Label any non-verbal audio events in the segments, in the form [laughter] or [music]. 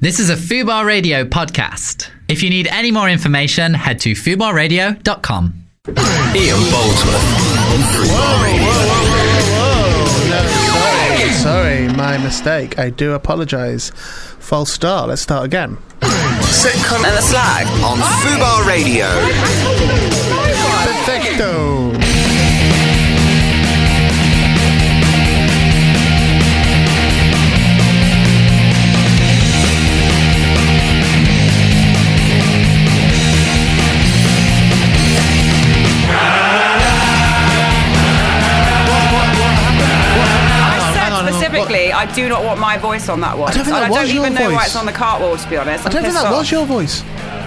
This is a Fubar Radio podcast. If you need any more information, head to fubarradio.com. Ian Boldsworth. Sorry, sorry, my mistake. I do apologise. False start. Let's start again. Sitcom and the Slag on Fubar Radio. Perfecto. I said hang on, hang on. specifically, I do not want my voice on that one. I don't think and that I was don't your even know voice. why it's on the cartwheel, to be honest. I I'm don't think pissed that off. was your voice.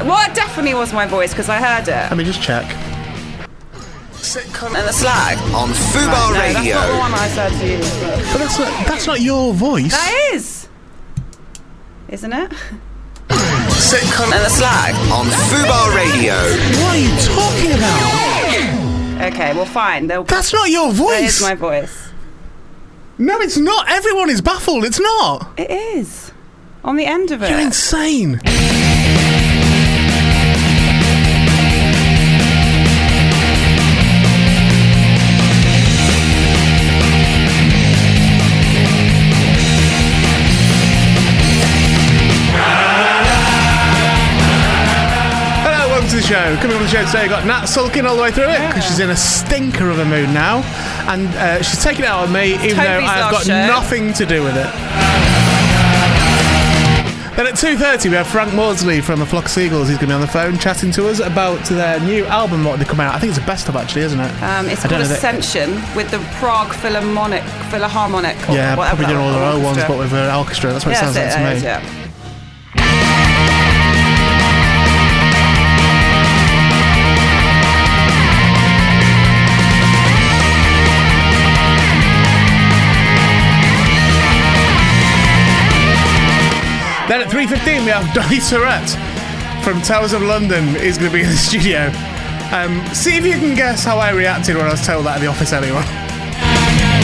Well, it definitely was my voice because I heard it. Let me just check. Sitcom and the Slag on Fubar no, Radio. That's not the one I said to you. But that's not, that's not your voice. That is. Isn't it? [laughs] Sitcom and the Slag on Fubar Radio. What are you talking about? Okay, well, fine. They'll That's not your that voice. is my voice. No, it's not. Everyone is baffled. It's not. It is. On the end of it. You're insane. Hello, welcome to the show. Coming on the show today, we've got Nat sulking all the way through it because she's in a stinker of a mood now, and uh, she's taking it out on me, even though Toby's I've got last show. nothing to do with it. Then at 2.30 we have Frank Maudsley from A Flock of Seagulls. He's going to be on the phone chatting to us about their new album, what they come out. I think it's the best of actually, isn't it? Um, it's I called don't know that- Ascension with the Prague Philharmonic, Philharmonic. Or Yeah, whatever probably that doing all their old ones, orchestra. but with an orchestra. That's what Yeah, it sounds that's like to it, me. it is, yeah. Then at 3.15 we have Donny Surratt from Towers of London. He's going to be in the studio. Um, see if you can guess how I reacted when I was told that at the office earlier on.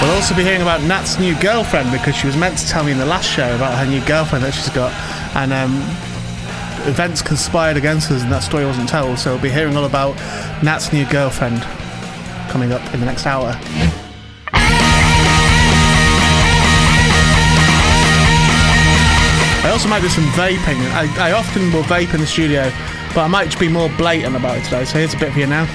We'll also be hearing about Nat's new girlfriend because she was meant to tell me in the last show about her new girlfriend that she's got, and um, events conspired against us, and that story wasn't told. So we'll be hearing all about Nat's new girlfriend coming up in the next hour. I also might do some vaping. I, I often will vape in the studio, but I might just be more blatant about it today. So here's a bit for you now.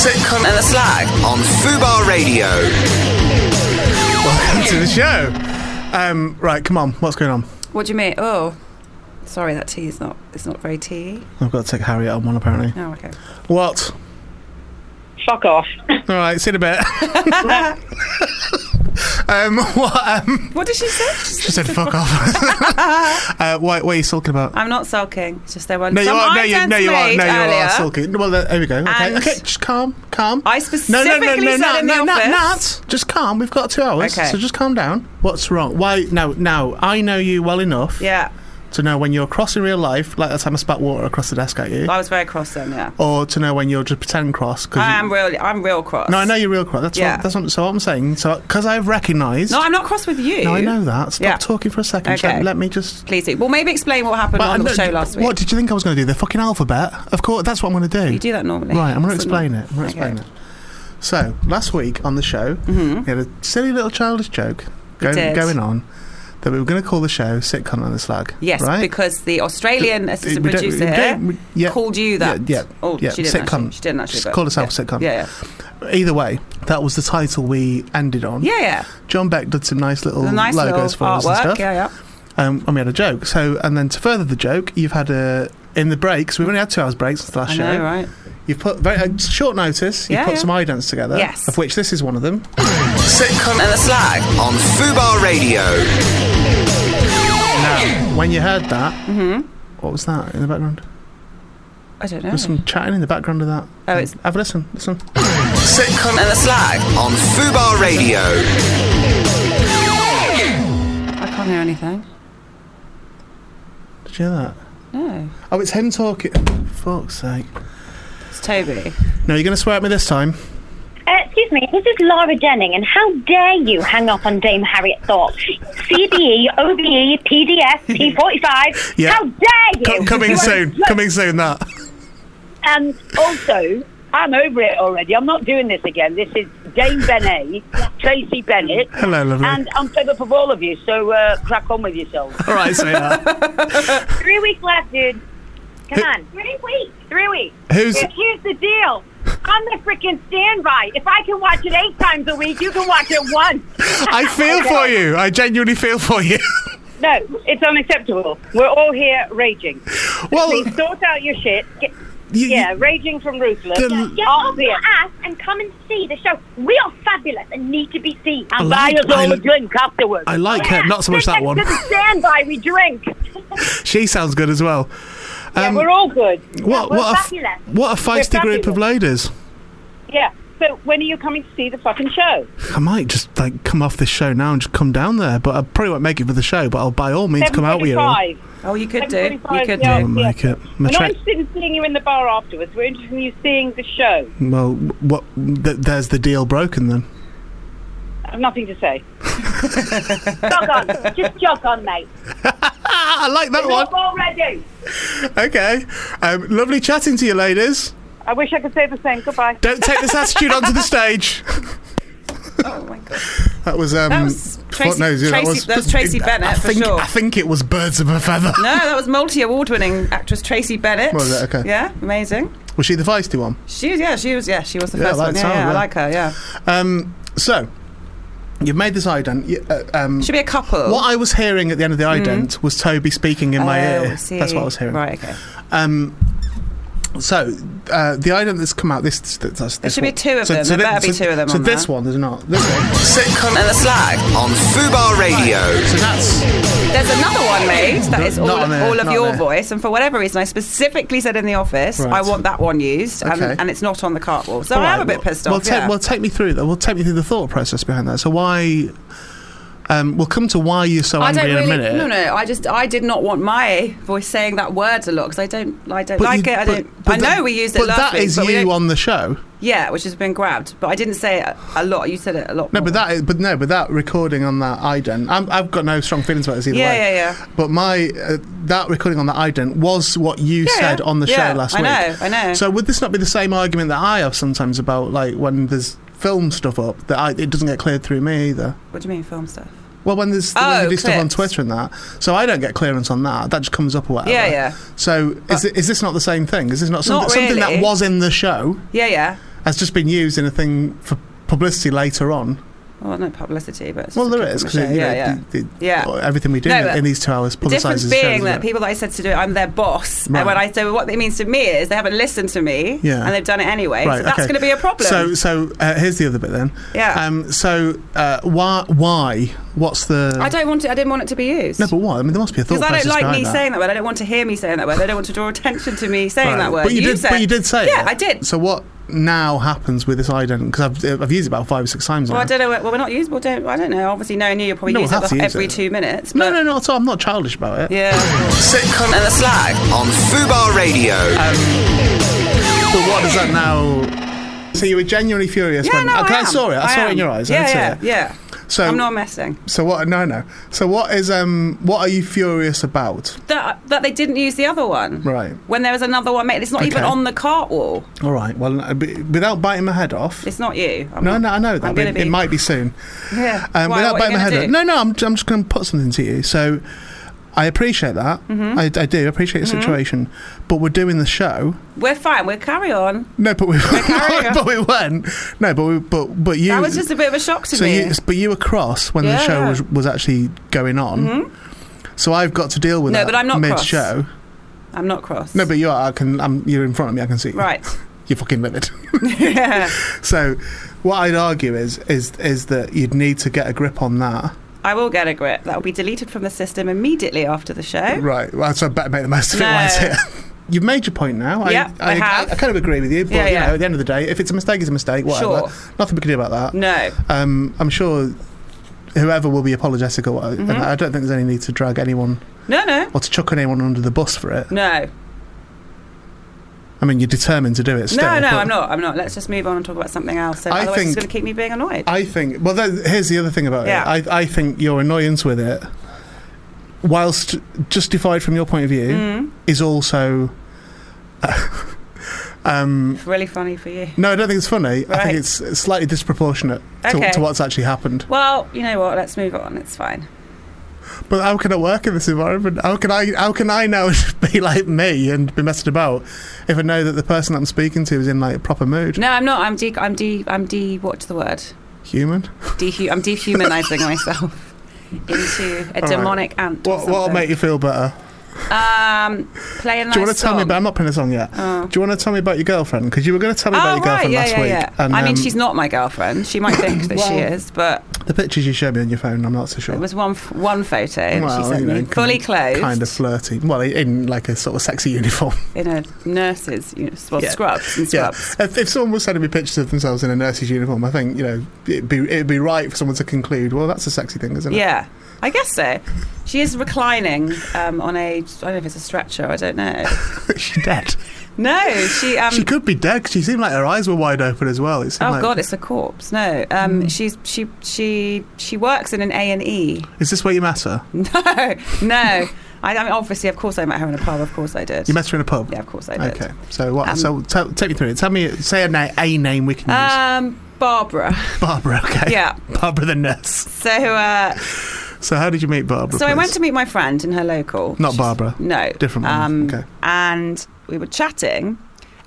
Sitcom and the Slag on Fubar [laughs] Radio. Welcome to the show. [laughs] Um, right, come on. What's going on? What do you mean? Oh, sorry, that tea is not. It's not very tea. I've got to take Harriet on one apparently. Oh, okay. What? Fuck off. All right, see you in a [laughs] bit. um, what? Um, What did she say? she said, "Fuck off." [laughs] uh, why, what are you sulking about? I'm not sulking. It's just they weren't. No, you some are. No, you, items no, you are. made No, you earlier, are sulking. Well, there, there we go. Okay, And- okay, just calm, calm. I no, specifically no, no, no, said no, in the no, no, office. Nat, just calm. We've got two hours, Okay. so just calm down. What's wrong? Why? Now, now, I know you well enough Yeah, to know when you're cross in real life, like that time I spat water across the desk at you, I was very cross then. Yeah, or to know when you're just pretend cross. Cause you- I am real. I'm real cross. No, I know you're real cross. That's Yeah. what, that's what, so what I'm saying. So because I've recognised. No, I'm not cross with you. No, I know that. Stop Yeah. talking for a second. Just Okay. Let, let me just. Please do. Well, maybe explain what happened Well, on the no, show last week. What did you think I was going to do? The fucking alphabet? Of course, that's what I'm going to do. you do that normally? Right, I'm going to It's explain not- it. I'm going to Okay. Mm-hmm. explain it. So last week on the show, we had a silly little childish joke go, did. going on that we were going to call the show "Sitcom and the Slag." Yes, right? because the Australian assistant we don't- producer we here don't- we- yeah. called you that. Yeah, yeah, oh, yeah, she didn't. sitcom. Actually, she didn't actually. Just but- call herself yeah. a sitcom. Yeah, Either way, that was the title we ended on. yeah, yeah. yeah. John Beck did some nice little The nice little Um, logos for us and artwork. stuff. Yeah, yeah. um, and we had a joke. So, and then to further the joke, you've had a in the breaks. We've only had two hours breaks since the last I show. know, right? You've put very uh, short notice. You've Yeah, put yeah. some eye dance together. Yes. Of which this is one of them. Sitcom and the Slag on Fubar Radio. Now, [coughs] when you heard that, Mm-hmm. what was that in the background? I don't know. There's some chatting in the background of that. Oh, it's- have a listen. Listen. Sitcom and the Slag on Fubar Radio. I can't hear anything. Did you hear that? No, Oh, it's him talking. Fuck's sake. it's Toby. No, you're going to swear at me this time. Uh, excuse me, this is Laura Denning, and how dare you hang up on Dame Harriet Thorpe? CBE, E, OBE, [laughs] PDS, P45. Yeah. How dare you? [laughs] Co- coming You are soon. a Coming soon. That. And also, I'm over it already. I'm not doing this again. This is Dame Benet, Tracy Bennett. Hello, lovely. And I'm fed up of all of you, so uh, crack on with yourselves. All right, sweetheart. [laughs] joke. Three weeks left, dude. Who- Come on. Three weeks. Three weeks. Who's Here's the deal. I'm the freaking standby. If I can watch it eight times a week, you can watch it once. I feel for you. I genuinely feel for you. [laughs] No, it's unacceptable. We're all here raging. Well, Please sort out your shit. Get, Oh. you- yeah, raging from ruthless. The- Get I'll off be your it. ass and come and see the show. We are fabulous and need to be seen. I And Buy like- us all I- a drink afterwards. I like her. Not so much that one. To the standby, we drink. She sounds good as well. yeah, we're all good. Um, What we're what a, f- fabulous. what a feisty We're group of ladies. Yeah. So when are you coming to see the fucking show? I might just like come off this show now and just come down there, but I probably won't make it for the show. But I'll by all means come out with you. all. 7:45. Oh, you could do. You 7:45, could yeah. I'll do. make it. My We're tra- not interested in seeing you in the bar afterwards. We're interested in you seeing the show. well, what? Th- there's the deal broken then. I have nothing to [laughs] say. jog on. Just jog on, mate. Ah, I like that [laughs] one. We're already. Okay, um, lovely chatting to you, ladies. I wish I could say the same. Goodbye. Don't take this attitude onto the stage. [laughs] Oh my god. That was um. That was Tracy- fuck knows who Tracy- that was Tracy Bennett, I for think sure. I think it was Birds of a Feather. [laughs] No, that was multi-award-winning actress Tracy Bennett. Was it? Okay. Yeah, amazing. Was she the feisty one? She was. Yeah, she was. Yeah, she was the Yeah, I first like one. Yeah, Tara, yeah, I yeah. like her. Yeah, Um, so you've made this ident. You- uh, um, should be a couple. what I was hearing at the end of the ident was Toby speaking in my Mm-hmm. Oh, I ear. see. That's what I was hearing. Right. Okay. Um, so uh, the ident that's come out. This, this, that's, this should be one. two of them. thi- There better be two of them So on this there. one there's not. This one. Sitcom and the Slag on Fubar Radio. So that's There's another one made that is Not all, on there, all of not your there. voice, and for whatever reason, I specifically said in the office Right. I want that one used, Okay. and, and it's not on the cart wall. So all I am right, a bit well- pissed well, off. take- yeah. well, take me through that. We'll take me through the thought process behind that. So why? Um, we'll come to why you're so I angry don't in really. a minute. No, no. I just I did not want my voice saying that word a lot because I don't. I don't like you- it. I but- don't. but I know that- we used it But last that week, is but we you don't- on the show. Yeah, which has been grabbed, but I didn't say it a, a lot. You said it a lot. No, more. but that, is- but no, but that recording on that ident, I'm, I've got no strong feelings about this either Yeah, way. yeah, yeah. But my uh, that recording on that ident was what you Yeah, said yeah. on the Yeah, show last I week. know, I know. So would this not be the same argument that I have sometimes about like when there's film stuff up that I, it doesn't get cleared through me either? What do you mean, film stuff? Well, when there's when Oh, you do stuff on clips. Twitter and that, so I don't get clearance on that. That just comes up or whatever. Yeah, yeah. So is, it, is this not the same thing? Is this not something, Not something that really. was in the show Yeah, yeah. has just been used in a thing for publicity later on? Well, no publicity, but it's Well, just a there clip is from because the show. yeah, yeah, yeah. Yeah. everything we do No, in, but in these two hours The difference publicises the show. being doesn't that it? people that I said to do it, I'm their boss. Right. And when I so what it means to me is they haven't listened to me, Yeah. and they've done it anyway. Right, so that's okay. going to be a problem. So, so uh, here's the other bit then. Yeah. Um, so, uh, why? Why? What's the? I don't want it. I didn't want it to be used. No, but what? I mean, there must be a thought because I process don't like behind me that. saying that word. I don't want to hear me saying that word. I don't want to draw attention to me saying Right. that word. But you, did. said- but you did say. Yeah, it. I did. So what now happens with this ident? Because I've, uh, I've used it about five or six times. well, now. I don't know. Well, we're not usable. Don't I don't know. Obviously, knowing you, you'll probably No, use we'll it have to use every it. two minutes. No, but- no, no. At all. I'm not childish about it. Yeah. Sitcom and the Slag on Fubar Radio. But what does that now? So you were genuinely furious Yeah, when no, okay, Oh, I, am. saw it. I, saw am. it in your eyes. I Yeah, did see yeah, it. Um, yeah. So I'm not messing. So what? No, no. So what is um? What are you furious about? That that they didn't use the other one. Right. When there was another one made. It's not even Okay. on the cart wall. All right. Well, uh, b- without biting my head off. It's not you. I'm No, not- no, I know that. I'm But gonna it, be- it might be soon. Yeah. Um, Why, without what are biting you my head gonna off. do? No, no. I'm, I'm just going to put something to you. So, I appreciate that. Mm-hmm. I, I do appreciate the situation, but we're doing the show. We're fine. We'll carry on. No, but we. carry [laughs] on. but we weren't. No, but we. But but you. That was just a bit of a shock to so me. you, but you were cross when the Yeah, show yeah. Mm-hmm. was was actually going on. So I've got to deal with No, that but I'm not cross. mid show. I'm not cross. No, but you are. I can. I'm, you're in front of me. I can see. you. right. [laughs] you're fucking livid. [laughs] So, what I'd argue is is is that you'd need to get a grip on that. I will get a grip. That will be deleted from the system immediately after the show. Right. Well, so I better make the most of it [laughs] while it's No. here. You've made your point now. Yep, I have. I kind of agree with you, but Yeah, you yeah. know, at the end of the day, if it's a mistake, it's a mistake. Whatever. Sure. Nothing we can do about that. No. Um, I'm sure whoever will be apologetic or whatever, Mm-hmm. and I don't think there's any need to drag anyone No, no. or to chuck anyone under the bus for it. No. I mean, you're determined to do it. Still, No, no, but I'm not. I'm not. Let's just move on and talk about something else. So I otherwise, think- it's going to keep me being annoyed. I think. Well, that, here's the other thing about Yeah. it. I, I think your annoyance with it, whilst justified from your point of view, Mm-hmm. is also. It's really funny for you. No, I don't think it's funny. I Right. think it's it's slightly disproportionate Okay. to, to what's actually happened. Well, you know what? Let's move on. It's fine. But how can it work in this environment? How can I how can I now [laughs] be like me and be messing about if I know that the person I'm speaking to is in like a proper mood? No, I'm not. I'm de. I'm de. I'm de. What's the word? Human. Dehu- [laughs] I'm dehumanizing myself into a right. demonic ant. or What what'll something. make you feel better? Um, play a nice Do you want to tell me song. about? I'm not playing a song yet. Do you want to tell me about your girlfriend? Because you were going to tell me about Oh your right, girlfriend yeah, last yeah, week. yeah. And, I mean, um, she's not my girlfriend. She might think that she Well- is, but the pictures you showed me on your phone. I'm not so sure. it was one f- one photo that she sent me, kind of- fully clothed, kind of flirty. Well, in like a sort of sexy [laughs] uniform. in a nurse's, you know, well, Yeah. scrubs and Yeah, scrubs. if, if someone was sending me pictures of themselves in a nurse's uniform, I think you know it'd be it'd be right for someone to conclude. Well, that's a sexy thing, isn't it? Yeah, I guess so. She is reclining um, on a I don't know if it's a stretcher. I don't know. [laughs] she's dead. No, she um, She could be dead. 'cause she seemed like her eyes were wide open as well. It seemed Oh like, God, it's a corpse. No, Hmm. um, she's she she she works in an A and E. [laughs] is this where you met her? No, no. I, I mean, obviously, of course, I met her in a pub. Of course, I did. You met her in a pub. Yeah, of course, I did. Okay, so what? Um, so t- take me through it. Tell me, say a, na- a name we can use. Um, Barbara. [laughs] Barbara. Okay. yeah. Barbara the nurse. So, uh, So how did you meet Barbara? so I went please? to meet my friend in her local. Not Barbara. No, Um, Different one. Okay. And we were chatting,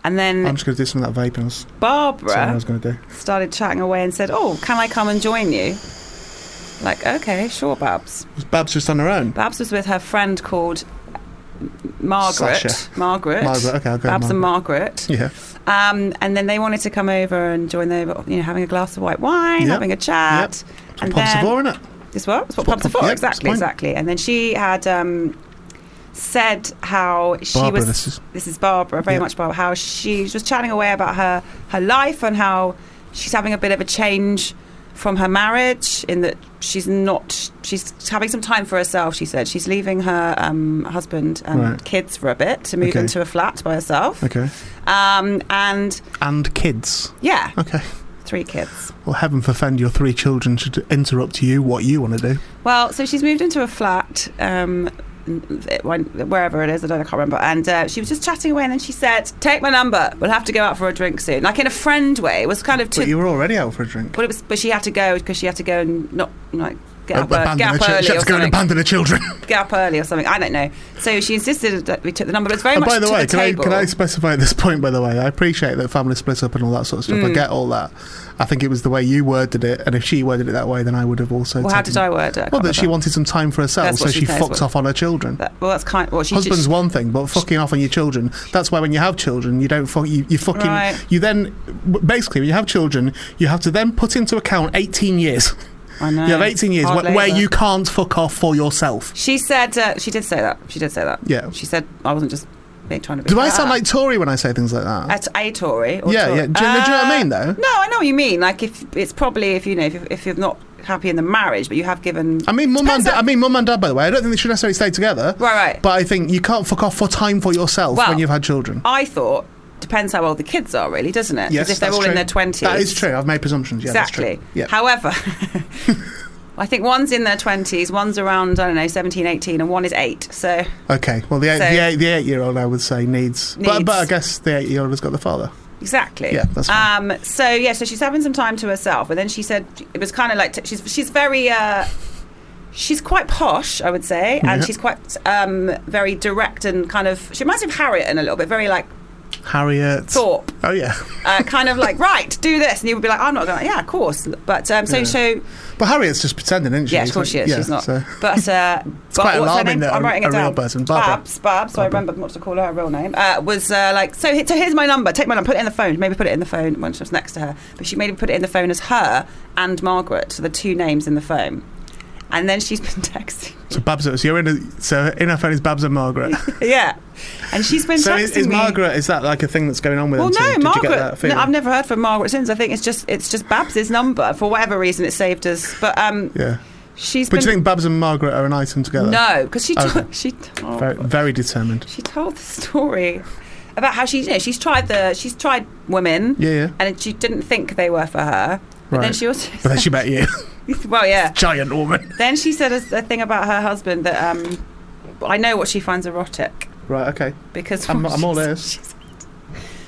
and then I'm just going to do some of that vaping. I was- Barbara. Sorry, I was going to do. started chatting away and said, "Oh, can I come and join you?" Like, okay, sure, Babs. Was Babs just on her own? Babs was with her friend called Margaret. Sasha. Margaret. Margaret, okay, I'll go with Babs and Margaret. Yeah. Um, and then they wanted to come over and join the, you know, having a glass of white wine, Yep. having a chat. Yep. And Pubs then, are boring, it? It's what? It's what It's pubs are what for. pub- yep, exactly, it's fine. exactly. And then she had um, said how she Barbara, was. this is- Barbara, very Yep. much Barbara. How she was chatting away about her her life and how she's having a bit of a change from her marriage in that she's not she's having some time for herself. She said she's leaving her um, husband and Right. kids for a bit to move Okay. into a flat by herself. Okay. Um, and And kids. yeah, Okay. three kids. Well, heaven forfend your three children should interrupt you what you want to do. Well, so she's moved into a flat, um, it- when- wherever it is, I don't, I can't remember. And uh, she was just chatting away, and then she said, "Take my number. We'll have to go out for a drink soon." Like in a friend way. It was kind of But too. you were already out for a drink. But it was. But she had to go because she had to go and not like get up, uh, abandon get the up chi- early she had or to go and something. abandon the children. Get up early or something. I don't know. So she insisted that we took the number. But it's very and much Oh, by the to way, the can I, table. can I specify at this point, by the way, I appreciate that family split up and all that sort of stuff. I Mm. get all that. I think it was the way you worded it, and if she worded it that way, then I would have also. well, how taken- did I word it? I Well, can't that she remember. wanted some time for herself, That's so what she she says, fucked what- off on her children. That- well, that's kind. Well, she just- Husband's one thing, but fucking off on your children. That's why when you have children, you don't fuck. You, you fucking. Right. You then basically when you have children, you have to then put into account eighteen years. [laughs] I know. You have eighteen years Um, Hard where, where labour. you can't fuck off for yourself. She said. Uh, she did say that. She did say that. Yeah. She said I wasn't just being trying to. Be Do I fat. sound like Tory when I say things like that? At a Tory. Or Yeah, Tory. yeah. Do you- do you know what I mean, though? No, I know what you mean. Like, if it's probably if you know if, you're- if you're not happy in the marriage, but you have given. I mean, mum and Depends da- on- I mean, mum and dad. By the way, I don't think they should necessarily stay together. Right, right. But I think you can't fuck off for time for yourself Well, when you've had children. I thought depends how old the kids are, really, doesn't it? 'Cause yes, if they're that's all in true. their twenties, That is true. I've made presumptions. Yeah, exactly. That's true. Yeah. [laughs] However. [laughs] I think one's in their 20s, one's around, I don't know, 17, 18, and one is eight. So, okay. Well, the eight, So- the, eight, the eight-year-old, I would say, needs. But, Needs. but I guess the eight-year-old has got the father. exactly. Yeah, that's fine. Um, so, yeah, so she's having some time to herself. And then she said, it was kind of like, t- she's, she's very, uh, she's quite posh, I would say, and Yeah. she's quite um, very direct and kind of. She reminds me of Harriet in a little bit, very like Harriet. Thorpe. Oh yeah, [laughs] Uh, kind of like, [laughs] right, do this. And he would be like, I'm not going, yeah, of course. But um, so, Yeah. so, but Harriet's just pretending, isn't she? yeah, of It's course she like- is. She's not. so- But, uh, [laughs] but quite what's her alarming name? that I'm a- writing it a real down. person, Barbara. Babs, Babs, so I remember not to call her her real name, uh, was uh, like, so, he- so here's my number. Take my number, put it in the phone. Maybe put it in the phone when she was next to her. But she maybe put it in the phone as her and Margaret, so the two names in the phone. And then she's [laughs] been texting. So Babs, so you're in. A, so in her phone is Babs and [laughs] Margaret. yeah. And she's been so texting is, is me. Margaret? Is that like a thing that's going on with Well, them? too? no, Did Margaret. You get that feeling? no, I've never heard from Margaret since. I think it's just it's just Babs's number for whatever reason it saved us. But um, Yeah. she's But been do you think Babs and Margaret are an item together? no, because she Okay. told she oh, Very, very determined. she told the story about how she you know she's tried the she's tried women Yeah, yeah. and she didn't think they were for her. But then Right. she also [laughs] But then she met you, [laughs] well yeah. giant woman. Then she said a, a thing about her husband that um, I know what she finds erotic Right. Okay. because I'm, what I'm all she [laughs] ears.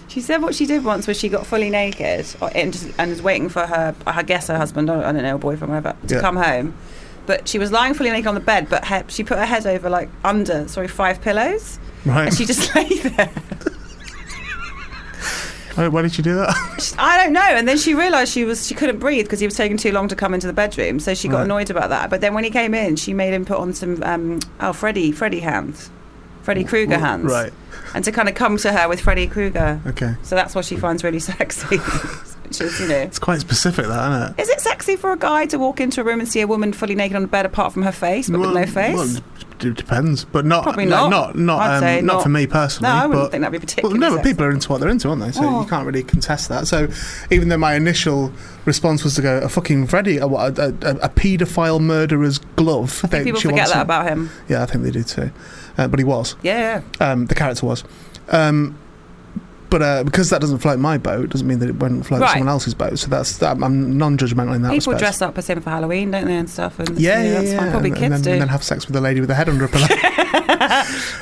She said what she did once was she got fully naked or- and, just, and was waiting for her, I guess her husband, I don't know, a boyfriend, whatever, to Yeah. come home. But she was lying fully naked on the bed, but her, she put her head over, like, under, sorry, five pillows. Right. And she just [laughs] lay there. Oh, Why, why did you do that? [laughs] [laughs] I don't know. And then she realised she was she couldn't breathe because he was taking too long to come into the bedroom. So she got Right. annoyed about that. But then when he came in, she made him put on some, um, oh, Freddy, Freddy hands. Freddy Krueger hands. Right. And to kind of come to her with Freddy Krueger. Okay. So that's what she finds really sexy, [laughs] which is, you know. It's quite specific, that, isn't it? Is it sexy for a guy to walk into a room and see a woman fully naked on a bed apart from her face, but with no face? Well, it depends, but not Probably no, not not. not I'd um, say not, not. for me personally. No, I wouldn't but, think that'd be particularly Well, no, but sexy. people are into what they're into, aren't they? So Oh. you can't really contest that. So even though my initial response was to go a fucking Freddy, a, what, a, a, a paedophile murderer's glove. I People forget that about him. Yeah, I think they do too. Uh, but he was Yeah, um, the character was. Um, but uh, because that doesn't float my boat, doesn't mean that it wouldn't float Right. someone else's boat. So that's that, I'm non-judgmental in that people respect. dress up as him for Halloween, don't they, and stuff. And yeah, yeah, that's yeah. fine. Probably and, kids and then, do, and then have sex with a lady with a head under a [laughs] pillow.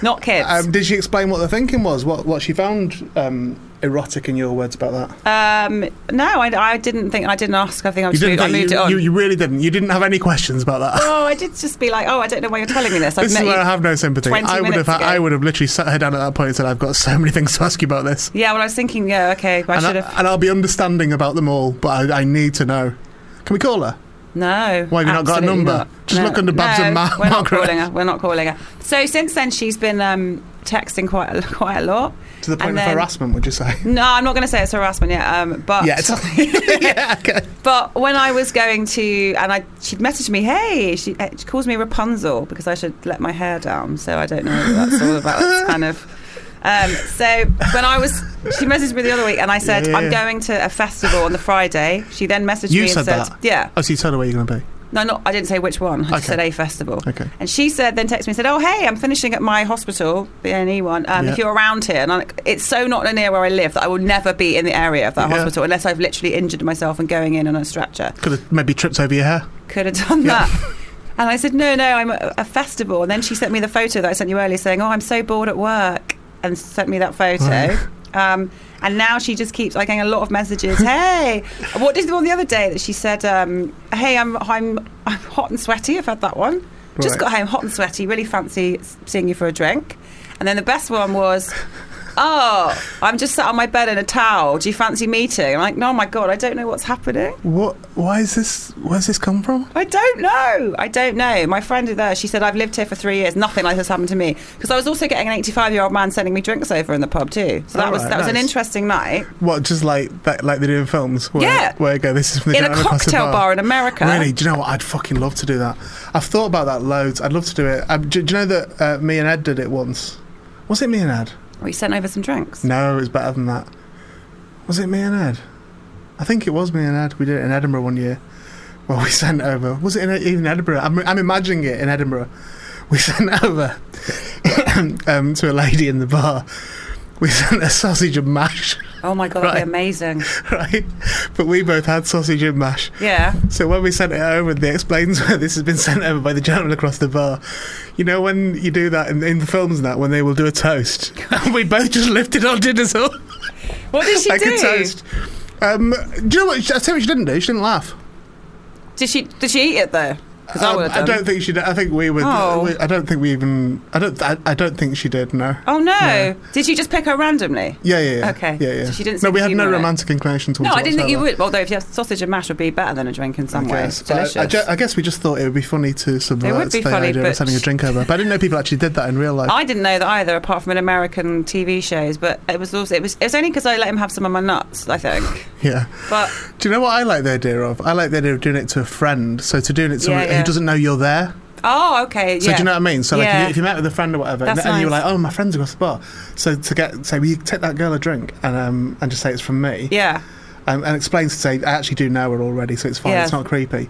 not kids. Um, did she explain what the thinking was? What what she found um, erotic in your words about that? Um, no, I, I didn't think. I didn't ask. I think I just moved, I moved you, it on. you, you really didn't. You didn't have any questions about that. oh, I did just be like, oh, I don't know why you're telling me this. [laughs] I've this is met where you. I have no sympathy. 20 I would have minutes ago. I would have literally sat her down at that point and said, "I've got so many things to ask you about this." yeah, well, I was thinking, yeah, okay, I and, should I, have. and I'll be understanding about them all, but I, I need to know. Can we call her? No. Why have you not got a absolutely number? not. Just No, look under Babs no, and Ma- Margaret. we're Not calling her. We're not calling her. So since then, she's been um, texting quite a, [laughs] quite a lot. To the point And of then- harassment, would you [laughs] say? [laughs] No, I'm not going to say it's harassment yet. Um, but Yeah, it's- [laughs] yeah, okay. but when I was going to, and I she'd messaged me, hey, she, uh, she calls me Rapunzel because I should let my hair down. So I don't know what that's all about. It's kind of. Um, so when I was, she messaged me the other week, and I said Yeah, yeah, I'm yeah. going to a festival on the Friday. She then messaged You me said and said, that? yeah. Oh, so you told her where you're going to be. No, not, I didn't say which one. I just Okay. said a festival. Okay. And she said, then texted me and said, "Oh, hey, I'm finishing at my hospital, the NE one. Um, Yeah. If you're around here, and I'm, like, it's so not near where I live that I will never be in the area of that Yeah. hospital unless I've literally injured myself and going in on a stretcher. Could have maybe tripped over your hair. Could have done Yeah. that." And I said, "No, no, I'm at a festival." And then she sent me the photo that I sent you earlier, saying, "Oh, I'm so bored at work," and sent me that photo. Right. Um, and now she just keeps like getting a lot [laughs] of messages. Hey, what did the one the other day that she said? Um, hey, I'm I'm I'm hot and sweaty. I've had that one. Just Right. got home, hot and sweaty. Really fancy s- seeing you for a drink. And then the best one was, oh, I'm just sat on my bed in a towel. Do you fancy meeting? I'm like, no, my god, I don't know what's happening. What? Why is this? Where's this come from? I don't know. I don't know. My friend there, she said, I've lived here for three years. Nothing like this happened to me. Because I was also getting an 85 year old man sending me drinks over in the pub, too. So that, All was, right, that was an nice. interesting night. What, just like that, like they do in films? Where, Yeah. Where you go, this is from the In a guy across the cocktail bar in America. Really? Do you know what? I'd fucking love to do that. I've thought about that loads. I'd love to do it. Um, do, do you know that uh, me and Ed did it once? Was it me and Ed? We sent over some drinks. No, it was better than that. Was it me and Ed? I think it was me and Ed. We did it in Edinburgh one year. Well, [laughs] we sent over. Was it in, even Edinburgh? I'm, I'm imagining it in Edinburgh. [laughs] We sent over [coughs] um, to a lady in the bar. We sent a sausage and mash. [laughs] Oh my God, that'd Right. be amazing. [laughs] right? But we both had sausage and mash. Yeah. So when we sent it over, they explains [laughs] where this has been sent over by the gentleman across the bar. You know when you do that in, in the films and that when they will do a toast, [laughs] and we both just lifted our dinners up What did she like do? a toast. Um, do you know what? I tell you what she didn't do. She didn't laugh. Um, Did she, did she eat it, though? Because I would have I done. don't think she did. I think we would. uh, Oh. we- I don't think we even. I don't. I, I don't think she did. No. oh no. Did you just pick her randomly? Yeah, yeah, yeah. Okay. Yeah, yeah. So she didn't see No, we the had humour no in it. romantic inclination towards No, I didn't think you whatsoever. would. Although if you have sausage and mash would be better than a drink in I some guess. ways. But I- Delicious. I, ju- I guess we just thought it would be funny to subvert would be the funny, idea of but- sending a drink over. But I didn't know people actually did that in real life. I didn't know that either, apart from in American TV shows. But it was also it was it's only because I let him have some of my nuts, I think. yeah. But Do you know what I like the idea of? I like the idea of doing it to a friend. So to doing it to Yeah, someone yeah. who doesn't know you're there. oh, okay. So yeah. do you know what I mean? So like Yeah. if, you, if you met with a friend or whatever, and, That's and you were nice. like, "Oh, my friend's across the bar," so to get say, "Will you take that girl a drink?" and um and just say it's from me, Yeah. um, and explain to say, "I actually do know her already, so it's fine. Yeah. It's not creepy."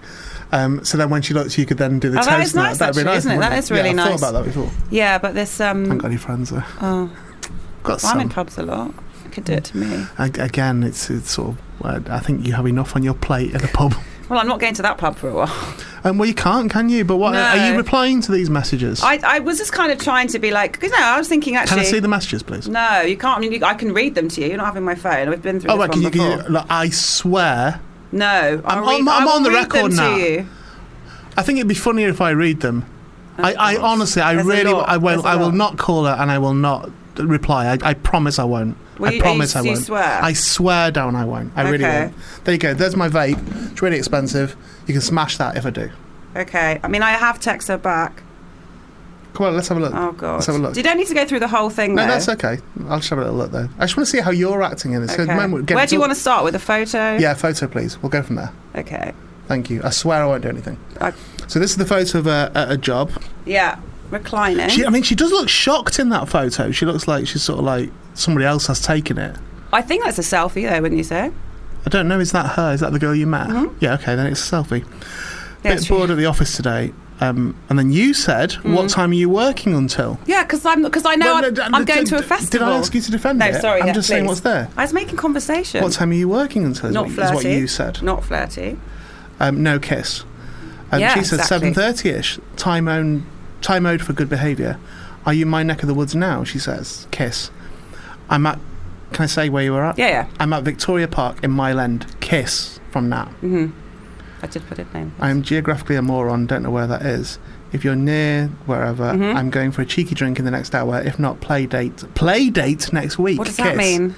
Um, so then when she looks, you could then do the Oh, toast. that is and nice, That'd be actually, nice, isn't it? wouldn't That is really yeah, I've nice. thought about that before. Yeah, but this I haven't um got any friends though. oh, Got well, I'm in some. pubs a lot. I could do it to me. Ag- Again, it's it's sort of. uh, I think you have enough on your plate at a pub. Well, I'm not going to that pub for a while. Um, well, you can't, can you? But what are you No. replying to these messages? I, I was just kind of trying to be like, because no, I was thinking actually. can I see the messages, please? No, you can't. I mean, you, I can read them to you. You're not having my phone. We've been through Oh, this right, can one you, can before. you, look, I swear. no, I'll I'm- read- I'm- I I'm will on the read them record to now. you. I think it'd be funnier if I read them. I, I honestly, I There's a really, lot. I will, There's a I will lot. not call her and I will not reply. I, I promise I won't. Well, I you- promise you- I you won't. swear? I swear down I won't. I really Okay. won't. There you go. There's my vape. It's really expensive. You can smash that if I do. Okay. I mean, I have texted her back. Come on, let's have a look. Oh god. Let's have a look. You don't need to go through the whole thing. no, though. that's okay. I'll just have a little look though. I just want to see how you're acting in this. Okay. Where do you want to start with a photo? Yeah, photo please. We'll go from there. Okay. Thank you. I swear I won't do anything. I, So this is the photo of her at a job. yeah. Reclining. She, I mean, she does look shocked in that photo. She looks like she's sort of like somebody else has taken it. I think that's a selfie, though, wouldn't you say? I don't know. Is that her? Is that the girl you met? Yeah. Okay. Then it's a selfie. Mm-hmm. Yeah, Bit she- bored at the office today. Um, and then you said, "What time are you working until?" Yeah, because I'm because I know Well, no, Mm-hmm. I'm, d- I'm going d- to a d- festival. Did I ask you to defend No, it? sorry. I'm yeah, just saying please. what's there. I was making conversation. What time are you working until? Is Not what, is what flirty. you said. Not flirty. Um, no kiss. Um, Yeah, she said exactly. seven thirty ish. Time own time owed for good behaviour. Are you in my neck of the woods now? She says. Kiss. I'm at. Can I say where you were at? Yeah, yeah. I'm at Victoria Park in Mile End. Kiss from Nat. Mm-hmm. I did put it name. I am geographically a moron. Don't know where that is. If you're near wherever, Mm-hmm. I'm going for a cheeky drink in the next hour. If not, play date. Play date next week. What does Kiss. that mean?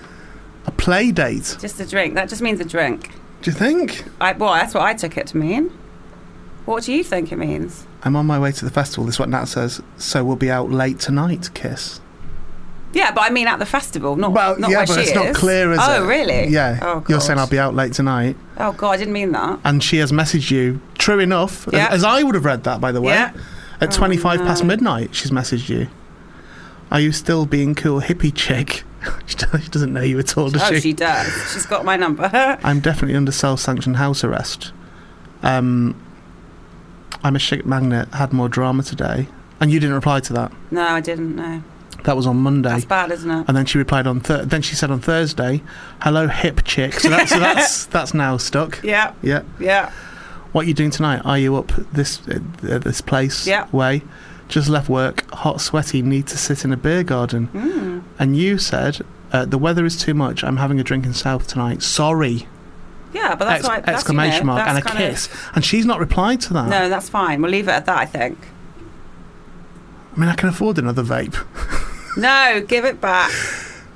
A play date. Just a drink. That just means a drink. Do you think? I, well, that's what I took it to mean. What do you think it means? I'm on my way to the festival. This is what Nat says. So we'll be out late tonight. Kiss. Yeah, but I mean at the festival, not, Well, not yeah, where but she it's is. not clear, is it? oh, really? Yeah. Oh, God. You're saying I'll be out late tonight, Oh, God, I didn't mean that. and she has messaged you. True enough, as- Yeah. as, I would have read that, by the way. Yeah. Oh, At 25 past midnight, she's messaged you. Are you still being cool, hippie chick? [laughs] she do- she doesn't know you at all, does Oh, she? she does. She's got my number. [laughs] I'm definitely under self-sanctioned house arrest. Um, I'm a shit magnet. Had more drama today, and you didn't reply to that. no, I didn't. No, That was on Monday. that's bad, isn't it? And then she replied on thir- then she said on Thursday, "Hello, hip chick." So, that, so [laughs] that's that's now stuck. Yeah, Yeah. yeah. What are you doing tonight? Are you up this uh, uh, this place Yeah. way? Just left work, hot, sweaty, need to sit in a beer garden. Mm. And you said, uh, "The weather is too much. I'm having a drink in South tonight. Sorry!" Yeah, but that's Ex- why. that's, you know, exclamation mark that's and a kinda- kiss. Ah. And she's not replied to that. No, that's fine. We'll leave it at that, I think. I mean, I can afford another vape. No, give it back.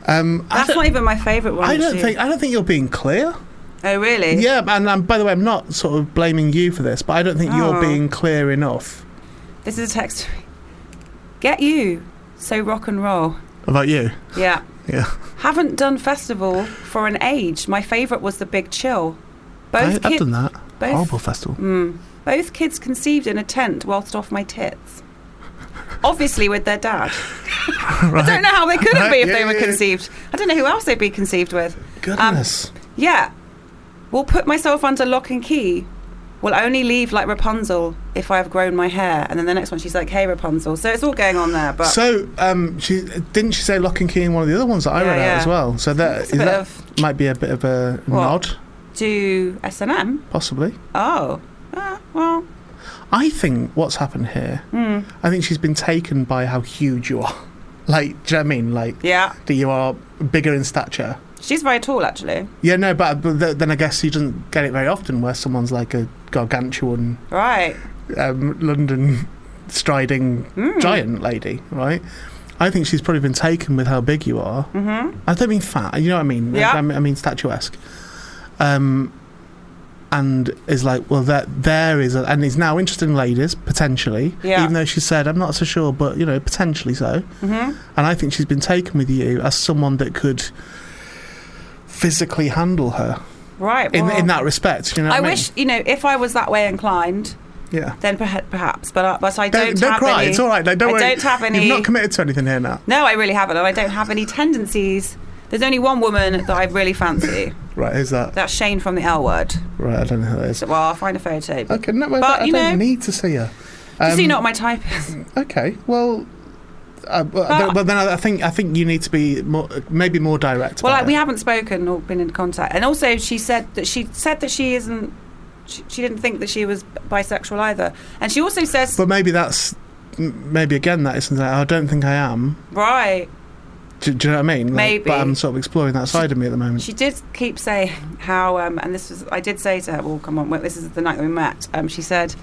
Um, I That's don't, not even my favourite one. I don't actually. think I don't think you're being clear. Oh, really? Yeah, and, and by the way, I'm not sort of blaming you for this, but I don't think you're Oh. being clear enough This is a text. Get you. So rock and roll. about you. Yeah. Yeah, Haven't done festival for an age. My favourite was the Big Chill. I, Both, I've ki- done that. both- Mm. Horrible festival. both kids conceived in a tent whilst off my tits. Obviously with their dad. [laughs] I don't know how they couldn't Right, be if yeah, they were yeah, yeah. conceived. I don't know who else they'd be conceived with. Um, Goodness. Yeah. Will put myself under lock and key. Will only leave like Rapunzel if I have grown my hair. And then the next one, she's like, "Hey Rapunzel." So it's all going on there, but so, um, she didn't she say lock and key in one of the other ones that I Yeah, read out yeah. as well? So that It's is a bit that of- might be a bit of a What? nod, do S and M. possibly. Oh, Ah, well, I think what's happened here. Hmm. I think she's been taken by how huge you are. [laughs] Like, do you know what I mean? Like, yeah. that you are bigger in stature. She's very tall, actually. Yeah, no, but, but th- then I guess you don't get it very often where someone's like a gargantuan Right. um, London striding Mm. giant lady, right? I think she's probably been taken with how big you are. Mm-hmm. I don't mean fat. You know what I mean? Yeah. I, I mean- I mean statuesque. Um, and is like, well, that there is, a, and is now interested in ladies potentially. Yeah. Even though she said, I'm not so sure, but you know, potentially so. Mm-hmm. And I think she's been taken with you as someone that could physically handle her Right. in well, in that respect. You know, what I, I mean? wish you know if I was that way inclined, Yeah. then perha- perhaps. But I but I don't. Don't, don't, have cry. Any, It's all right. No, don't I worry. don't have any. You've not committed to anything here now. no, I really haven't, and I don't have any tendencies. There's only one woman that I really fancy. Right? Who's that? That's Shane from the L Word. Right? I don't know who that is. So, well, I'll find a photo. But Okay. No, well, But, I you don't know- need to see her. you see, Um, not my type. [laughs] is. Okay. Well. Uh, but, but, then I I think I think you need to be more, maybe more direct. Well, about like, we it. haven't spoken or been in contact, and also she said that she said that she isn't. She, she didn't think that she was bisexual either, and she also says But maybe that's m- maybe again that is something that I don't think I am. right. Do, do you know what I mean? Like, Maybe. But I'm sort of exploring that side of me at the moment. She did keep saying how, um, and this was, I did say to her, well, come on, well, this is the night that we met. Um, she said,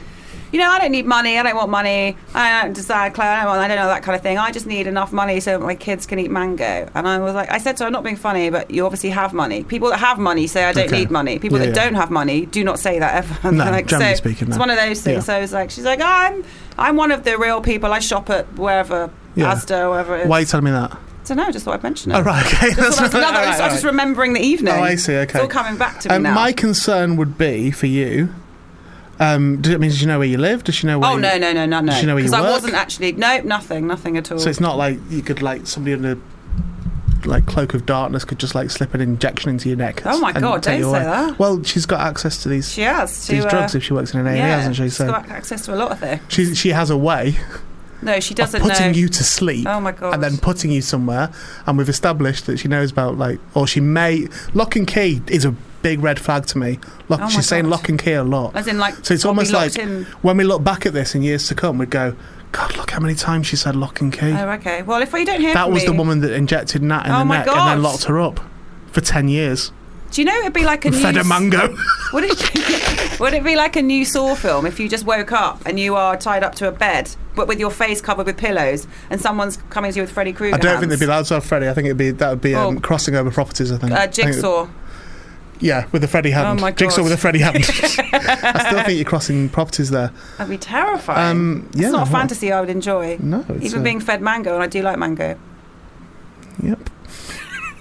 you know, I don't need money. I don't want money. I don't desire Claire. I don't, want, I don't know that kind of thing. I just need enough money so that my kids can eat mango. And I was like, I said to her, I'm not being funny, but you obviously have money. People that have money say, I don't Okay. need money. People Yeah, that yeah. don't have money do not say that ever. [laughs] No, like, generally so speaking, it's no. one of those things. Yeah. So it's like, she's like, I'm, I'm one of the real people. I shop at wherever, Yeah. Asda, wherever it is. Why are you telling me that? I don't know. I just thought I'd mention it. Oh, right. Okay. So that's [laughs] another. I was just remembering the evening. Oh, I see, It's all okay. coming back to me Um, now. my concern would be for you. Um, do, I mean, does she know where you live? Does she know where? oh you, no no no no no. Does she know where you Because I work? wasn't actually. No, nothing, nothing at all. So it's not like you could like somebody under like cloak of darkness could just like slip an injection into your neck. Oh my and God, take don't you away. say that. Well, she's got access to these she has to, these uh, drugs if she works in an A and E, yeah, hasn't she? she's So got access to a lot of things. she she has a way No, she of doesn't putting know. you to sleep. Oh my God. And then putting you somewhere, and we've established that she knows about like, or she may lock and key is a big red flag to me. Lock, Oh my she's saying God. lock and key a lot. As in, like, So it's I'll be almost locked like in. when we look back at this in years to come, we'd go, God, look how many times she said lock and key. Oh, okay. Well, if you don't hear that from was the me- woman that injected Nat in Oh the my neck and then God. locked her up for 10 years. Do you know it'd be like a Fed new? a mango. [laughs] Would it, would it be like a new Saw film if you just woke up and you are tied up to a bed, but with your face covered with pillows, and someone's coming to you with Freddy Krueger? I don't think they'd hands? be allowed to have Freddy. I think it'd be that would be um, Oh. crossing over properties. I think. I Uh, think it- jigsaw. yeah, with a Freddy hand. Oh my Jigsaw God. with a Freddy hand. [laughs] [laughs] I still think you're crossing properties there. That'd be terrifying. Um, yeah, it's not a well, fantasy I would enjoy. No, it's Even uh, being fed mango, and I do like mango. Yep.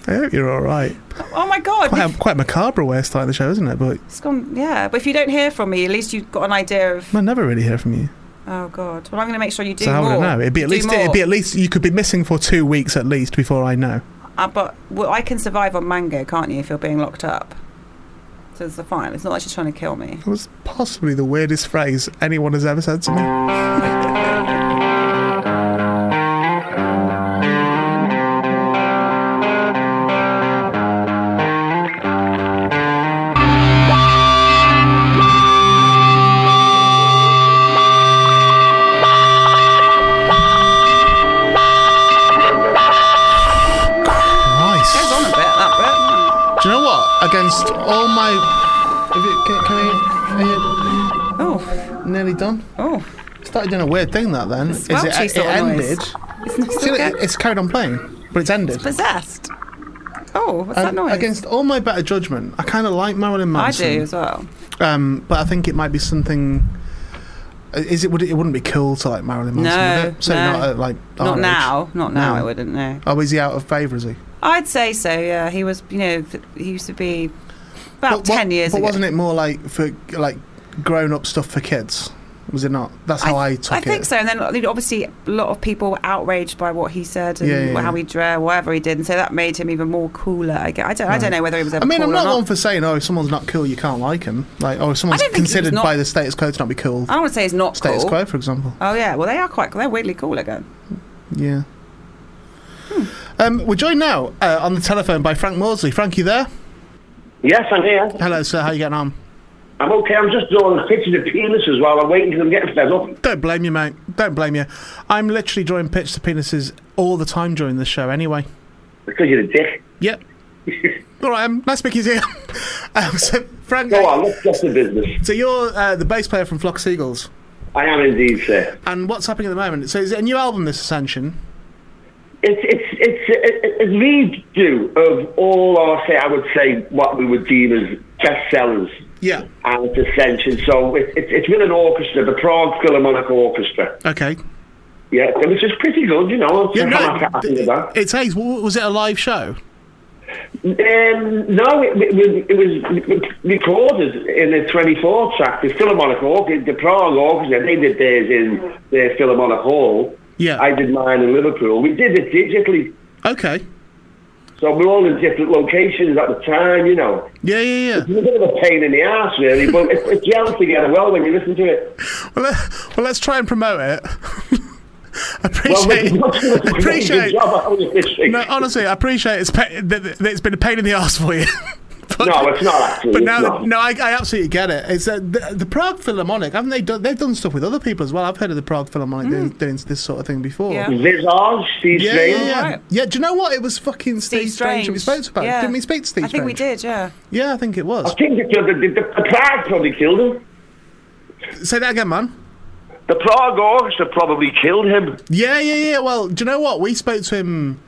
I hope you're all [laughs] right. Oh my god, Quite a, quite a macabre way of starting the show, isn't it? But it's gone. Yeah, but if you don't hear from me, at least you've got an idea of. I never really hear from you. Oh god. Well, I'm going to make sure you do so how more. would I know? It'd be at Do least more. it'd be at least you could be missing for two weeks at least before I know. Uh, but well, I can survive on mango, can't you? If you're being locked up, so it's fine. It's not like she's trying to kill me. That was possibly the weirdest phrase anyone has ever said to me. Christ. Goes on a bit that Do you know what? Against all my. Have you, can, can I, are bit. Oh, you nearly done? oh. Started doing a weird thing that then. Is it, squelchy it sort of noise. ended. It's not See, still it, get it's carried on playing, but it's ended. possessed. Oh, what's that Um, noise? Against all my better judgment, I kind of like Marilyn I Manson. do as well. Um, but I think it might be something. uh, Is it? Would it, it wouldn't be cool to like Marilyn Manson? No, would it? So no. not at, like our Not age. now. Not now. No. I wouldn't know. Oh, is he out of favour? Is he? I'd say so. Yeah, he was. You know, th- he used to be about what- ten years But ago. wasn't it more like for like grown-up stuff for kids? Was it not? That's how I, took I it. think so. And then I mean, obviously, a lot of people were outraged by what he said and Yeah, yeah, how yeah. he drew, whatever he did, and so that made him even more cooler. I, gue- I don't, I don't know whether he was ever. I mean, I'm cool not, or one for saying, oh, if someone's not cool, you can't like him. Like, or if someone's don't think he was considered not- by the status quo to not be cool. I don't want to say he's not Status cool. quo, for example. Oh yeah, well they are quite. They're weirdly cool again. Yeah. Hmm. Um, we're joined now uh, on the telephone by Frank Morsley. Frank, you there? Yes, I'm here. Hello, sir. How you getting on? I'm okay. I'm just drawing pictures of penises while I'm waiting 'cause I'm getting fed up. Don't blame you, mate. Don't blame you. I'm literally drawing pitch to penises all the time during this show, anyway. Because you're a dick. [laughs] Yep. all right. Um, nice speaking to you. [laughs] um, so, Frank, Go on, let's get to business. so you're uh, the bass player from Flock Seagulls. I am indeed, sir. And what's happening at the moment? So is it a new album, this Ascension? It's it's it's a, a a redo of all our say I would say what we would deem as bestsellers Yeah. and it's Ascension. So it, it, it's with an orchestra, the Prague Philharmonic Orchestra. Okay. Yeah, which is pretty good, you know. Yeah, I'm happy with that. no, it's Hayes. W- Was it a live show? Um, no, it, it, was- it was recorded in a 24 track. The Philharmonic Orchestra, the Prague Orchestra, they did theirs in their Philharmonic Hall. Yeah. I did mine in Liverpool. We did it digitally, Okay. so we're all in different locations at the time, you know. Yeah, yeah, yeah. It's a bit of a pain in the ass, really, but it, it gels together well when you listen to it. Well, let, well let's try and promote it. [laughs] [laughs] Well, appreciate Good appreciate job out of this thing. No, honestly, I appreciate it's pa- that, that it's been a pain in the ass for you. [laughs] But- No, it's not, actually, But it's now, not. that- no, I, I absolutely get it. It's uh, the, the Prague Philharmonic, haven't they? Done, they've done stuff with other people as well. I've heard of the Prague Philharmonic doing, doing this sort of thing before. Mm. Yeah. Visage, Steve Yeah, yeah, Strange. yeah. Alright. Yeah, do you know what? It was fucking Steve, Strange. that We spoke about Yeah. Didn't we speak to Steve I think we Strange? did, yeah. Yeah, I think it was. I think the, the, the, the Prague probably killed him. Say that again, man. The Prague Orchestra probably killed him. Yeah, yeah, yeah. Well, do you know what? We spoke to him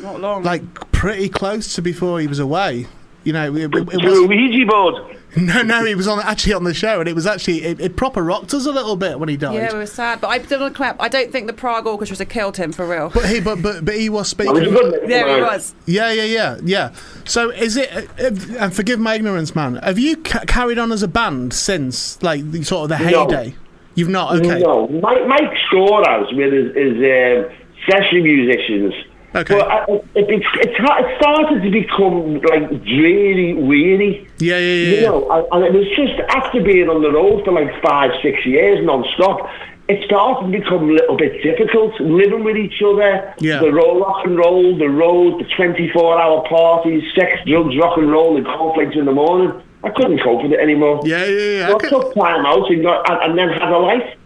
Not long. like pretty close to before he was away. You know, it, it, it Through a was, Ouija board. no, no, he was on actually on the show, and it was actually it, it proper rocked us a little bit when he died. yeah, we were sad, but I didn't clap. I don't think the Prague Orchestra have killed him for real. But he, but, but but he was I Oh, was a speaking. good mate. There he was. Yeah, yeah, yeah, yeah. So is it? uh, if- And forgive my ignorance, man. Have you ca- carried on as a band since like the, sort of the No. heyday? You've not. Okay. No, Mike, Mike Scorers with his, his um, session musicians. Okay. But I, it, it, it, it started to become like dreary, weary. Yeah, yeah, yeah. You yeah. know, and, and it was just after being on the road for like five, six years non-stop, it started to become a little bit difficult living with each other. Yeah. The ro- rock and roll, the road, the 24-hour parties, sex, drugs, rock and roll, and conflicts in the morning. I couldn't cope with it anymore. Yeah, yeah, yeah. So Okay. I took time out and, got, and, and then had a life.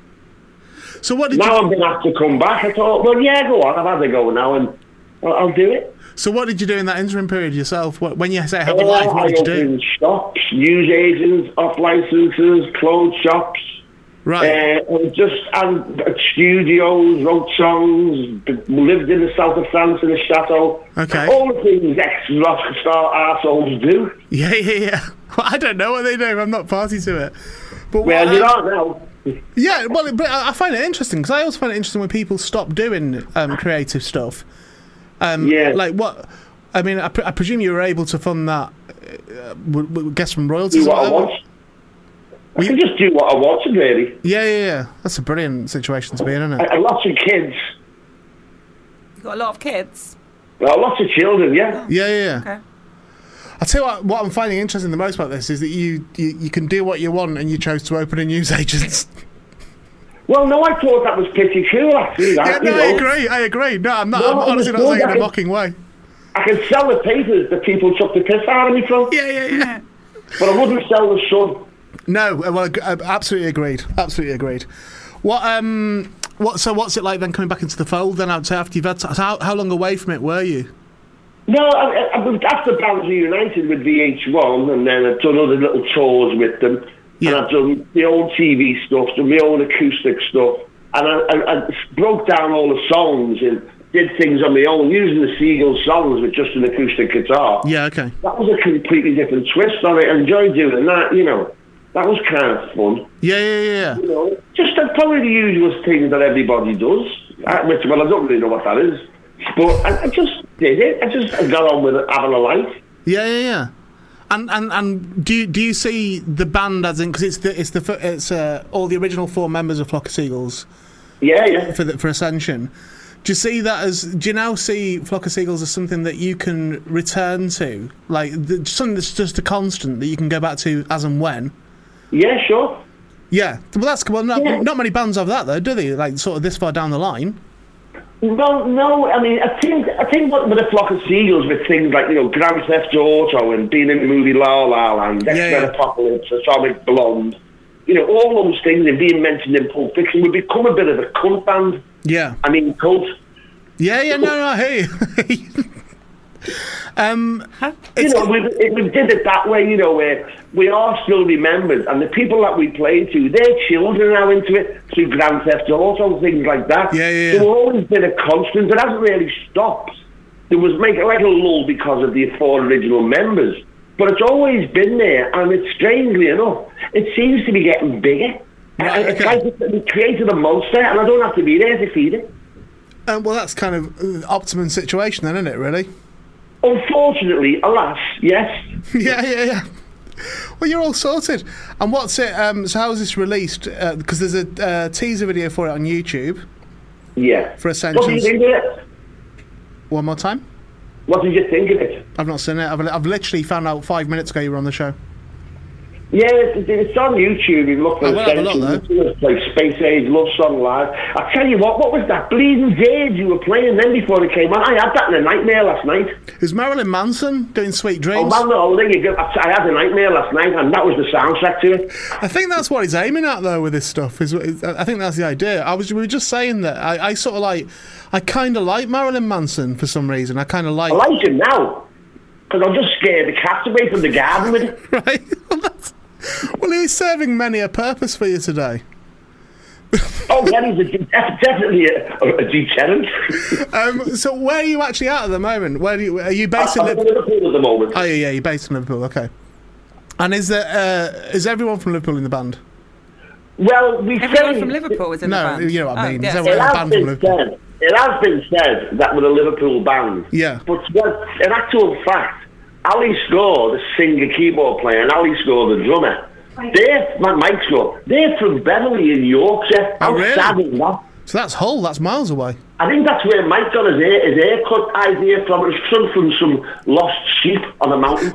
So what did Now you? I'm going to have to come back. I thought, well, yeah, go on. I've had a go now, and I'll, I'll do it. So what did you do in that interim period yourself? What, when you say have a Well, life, what I did you do? opened shops, news agents, off licenses, clothes shops, uh, Right. and just and uh, studios, wrote songs, b- lived in the south of France in a chateau. Okay. All the things ex rock star arseholes do. Yeah, yeah, yeah. [laughs] Well, I don't know what they do. I'm not party to it. But Well, what, you uh, are now. Yeah, well, it- but I I find it interesting because I always find it interesting when people stop doing um, creative stuff. Um, Yeah. Like what? I mean, I, pre- I presume you were able to fund that. Uh, w- w- guess from royalties. Do or what I whatever? want. I can just do what I want, really. Yeah, yeah, yeah. That's a brilliant situation to be in, isn't And it? and lots of kids, You've got a lot of kids. well, lots of children, yeah. Yeah, yeah. yeah. Okay. I tell you what, what I'm finding interesting the most about this is that you, you you can do what you want, and you chose to open a [laughs] newsagent's. Well, no, I thought that was pretty cool, actually. yeah, that, no, you I know. agree. I agree. No, I'm not. No, I'm I honestly not understand. saying it in I a can- mocking way. I can sell the papers that people took the piss out of me from, Yeah, yeah, yeah. but I wouldn't sell the Sun. No, uh, well, ag- uh, absolutely agreed. Absolutely agreed. What um, what? So what's it like then coming back into the fold? Then I'd say after you've had, so how how long away from it were you? No, I, I, I was after Bands United with VH1, and then I've done other little tours with them, Yeah. and I've done my own TV stuff, done my own acoustic stuff, and I, I, I broke down all the songs and did things on my own, using the Seagull songs with just an acoustic guitar. Yeah, okay. That was a completely different twist on it. I enjoyed doing that, you know. That was kind of fun. Yeah, yeah, yeah, yeah. you know, just the, probably the usual thing that everybody does, uh, which, well, I don't really know what that is, but I, I just did it. I just got on with it, having a life. yeah, yeah, yeah. And and and do you, do you see the band as in because it's the it's the fir- it's uh, all the original four members of Flock of Seagulls Yeah, yeah. for the, for Ascension. Do you see that as? Do you now see Flock of Seagulls as something that you can return to, like the, something that's just a constant that you can go back to as and when? Yeah, sure. Yeah, well, that's well, not, Yeah. not many bands have that though, do they? Like sort of this far down the line. Well, no, I mean, I think I think what with a flock of seagulls with things like you know Grand Theft Auto and being in the movie La La Land, X yeah. Men Apocalypse, Atomic Blonde, you know, all those things and being mentioned in Pulp Fiction would become a bit of a cult band. Yeah, I mean, cult. yeah, yeah. No, no, [laughs] hey. um, you it's- know, we, it- we did it that way, you know, where we are still remembered, and the people that we play to, their children are into it through Grand Theft Auto, things like that. Yeah, yeah, yeah. There's always been a constant. It hasn't really stopped. There was make like a lull because of the four original members, but it's always been there, and it's strangely enough, it seems to be getting bigger. Right, And it's okay. like we created a monster, and I don't have to be there to feed it. Um, well, that's kind of an optimum situation, then, isn't it? Really? Unfortunately, alas, yes. [laughs] yeah, yeah, yeah. Well, you're all sorted. And what's it? Um, so, how's this released? Because there's a uh, teaser video for it on YouTube Yeah. for What do you Ascensions. think of it? One more time. What did you think of it? I've not seen it. I've, I've literally found out five minutes ago you were on the show. Yeah, it's, it's on YouTube. You look for I will have a Ascension. look, It's like Space Age Love Song Live. I tell you what, what was that Bleeding Jade you were playing then before it came on? I had that in a nightmare last night. Is Marilyn Manson doing Sweet Oh, Dreams? man, oh, there you go. I, I had a nightmare last night, and that was the soundtrack to it. I think that's what he's aiming at though with this stuff. Is, is I think that's the idea. I was we were just saying that I, I sort of like I kind of like Marilyn Manson for some reason. I kind of like I like him now because I'm just scared the cats away from the garden with it. right. [laughs] Well, that's- well, he's serving many a purpose for you today. Oh, yeah, he's a, de- [laughs] definitely a, a deterrent. Um, so where are you actually at at the moment? Where do you, are you based in? [laughs] I'm in Liverpool? Liverpool at the moment. Oh yeah, yeah, you're based in Liverpool. Okay. And is there uh, is everyone from Liverpool in the band? well, we Everyone say- from Liverpool was in No, the band. Oh, you know what I mean. yes. Is that It what- has band been from Liverpool. said. It has been said that we're a Liverpool band. Yeah. But well, in actual fact, Ali Score, the singer keyboard player, and Ali Score, the drummer, they're my Mike's Score. They're from Beverley in Yorkshire. Oh, How really? sad is that? So that's Hull. That's miles away. I think that's where Mike got his, air, his haircut idea from. It's from, from some lost sheep on [laughs] a mountain.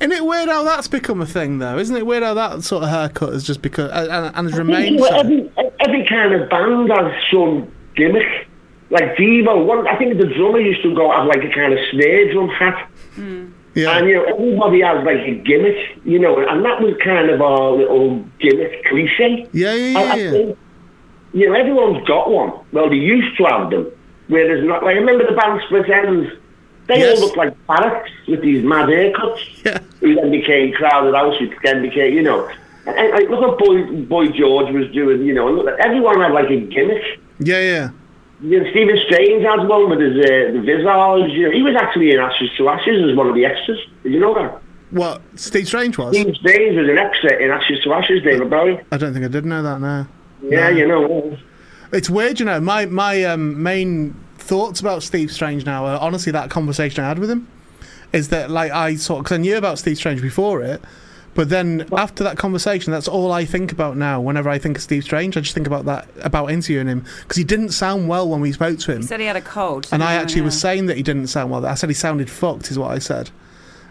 Isn't it weird how that's become a thing though? Isn't it weird how that sort of haircut has just become and, and, and has remained? Well, so? every, every kind of band has some gimmick. Like Devo, one, I think the drummer used to go have like a kind of snare drum hat. Yeah. And you know, everybody has like a gimmick, you know, and that was kind of our little gimmick cliche. Yeah, yeah, I- I yeah, yeah. think, you know, everyone's got one. Well, they used to have them. Whereas not like remember the band Split Ends? They Yes. all looked like parrots with these mad haircuts. Yeah. Who then became crowded house, who then became you know and, and look what boy boy George was doing, you know, and look everyone had like a gimmick. Yeah, yeah. You know, Stephen Strange had one with his uh, the visage, you know, he was actually in Ashes to Ashes as one of the extras. Did you know that? What Steve Strange was? Stephen Strange was an extra in Ashes to Ashes, David Bowie. I don't think I did know that. No. Yeah, you know. It's weird, you know. My my um, main thoughts about Steve Strange now are honestly that conversation I had with him is that like I sort because I knew about Steve Strange before it, but then after that conversation, that's all I think about now. Whenever I think of Steve Strange, I just think about that about interviewing him because he didn't sound well when we spoke to him. He said he had a cold. And didn't I he? actually was Yeah. saying that he didn't sound well. I said he sounded fucked, is what I said.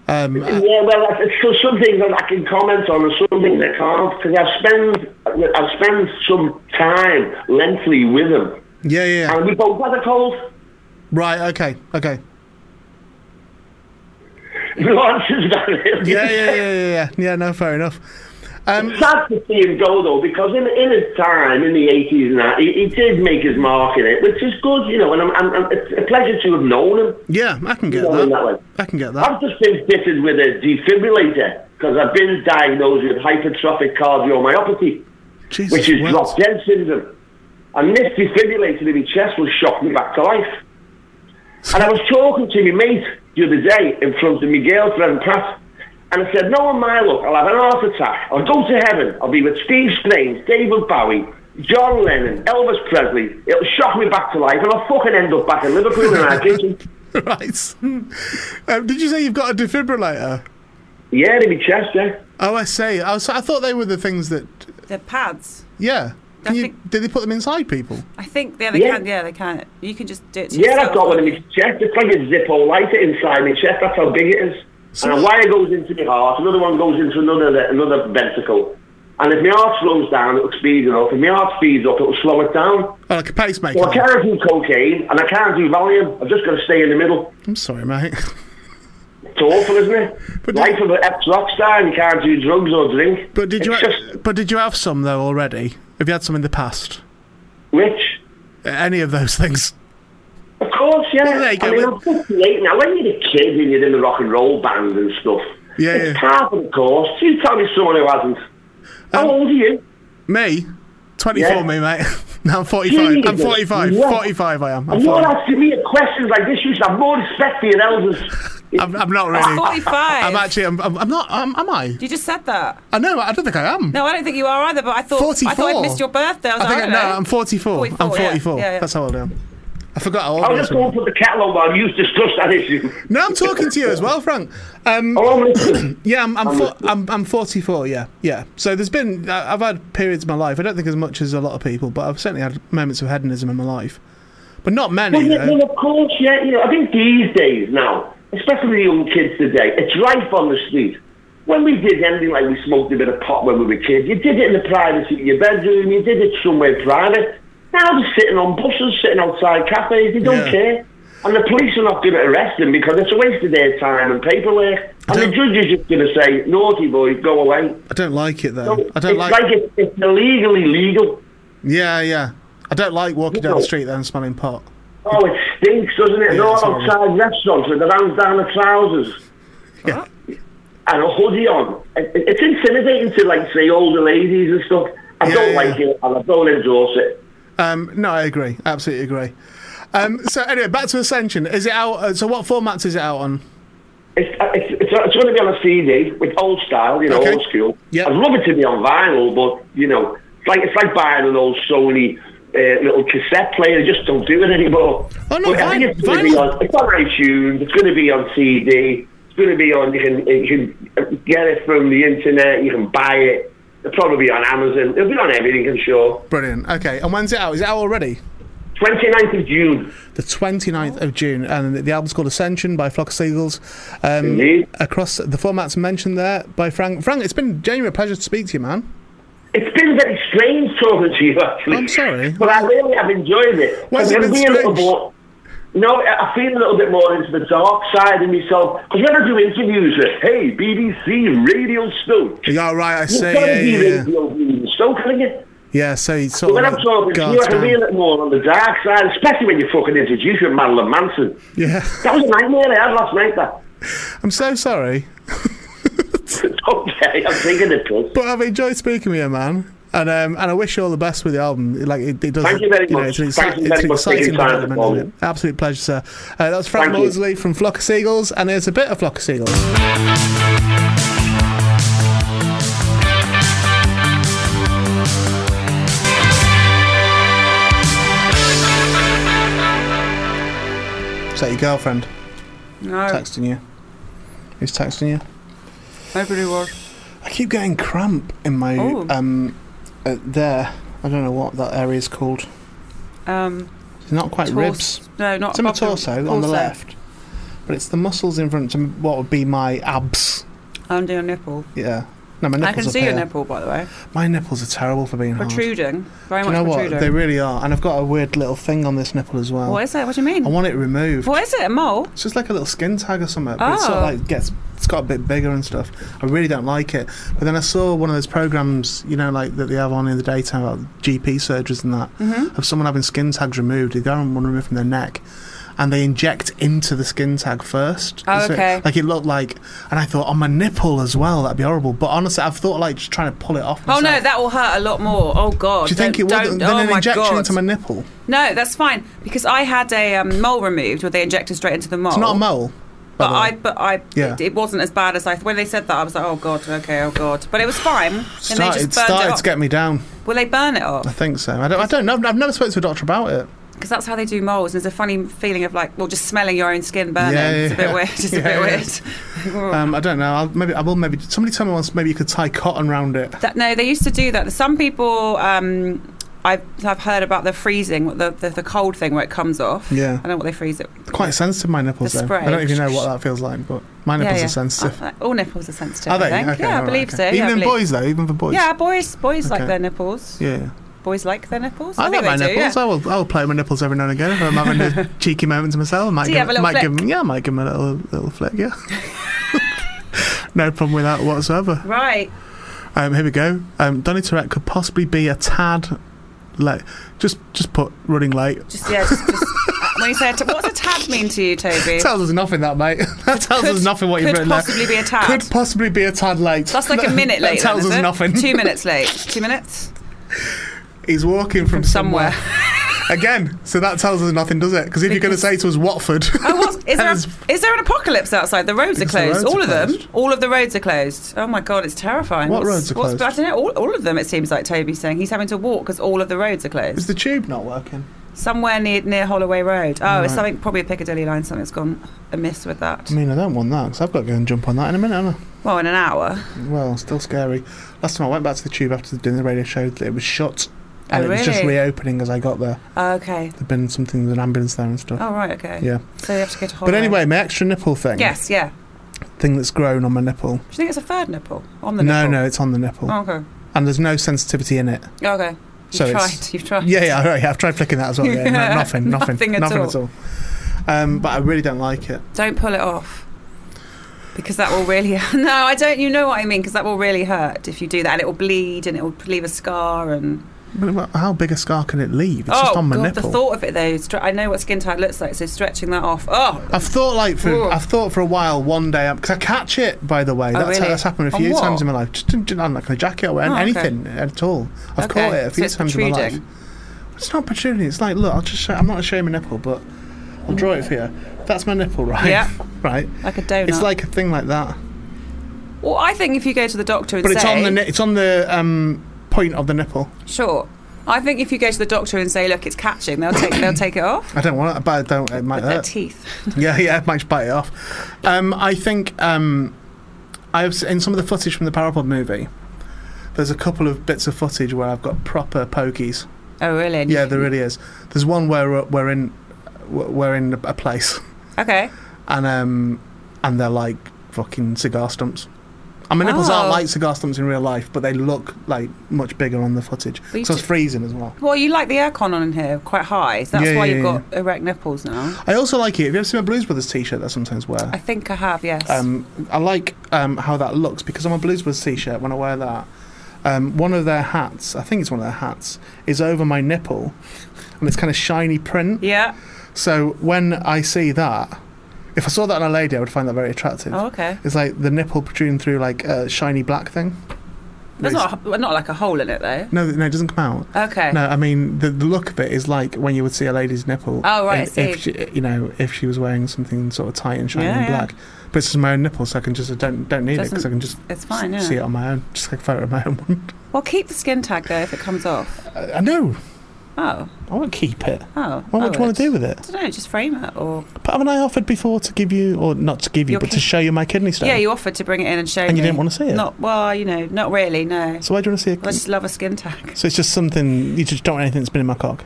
Yeah, well, that's- it's so some things that I can comment on and some things I can't because I've spent I've spent some time lengthily with him, Yeah, yeah. yeah. and we both had a cold. [laughs] Right. Okay. Okay. No answers about it. Yeah, yeah, yeah, yeah, yeah. Yeah. No, fair enough. Um, Sad to see him go though, because in, in his time in the eighties and that, he, he did make his mark in it, which is good, you know. And I'm, I'm, I'm, it's a pleasure to have known him. yeah, I can get Yeah, that way. that. I can get that. I've just been fitted with a defibrillator because I've been diagnosed with hypertrophic cardiomyopathy. Jesus, which is what? drop dead syndrome. And this defibrillator in his chest was shocked me back to life. And I was talking to my mate the other day in front of my girlfriend Pat, and I said, No, on my luck, I'll have an heart attack. I'll go to heaven. I'll be with Steve Strange, David Bowie, John Lennon, Elvis Presley. It'll shock me back to life, and I'll fucking end up back in Liverpool in our kitchen. [laughs] right. um, did you say you've got a defibrillator? [laughs] Yeah, in my chest, yeah. Oh, I see. I, was, I thought they were the things that. The pads. Yeah. Can I you, think- did they put them inside people? I think yeah, they Yeah. can. Yeah, they can. You can just do it. To Yeah, yourself. I've got one in my chest. It's like a Zippo lighter inside my chest. That's how big it is. and a wire goes into my heart. Another one goes into another another ventricle. And if my heart slows down, it'll speed it up. If my heart speeds up, it'll slow it down. Oh, like a pacemaker. Well, I can't do cocaine and I can't do Valium. I've just got to stay in the middle. I'm sorry, mate. [laughs] It's awful, isn't it? But did- Life of an ex-rock star and you can't do drugs or drink. But did you? It's ha- just but did you have some though already? Have you had some in the past? rich. Uh, Any of those things? Of course, yeah. Well, there you go. I mean, I'm 58 now. When you're a kid and you're in the rock and roll band and stuff, Yeah, it's yeah. par for the course. You tell me someone who hasn't. How Um, old are you? Me? 24, Yeah. me, mate. [laughs] no, I'm 45. I'm Jesus. 45. Yeah. 45 I am. I'm, And you're 45. asking me questions like this. You should have more respect for your elders. [laughs] I'm, I'm not really. Forty-five. I'm actually, I'm, I'm I'm not, um, am I? You just said that. I know, I don't think I am. No, I don't think you are either. But I thought I 44. thought I missed your birthday. I was I like, think, I- don't no, know. I'm 44. I'm 44, yeah. 44. Yeah, yeah. That's how old I am. I forgot how old I I'll was. just go and put the kettle on while you discuss that issue. No, I'm talking to you as well, Frank. Um, [clears throat] Hello, listen. yeah, I'm I'm, Oh, I'm fo- listening. I'm I'm 44. Yeah, yeah. So there's been I- I've had periods of my life. I don't think as much as a lot of people, but I've certainly had moments of hedonism in my life, but not many. Well, yeah, though. well, of course, yeah. You know, I think these days now, especially the young kids today, it's life on the street. When we did anything like we smoked a bit of pot when we were kids, you did it in the privacy of your bedroom, you did it somewhere private. Now they're sitting on buses, sitting outside cafes, they don't Yeah. care. And the police are not going to arrest them because it's a waste of their time and paperwork. And the don't- judge is just going to say, naughty boy, go away. I don't like it though. I don't it's like. like, it's, it's illegally legal. yeah, yeah. I don't like walking down No. the street though and smelling pot. Oh, it stinks, doesn't it? Yeah, and all it's horrible. outside restaurants with their hands down their trousers. Yeah. And a hoodie on. It- it- It's intimidating to, like, say, older ladies and stuff. I Yeah, don't yeah. like it, and I don't endorse it. Um, no, I agree. Absolutely agree. Um, so anyway, back to Ascension. Is it out? Uh, so what formats is it out on? It's, uh, it's, it's, it's going to be on a CD with old style, you know, Okay. old school. Yep. I'd love it to be on vinyl, but, you know, it's like, it's like buying an old Sony uh, little cassette player. They just don't do it anymore. Oh, no, but vin- I think it's going to be vinyl- on, it's on iTunes, it's going to be on CD, it's going to be on, you can, you can get it from the internet, you can buy it. It'll probably be on Amazon. It'll be on everything, I'm sure. Brilliant. Okay, and when's it out? Is it out already? 29th of June. the 29th of June, and the album's called Ascension by Flock of Seagulls. Um, Indeed. across the formats mentioned there by Frank. Frank, it's been a genuine pleasure to speak to you, man. It's been very strange talking to you, actually. I'm sorry. But I really have enjoyed it. Why has I'm it gonna been be a little strange? more- No, I I feel a little bit more into the dark side of myself. Because when I do interviews with, hey, BBC Radio Stoke. Yeah, right, I see. You've Yeah, got to yeah, Oh, be yeah. Radio Green Stoke, haven't you? Yeah, so you sort But when of. I'm like talking to you, I guards can be a down. little more on the dark side, especially when you fucking introduce with Marilyn Manson. Yeah, [laughs] That was a nightmare I had last night, that. [laughs] I'm so sorry, okay, I'm thinking it does. but I've enjoyed speaking with you, man. And um, and I wish you all the best with the album. Like it, it does. Thank you very know, much. It's an, exci- Thank you it's very an much for your exciting time, development. Paul. isn't it? Absolute pleasure, sir. Uh, that was Frank Thank you. Mosley from Flock of Seagulls, and here's a bit of Flock of Seagulls. Is that your girlfriend No, texting you? Who's texting you? nobody was. I keep getting cramp in my Oh. um uh, there. I don't know what that area is called. Um, It's not quite tors- ribs. No, not It's in my above the- torso on the torso. left, but it's the muscles in front of what would be my abs. Under your nipple. Yeah. No, my I nipples can are see your pale. nipple, by the way, My nipples are terrible for being hard. protruding, very Do you much know what? protruding. They really are, and I've got a weird little thing on this nipple as well. what is it? What do you mean? I want it removed. What is it? A mole? It's just like a little skin tag or something. But it's sort of Oh. like gets it's got a bit bigger and stuff. I really don't like it. But then I saw one of those programs, you know, like that they have on in the daytime about GP surgeries and that Mm-hmm. of someone having skin tags removed. They don't want one removed from their neck. And they inject into the skin tag first. Oh, So, okay. like it looked like, and I thought on my nipple as well. That'd be horrible. But honestly, I've thought like just trying to pull it off. Oh Myself. no, that will hurt a lot more. Oh god. Do you think it don't- would? don't- Then oh an my injection god. into my nipple. No, that's fine because I had a um, mole removed where they injected straight into the mole. It's not a mole. by But the I, way. but I, Yeah. it, it wasn't as bad as I. When they said that, I was like, oh god, okay, oh god. But it was fine. And Start- they it just burned started it to off. get me down. Will they burn it off? I think so. I don't, I don't know. I've never spoken to a doctor about it. Because that's how they do moles. And there's a funny feeling of like, well, just smelling your own skin burning. Yeah, it's yeah, a bit yeah. weird. [laughs] It's Yeah, yeah. a bit weird. Um, I don't know. I'll, maybe I will. Maybe somebody tell me once. Maybe you could tie cotton round it. That, no, they used to do that. Some people, um, I've, I've heard about the freezing, the, the the cold thing where it comes off. Yeah. I don't know what they freeze it. Quite sensitive my nipples. The though. spray. I don't even know what that feels like, but my nipples are sensitive. Uh, all nipples are sensitive. are they? I think. Okay, yeah, I alright, believe okay. so. Even yeah, I in believe- boys though, even for boys. Yeah, boys. Boys like Okay. their nipples. Yeah. Boys like their nipples. I, like think my they do, nipples. yeah. I will. I will play with my nipples every now and again if I'm having [laughs] a cheeky moment to myself. I might Do you give, have a little might flick? give 'em- yeah, I might give 'em a little little flick. [laughs] Yeah. [laughs] no problem with that whatsoever. Right. Um, here we go. Um, Donny Tourette could possibly be a tad late. Just just put running late. Just [laughs] yeah. Just, just When you say, a t- what's a tad mean to you, Toby? tells us nothing, that mate. [laughs] That tells Could- us nothing what you've could written there. possibly be a tad. Could possibly be a tad late. That's like a That- minute late. That tells then, us is it? nothing. Two minutes [laughs] late. Two minutes He's walking from, somewhere. Again, so that tells us nothing, does it? Because if you're going to say Because- to us Watford, Oh, what? [laughs] Is, that there is- a, is there an apocalypse outside? The roads are Because the roads closed. all are of closed. them. All of the roads are closed. Oh my god, it's terrifying. What What's- roads are what's- closed? I don't know. All, all of them. It seems like Toby's saying he's having to walk because all of the roads are closed. is the tube not working? Somewhere near near Holloway Road. Oh, Right. it's something probably a Piccadilly line. Something's gone amiss with that. I mean, I don't want that because I've got to go and jump on that in a minute, haven't I? Well, in an hour. Well, still scary. Last time I went back to the tube after doing the radio show, it was shut, and Oh, it was just really? reopening as I got there. Oh, okay. There'd been something, there's an ambulance there and stuff. Oh right. Okay. Yeah. So you have to go to Holloway. But anyway, my extra nipple thing, Yes. Yeah. thing that's grown on my nipple. Do you think it's a third nipple on the No, nipple? no, it's on the nipple, Oh, okay. and there's no sensitivity [laughs] in it. Okay. You've So tried. [laughs] it's- You've tried. Yeah, yeah, right. I've tried flicking that as well. Yeah, no, Yeah, [laughs] nothing, nothing, nothing nothing at all. at all. Um, but I really don't like it. Don't pull it off. Because that will really [laughs] no, I don't. You know what I mean? Because that will really hurt if you do that, and it will bleed, and it will leave a scar. And But wha- how big a scar can it leave? It's just oh on my god, nipple. the thought of it though. Stre- I know what skin tight looks like, so stretching that off. Oh, I've thought like for Ooh. I've thought for a while. One day, because I catch it. By the way, that's Oh, really? that's happened a On few what? times in my life. Just in, not like a jacket or wearing Oh, okay. anything at all. I've Okay, caught it a so few it's times in my life. protruding. It's not protruding. It's like look. I'll just. Show, I'm not showing my nipple, but I'll draw it for you. That's my nipple, [laughs] right? Yeah. right. like a donut. It's like a thing like that, well, I think if you go to the doctor and but it's say, on the ni- it's on the um, point of the nipple. sure, I think if you go to the doctor and say, look, it's catching, they'll take they'll take it off. [laughs] I don't want it, but I don't. It might With their hurt. teeth. [laughs] Yeah, yeah, Mike's bite it off. Um, I think um, I've s- in some of the footage from the Parapod movie. There's a couple of bits of footage where I've got proper pokies. Oh really? And you- Yeah, there really is. There's one where we're- we're in we're in a place Okay. and um, and they're like fucking cigar stumps. And my nipples aren't Oh. like cigar stumps in real life, but they look like much bigger on the footage. But you So it's ju- freezing as well. Well, you like the aircon on in here quite high. So that's Yeah, why yeah, you've yeah. got erect nipples now. I also like it. Have you ever seen my Blues Brothers t-shirt that I sometimes wear? I think I have. Yes. Um, I like um, how that looks because on my Blues Brothers t-shirt, when I wear that, um, one of their hats, I think it's one of their hats, is over my nipple, and it's kind of shiny print. yeah. So when I see that, if I saw that on a lady, I would find that very attractive. Oh, okay. It's like the nipple protruding through like a shiny black thing. There's not a, not like a hole in it though. No, no, it doesn't come out. Okay. No, I mean the, the look of it is like when you would see a lady's nipple. Oh, right, I If, see. if she, you know, if she was wearing something sort of tight and shiny Yeah, and yeah. black, but it's just my own nipple, so I can just I don't don't need it 'cause it because Doesn't- I can just it's fine, s- yeah. see it on my own, just like a photo of my own one. Well, keep the skin tag though if it comes off. I, I know. Oh, I won't keep it. oh. What would you want to do with it? I don't know. Just frame it, or But haven't I offered before to give you, or not to give you, Your but to kid- show you my kidney stone? yeah, you offered to bring it in and show. And you me. didn't wanna see it? Not well, you know, not really. No, So why do you want to see a? I just love a skin tag. so it's just something you just don't want anything that's been in my cock.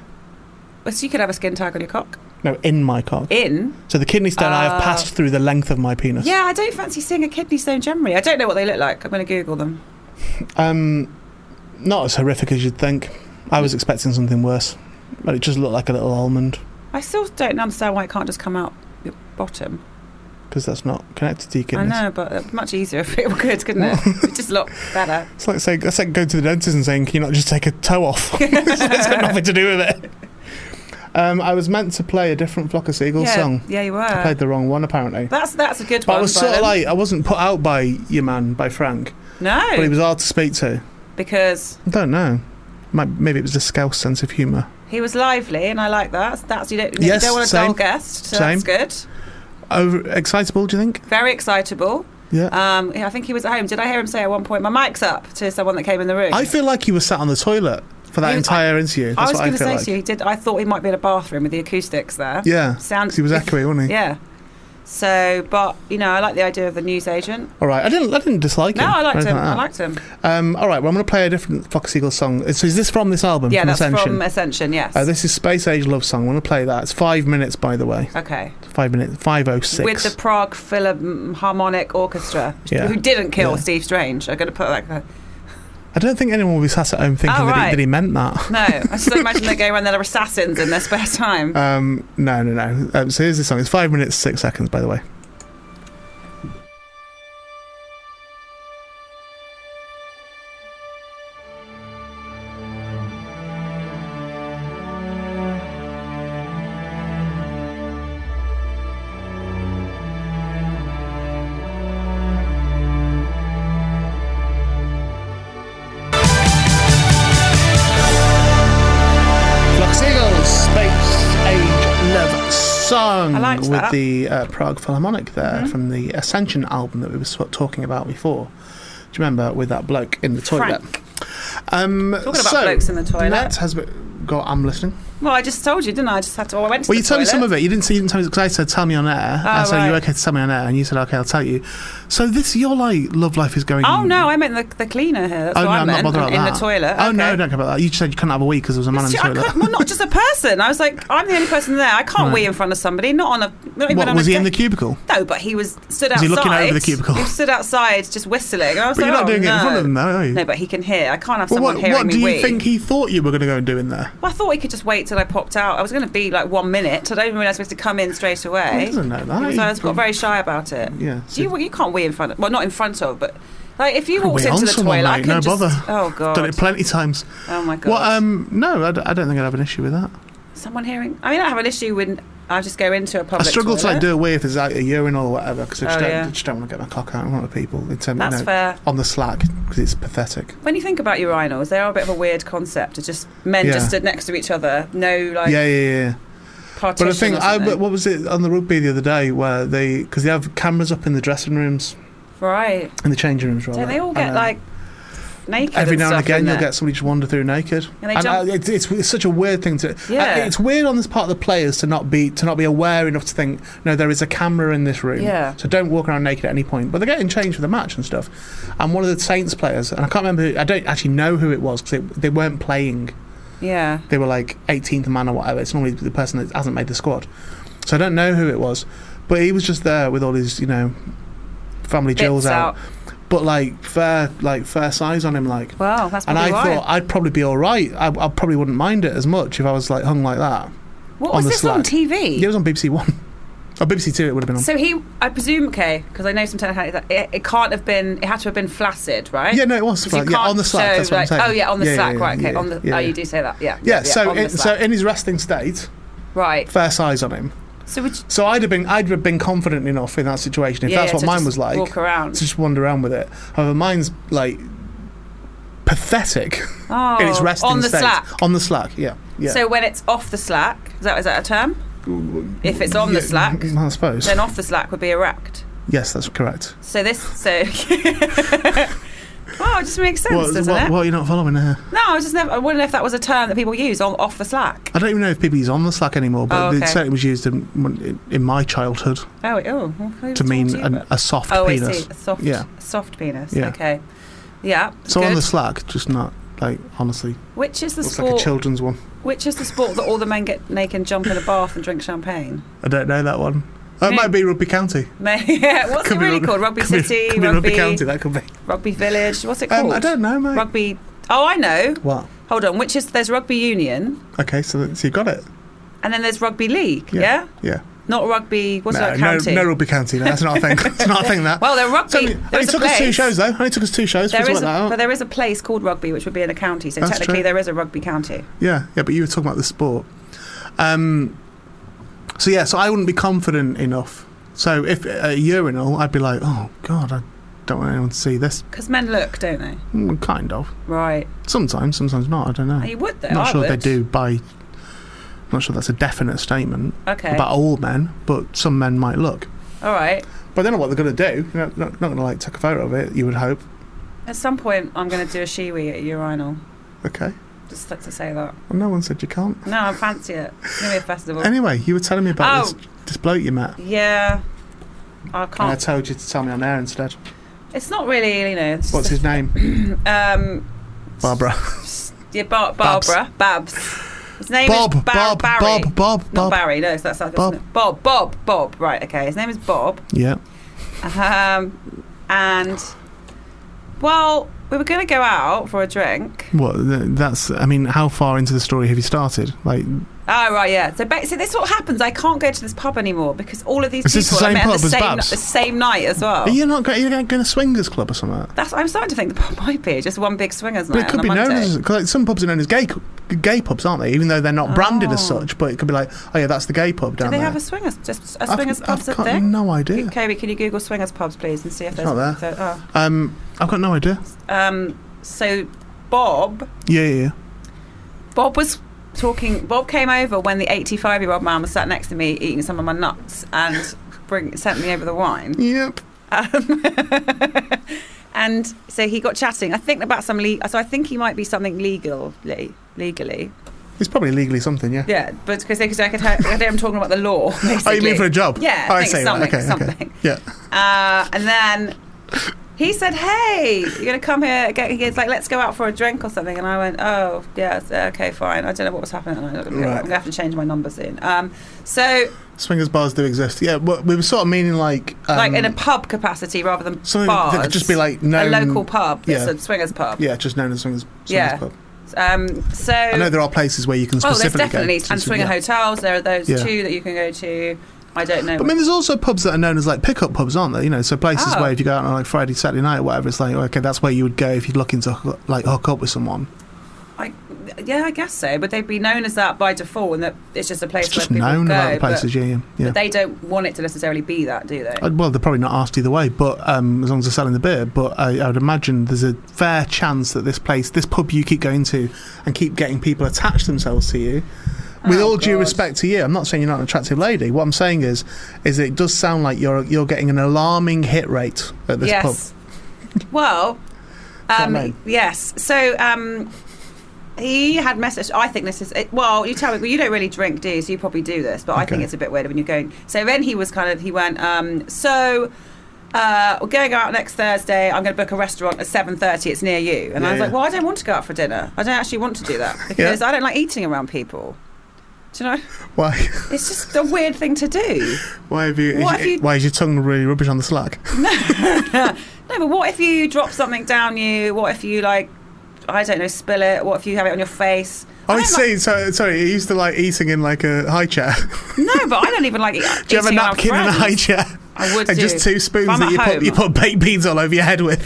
Well, so you could have a skin tag on your cock. No, in my cock. In So the kidney stone I Oh. have passed through the length of my penis. yeah, I don't fancy seeing a kidney stone generally. I don't know what they look like. I'm going to Google them. Um, not as horrific as you'd think. I was expecting something worse, but it just looked like a little almond I still don't understand why it can't just come out your bottom. because that's not connected to your I kidneys. know, but it'd be much easier [laughs] if it were good, couldn't [laughs] it? it just look better. It's like saying that's like going to the dentist and saying, "Can you not just take a toe off?" [laughs] it's got nothing to do with it. Um, I was meant to play a different Flock of Seagulls yeah, song. yeah, you I played were. the wrong one apparently. That's that's a good But one. I was sort of Byron. like I wasn't put out by your man by Frank, no, but he was hard to speak to. because I don't know. Might, maybe it was the scouse sense of humour. He was lively, and I like that. That's you don't, Yes, you don't want a same. dull guest, so Same. that's good. Over excitable? Do you think? Very excitable. Yeah. Um, I think he was at home. Did I hear him say at one point, "My mic's up" to someone that came in the room? I feel like he was sat on the toilet for that He was- entire interview. I That's was what I going to feel say like. to you, he did. I thought he might be in a bathroom with the acoustics there. Yeah, Sound- 'cause he was echoey, wasn't he? Yeah. So, but you know, I like the idea of the newsagent. All right, I didn't. I didn't dislike No, him. I or liked anything him. I like liked him. that. Um, all right, well, I'm going to play a different Fox Eagle song. So is this from this album? Yeah, from that's Ascension? from Ascension. Yes. Uh, this is Space Age Love Song. I'm going to play that. It's five minutes, by the way. okay. Five minutes. Five oh six. With the Prague Philharmonic Orchestra, Yeah. who didn't kill Yeah. Steve Strange. I'm going to put that. there. I don't think anyone will be sat at home thinking Oh, that, he, right. that he meant that. [laughs] No, I just imagine they go around there are assassins in their spare time. Um, no, no, no. Um, so here's the song. It's five minutes six seconds, by the way. liked with that. Mm-hmm. the uh, Prague Philharmonic there from the Ascension album that we were sort of talking about before. Do you remember with that bloke in the toilet? Frank. Um, Talking about blokes in the toilet. Nat has been- go. I'm listening. Well, I just told you, didn't I? I just had to. Well, I went to Well, the you told me toilet. some of it. You didn't see. You didn't tell me because I said tell me on air. I Oh, said you're right. okay to tell me on air, and you said okay, I'll tell you. So this your like love life is going. Oh no, I meant the, the cleaner here. That's Oh what no, I I'm not meant. bothered about in that. the toilet. Oh no, okay. I don't care about that. You just said you couldn't have a wee because there was a man in the I toilet. couldn't- well, not just a person. I was like, I'm the only person there. I can't wee in front of somebody. Not on a. Not even what on was a he in the deck. cubicle? No, but he was stood Was outside. he looking over the cubicle? He stood outside, just whistling. And I was But like, you're not oh, doing it no. in front of them, though, are you? No, but he can hear. I can't have Well, someone what hearing what me do you wee. think he thought you were going to go and do in there? Well, I thought he could just wait till I popped out. I was going to be like one minute. I don't even realise we had to come in straight away. He doesn't know that. So I just got very shy about it. Yeah, Do you, you can't wee in front of, well, not in front of, but like if you walked Wait into on the someone, toilet, I mate, could no just, bother. oh God. Done it plenty times. Oh my God. Well, um, no, I, d- I don't think I'd have an issue with that. Someone hearing, I mean, I have an issue when I just go into a I public struggle to toilet. like do away if there's like a urinal or whatever because I, just Oh, don't- yeah. I just don't want to get my cock out in front of people. In terms, That's you know, fair. On the slack because it's pathetic. When you think about urinals, they are a bit of a weird concept. It's just men Yeah. just stood next to each other, no like yeah, yeah, yeah. partition. But I think or I, something. what was it on the rugby the other day where they because they have cameras up in the dressing rooms right? in the changing rooms. Rather, Don't they all And, get um, like naked? Every now and stuff in again, you'll there? get somebody just wander through naked, And they uh, jump- it's, it's, it's such a weird thing to. Yeah. uh, it's weird on this part of the players to not be to not be aware enough to think, no, there is a camera in this room, Yeah. so don't walk around naked at any point. But they're getting changed for the match and stuff. And one of the Saints players, and I can't remember, who, I don't actually know who it was because they weren't playing yeah. they were like 18th man or whatever. It's normally the person that hasn't made the squad. So I don't know who it was, but he was just there with all his, you know, family Bits jewels out. out. But like fair, like fair size on him, like. Wow, that's and I probably why. thought I'd probably be all right. I, I probably wouldn't mind it as much if I was like hung like that. What on was the this on slack. TV? It was on BBC One, [laughs] Oh, or BBC Two. It would have been on. so he, I presume, okay, because I know some technicality that it, it can't have been. It had to have been flaccid, right? Yeah, no, it was 'Cause flaccid. you Yeah, can't on the slack, show, that's what I'm like- saying. Oh yeah, on the Yeah, slack, yeah, right? Okay, yeah, on the. yeah, oh, yeah. you do say that, yeah. yeah, so uh, on the in, so slack. in his wrestling state, right. fair size on him. So would you, So I'd have been I'd have been confident enough in that situation if Yeah, that's yeah, what to mine just was like. walk around. to just wander around with it. However, mine's like pathetic [laughs] oh, in its resting on the state. slack. On the slack, yeah, yeah. So when it's off the slack, is that is that a term? If it's on the Yeah, slack, mm, I suppose. then off the slack would be erect. yes, that's correct. So this, so [laughs] wow, it just makes sense, What, doesn't what, it? what are you not following here? No, I was just never. I wonder if that was a term that people use on off the slack. I don't even know if people use on the slack anymore, but Oh, it okay. certainly was used in in my childhood Oh, it- oh, well, who to told mean you an, about- a soft oh, penis. I see, a soft, Yeah. soft penis. Yeah. Okay, yeah. So on good. the slack, just not like honestly, which is the looks sport? like a children's one. which is the sport that all the men get naked, and jump in a bath, and drink champagne? [laughs] I don't know that one. Oh, it Yeah. might be Rugby County. yeah, [laughs] what's it really called? Rugby could be- City, could be rugby, Rugby County. That could be. Rugby Village. What's it Um, called? I don't know, mate. Rugby. Oh, I know. What? Hold on. Which is there's rugby union, Okay, so, that, so you got it. and then there's rugby league. Yeah. Yeah. Not rugby. What's no, that no, county? no rugby county. No, that's not [laughs] a thing. That's not a thing. That. Well, there are It's rugby. only, there only is a took us two place- shows though. Only took us two shows. for us There to is work a, that out. but there is a place called rugby, which would be in a county. So That's technically, true. there is a rugby county. Yeah, yeah. But you were talking about the sport. Um. So yeah, so I wouldn't be confident enough. So if uh, a urinal, I'd be like, oh god, I don't want anyone to see this. Because men look, don't they? Mm, kind of. Right. Sometimes. Sometimes, sometimes not. I don't know. You would though. not I sure would. they do by. Not sure that's a definite statement Okay. about all men, but some men might look. All right. But I don't know what they're going to do. You're not, not, not going to like take a photo of it. You would hope. At some point, I'm going to do a shiwi at a urinal. Okay. Just like to say that. Well, no one said you can't. No, I fancy it. It's going to be a festival. Anyway, you were telling me about Oh. this, this bloke you met, yeah. I and I can't. told you to tell me on air instead. it's not really, you know. It's What's his [laughs] name? Um, Barbara. yeah, Bar- Babs. Barbara. Babs. His name is Bob. Bar- Bob. Barry. Bob. Bob. Not Bob. Barry. No, that's that's Bob. Bob. Bob. Bob. Right. Okay. His name is Bob. Yeah. Um, and well, we were going to go out for a drink. What? th- That's. I mean, how far into the story have you started? Like, Oh right, yeah. So, ba- so this is what happens. I can't go to this pub anymore because all of these Is this the people I same met at pub the as same, Babs? the same night as well. are you not? go- Are you going to swingers club or something? That's. I'm starting to think the pub might be just one big swingers But night. it could on be a known Monday. as. 'cause, Like, some pubs are known as gay cu- gay pubs, aren't they? Even though they're not branded as Oh. such, but it could be like, oh yeah, that's the gay pub Do down they there. have a swingers? Just a I've- swingers I've pubs a got thing? no idea. Kobe, can you Google swingers pubs, please, and see if there's not there. so- oh. um, I've got no idea. Um, so Bob, Yeah, yeah, yeah. Bob was talking. Bob came over when the 85 year old man was sat next to me eating some of my nuts and bring, sent me over the wine. Yep. And so he got chatting. I think about some. Le- so I think he might be something legally, legally. It's probably legally something, yeah. Yeah, but because I could hear, I hear him talking about the law. [laughs] Oh, Basically. you mean for a job? Yeah, Oh, I think see, right, something, okay, okay. something. Yeah. Uh, and then he said, "Hey, you're gonna come here?" Get, he's like, "Let's go out for a drink or something." And I went, "Oh, yeah, it's- okay, fine." I don't know what was happening. I'm gonna, Right. I'm gonna have to change my number soon. Um, so, Swingers bars do exist. Yeah, but we were sort of meaning like. Um, like in a pub capacity rather than Something that bars, could just be, like, a known- local pub. yeah. Yeah, a swingers pub. Yeah, just known as swingers, swingers Yeah. pub. Um, so I know there are places where you can oh, there's specifically definitely go. to and swing- swinger yeah. hotels. There are those Yeah. two that you can go to. I don't know. But I mean, there's also pubs that are known as like pickup pubs, aren't there? You know, so places Oh. where if you go out on like Friday, Saturday night, or whatever, it's like okay, that's where you would go if you're looking to hook- like hook up with someone. I, yeah, I guess so. But they'd be known as that by default, and that it's just a place It's just where people known go. about the places, but, yeah, yeah. yeah. but they don't want it to necessarily be that, do they? Uh, Well, they're probably not asked either way, but um, as long as they're selling the beer. But I, I would imagine there's a fair chance that this place, this pub you keep going to and keep getting people attach themselves to you. With Oh, all due respect to you, I'm not saying you're not an attractive lady. What I'm saying is, is that it does sound like you're you're getting an alarming hit rate at this yes. Well, I um, mean? yes. So um, he had messaged. I think this is it, well. You tell me. Well, you don't really drink, do you? So you probably do this, but I think Okay. it's a bit weird when you're going. So then he was kind of. He went. Um, so. Uh, we're going out next Thursday. I'm going to book a restaurant at 7:30. It's near you, and I Yeah, was yeah. like, "Well, I don't want to go out for dinner. I don't actually want to [laughs] do that because I don't like eating around people." Do you know? pub. Why? [laughs] It's just a weird thing to do. Why have you? What is, have you- Why is your tongue really rubbish on the slack? No, but what if you drop something down you? What if you like, I don't know, spill it? What if you have it on your face? Oh, I don't see. so, sorry, you used to like eating in like a high chair. [laughs] Like, no, but I don't even like. Do Do you have a napkin and a high chair? I would And do. just two spoons If I'm that at you put, home- you put baked beans all over your head with.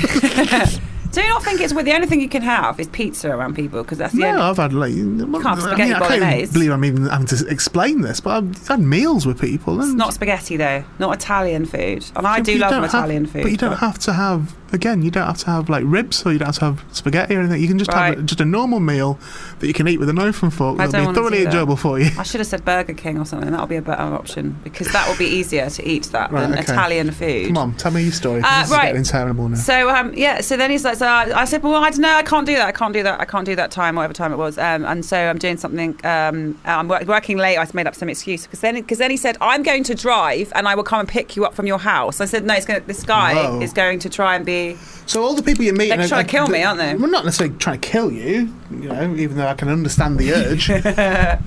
Do you not think it's well, the only thing you can have is pizza around people because that's the no, only. I've had like. well, have I, mean, spaghetti I can't even bolognese. believe I'm even having to explain this, but I've had meals with people. It's and not spaghetti though, not Italian food, and I Yeah, but do you love don't Italian have, food. But you don't have to have again. You don't have to have like ribs, or you don't have to have spaghetti or anything. You can just have Right. a, just a normal meal that you can eat with a knife and fork. I That'll don't be wanna thoroughly do that. enjoyable for you. I should have said Burger King or something. That'll be a better option because that will be easier to eat that Right, than okay. Italian food. Come on, tell me your story. 'cause Uh, this right. is getting interminable now. So um, yeah, so then he's like, so I, I said, well, I don't know, I can't do that, I can't do that, I can't do that time, whatever time it was. Um, and so I'm doing something. Um, I'm wor- working late. I just made up some excuse because then because then he said, I'm going to drive and I will come and pick you up from your house. I said, no, it's gonna, this guy Whoa. is going to try and be. So all the people you meet, They're and- trying to kill me, aren't they? Well, not necessarily trying to kill you, you know, even though I can understand the [laughs] urge.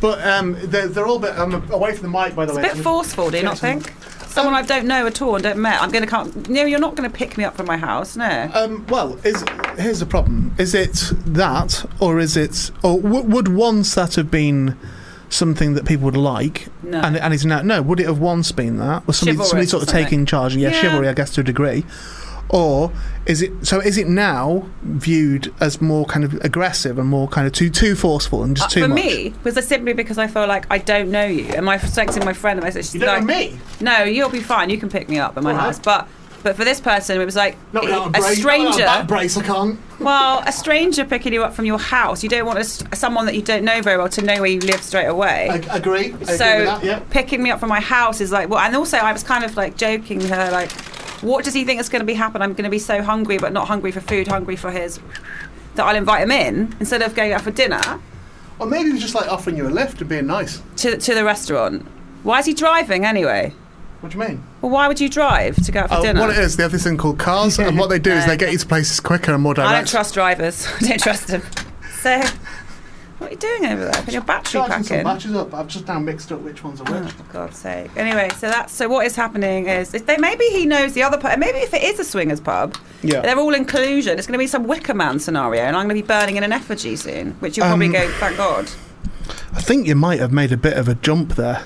but um, they're, they're all a bit um, away from the mic, by the It's a way. bit forceful, do you not think? Someone I don't know at all and don't met. I'm going to come. No, you're not going to pick me up from my house. No. Um, well, is, here's the problem: is it that, or is it, or w- would once that have been something that people would like? No. And, and it's now no. Would it have once been that? Was somebody, Chivalrous somebody sort or of taking something. charge? Yeah, Yeah. chivalry, I guess, to a degree. Or is it so? Is it now viewed as more kind of aggressive and more kind of too too forceful and just Uh, too for much? me, was it simply because I feel like I don't know you? Am I expecting my friend? Am I she's You don't like, know me? No, you'll be fine. You can pick me up at my Alright. house. But but for this person, it was like Not without a brace- not without stranger. a back brace, I can't. well, a stranger picking you up from your house. You don't want a s someone that you don't know very well to know where you live straight away. I, agree. I agree with so that, yeah. picking me up from my house is like well, and also I was kind of like joking her like, what does he think is going to be happen? I'm going to be so hungry, but not hungry for food, hungry for his. That I'll invite him in instead of going out for dinner. Or maybe it's just like offering you a lift and being nice. to, to the restaurant. Why is he driving anyway? What do you mean? Well, why would you drive to go out for Oh, dinner? what it is, they have this thing called cars, and what they do is [laughs] they get you to places quicker and more direct. I don't trust drivers. [laughs] I don't trust them. So, what are you doing over there? Putting your battery Charging pack some in. matches up. I've just now mixed up which ones are Oh, which. for God's sake. Anyway, so that's so. What is happening is if they maybe he knows the other pub. Maybe if it is a swingers pub, Yeah. they're all inclusion. It's going to be some Wicker Man scenario, and I'm going to be burning in an effigy soon, which you'll probably Um, go, thank God. I think you might have made a bit of a jump there.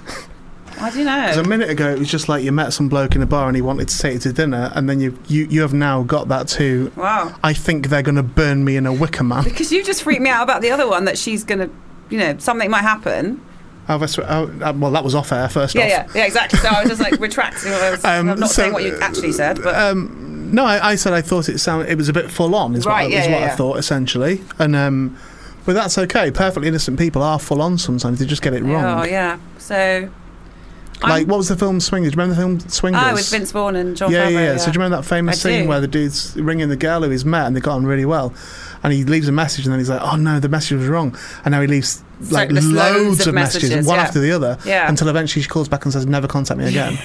I don't know. 'Cause a minute ago, it was just like you met some bloke in a bar and he wanted to take you to dinner, and then you you, you have now got that to. Wow. I think they're going to burn me in a wicker [laughs] man. Because you just freaked me out about the other one that she's going to, you know, something might happen. Have I sw- oh, uh, well, that was off air first Yeah, off. yeah, yeah, exactly. So I was [laughs] just like retracting what I was Um, I'm not so, saying what you actually said, but No, I, I said I thought it sounded it was a bit full on. Is what, Right, I- yeah, is yeah, what I yeah. thought essentially, and um, But that's okay. Perfectly innocent people are full on sometimes. They just get it wrong. Oh yeah. So Like, what was the film Swingers? Do you remember the film Swingers? oh, with Vince Vaughn and John yeah, Favreau. yeah, yeah. So do you remember that famous I scene do. where the dude's ringing the girl who he's met and they got on really well, and he leaves a message and then he's like, "Oh no, the message was wrong," and now he leaves So like there's loads, loads of of messages, messages, one yeah. after the other, Yeah. until eventually she calls back and says, "Never contact me [laughs] again."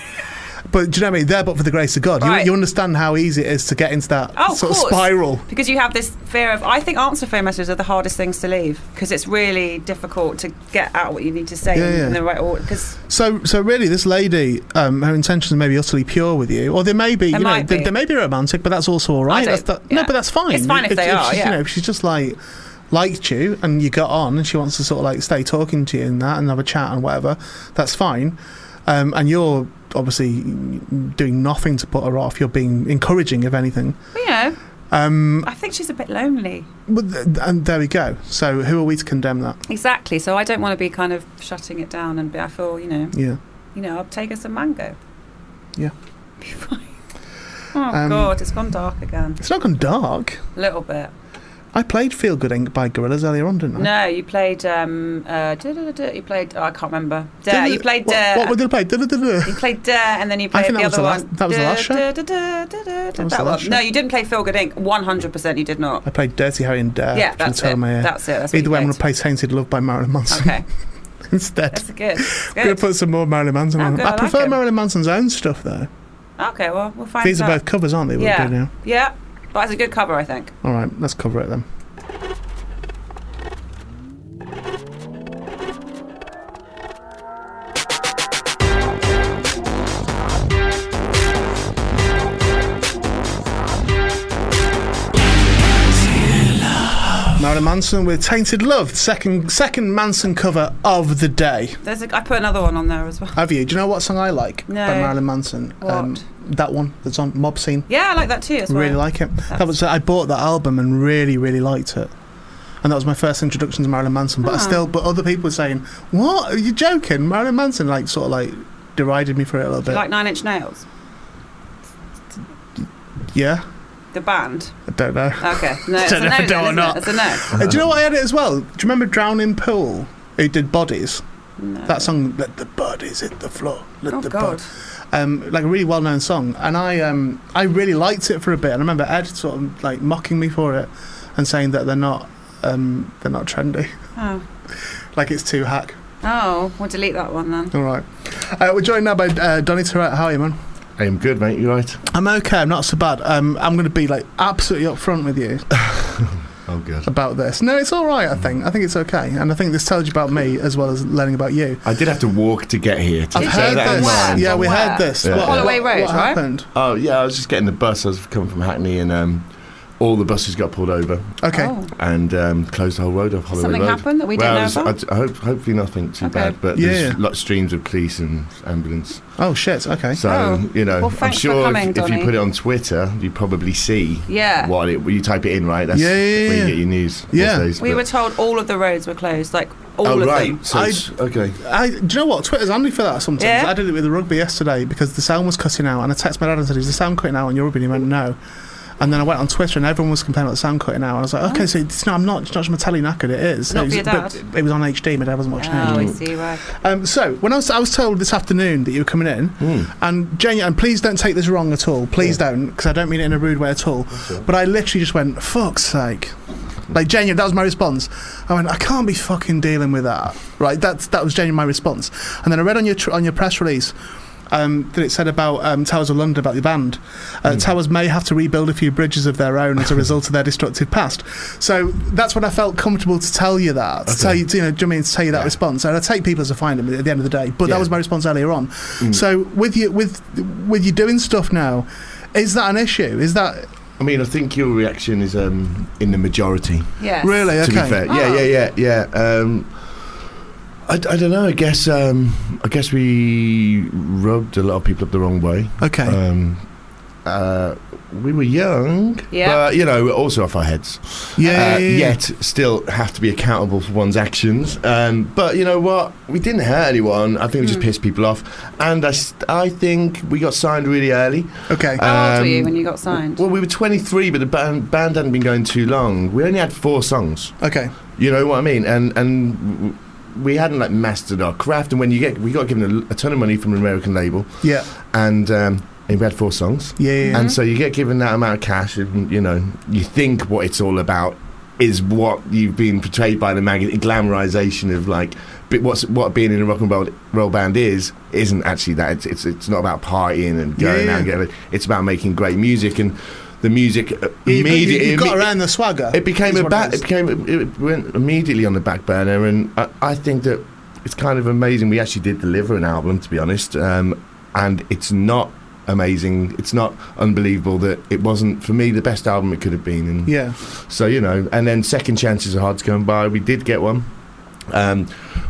but do you know what I mean? There, but for the grace of God, Right. you, you understand how easy it is to get into that Oh, of sort of course. spiral. Because you have this fear of, I think answer phone messages are the hardest things to leave because it's really difficult to get out what you need to say Yeah, yeah. in the right order. Because So, so really, this lady, um, her intentions may be utterly pure with you, or they may be, They you know, might they, be. they may be romantic, but that's also all right. don't- That's that, No, yeah. but that's fine. It's fine if they are, she's, You yeah. know, if she's just like liked you and you got on, and she wants to sort of like stay talking to you and that, and have a chat and whatever, that's fine. Um, and you're obviously doing nothing to put her off. You're being encouraging, if anything. you know, Um, I think she's a bit lonely. But th- and there we go. So, who are we to condemn that? Exactly. So I don't want to be kind of shutting it down and be, I feel, you know, Yeah. you know, I'll take us a mango. Yeah. [laughs] Be fine. Oh Um, God, it's gone dark again. It's not gone dark. A little bit. I played Feel Good Inc. by Gorillaz earlier on, didn't I? No, you played. Um, uh, du-du-du-du, you played. Oh, I can't remember. Dare. You played What, Dare. what did I play? Du-du-du-du. You played Dare, and then you I played think the that was other the last- one. that was the last show. That was the last one. No, show. you didn't play Phil Good Inc. One hundred percent, you did [laughs] not. I played Dirty Harry and Dare. Yeah, from the that's top of it. my head. That's it. That's what Either you way, I'm going played. to play Tainted Love by Marilyn Manson Okay, instead. [laughs] that's good. That's I'm going good. to put some more Marilyn Manson Oh, on. good, I I like prefer him. Marilyn Manson's own stuff, though. Okay, well we'll find These are out. both covers, aren't they? what we do yeah, now? yeah. But it's a good cover, I think. All right, let's cover it then. Marilyn Manson with "Tainted Love," second second Manson cover of the day. There's a, I put another one on there as well. Have you? Do you know what song I like No. by Marilyn Manson? Um, What? that one that's on Mob Scene. Yeah, I like that too. As well. Really like it. That was uh, I bought that album and really really liked it. And that was my first introduction to Marilyn Manson. Ah. But I still, but other people were saying, "What? Are you joking?" Marilyn Manson like sort of like derided me for it a little You bit. like Nine Inch Nails, yeah, the band. I don't know. [laughs] Okay, no, it's a Don't know no. if I do then, or isn't it? not. It's a no. [laughs] Uh, do you know what I had it as well? Do you remember Drowning Pool? Who did Bodies? That song, "Let the Bodies Hit the Floor." Let Oh, the God. Bod-" um, like a really well-known song, and I, um, I really liked it for a bit. And I remember Ed sort of like mocking me for it and saying that they're not, um, they're not trendy. Oh. like it's too hack. Oh, we'll delete that one then. All right. Uh, we're joined now by uh, Donny Tourette. How are you, man? I am good, mate. You right? I'm okay. I'm not so bad. Um, I'm going to be like absolutely upfront with [laughs] you Oh, good. about this. No, it's all right. I think. I think it's okay. And I think this tells you about me as well as learning about you. I did have to walk to get here. To I've bear heard that in this. mind. Yeah, we Where? heard this. Yeah. Holloway what, Road, what right? happened? Oh, yeah. I was just getting the bus. I was coming from Hackney, and um, all the buses got pulled over Okay. Oh. and um, closed the whole road off Holloway Something Road. happened that we well, didn't know I was- about? I d- I hope, hopefully nothing too Okay. bad, but Yeah, yeah. there's lot streams of police and ambulance. Oh shit. Okay. So Oh. you know, Well, I'm thanks for sure coming, if, if you Donny. put it on Twitter, you probably see Yeah. what it. You type it in, right? That's Yeah, yeah, where yeah. you get your news. these Yeah. days, We but- were told all of the roads were closed, like all Oh of right, them. so I- it's- okay. I, do you know what? Twitter's handy for that sometimes. Yeah? I did it with the rugby yesterday because the sound was cutting out, and I texted my dad and said, "Is the sound cutting out on your rugby?" And he went, "No." And then I went on Twitter, and everyone was complaining about the sound cutting out. And I was like, "Okay, so it's, no, I'm not. It's not just my telly knackered. It is. Oh. Not it was, for your but dad? It was on HD. My dad wasn't watching Oh, HD. I see. Right. Um, so when I was, I was told this afternoon that you were coming in, and Jane, and please don't take this wrong at all. Please don't, because I don't mean it in a rude way at all. But I literally just went, "Fuck's sake!" Like genuine, that was my response. I went, "I can't be fucking dealing with that." Right? That's that was genuine my response. And then I read on your tr- on your press release. Um, that it said about um, Towers of London about the band. Uh, Towers may have to rebuild a few bridges of their own as a result of their destructive past. So that's when I felt comfortable to tell you that. To tell you, you know, do you mean to tell you that response? And I take people as a find them at the end of the day. But that Yeah. Mm. was my response earlier on. So with you with with you doing stuff now, is that an issue? Is that I mean, I think your reaction is um, in the majority. Yes. really okay? Ah. To be fair, yeah, yeah, yeah, yeah. Um, I, don't know. I guess um, I uh, guess we rubbed a lot of people up the wrong way. Okay. Um, uh, we were young, Yeah. but you know, we're also off our heads. Uh, Yeah, yeah, yeah. Yet still have to be accountable for one's actions. Um, but you know what? We didn't hurt anyone. I think Hmm. we just pissed people off, and I, s- I think we got signed really early. Okay. How old were you Um, when you got signed? Well, we were 23, but the band, band hadn't been going too long. We only had four songs. Okay. You know what I mean? And and w- we hadn't like mastered our craft. And when you get, we got given a, a ton of money from an American label, Yeah. and um, and we had four songs. Yeah. yeah, yeah. And so you get given that amount of cash, and you know you think what it's all about is what you've been portrayed by the magazine glamorization of like. But what's what being in a rock and roll, roll band is isn't actually that. It's, it's it's not about partying and going Yeah. out and getting. It's about making great music and the music uh, You, you, immediately. you got imme- around the swagger. it became is a what back. is. It became. It went immediately on the back burner, and I, I think that it's kind of amazing. We actually did deliver an album, to be honest, um, and it's not amazing. It's not unbelievable that it wasn't for me the best album it could have been. And Yeah. so you know, and then second chances are hard to come by. We did get one. Um,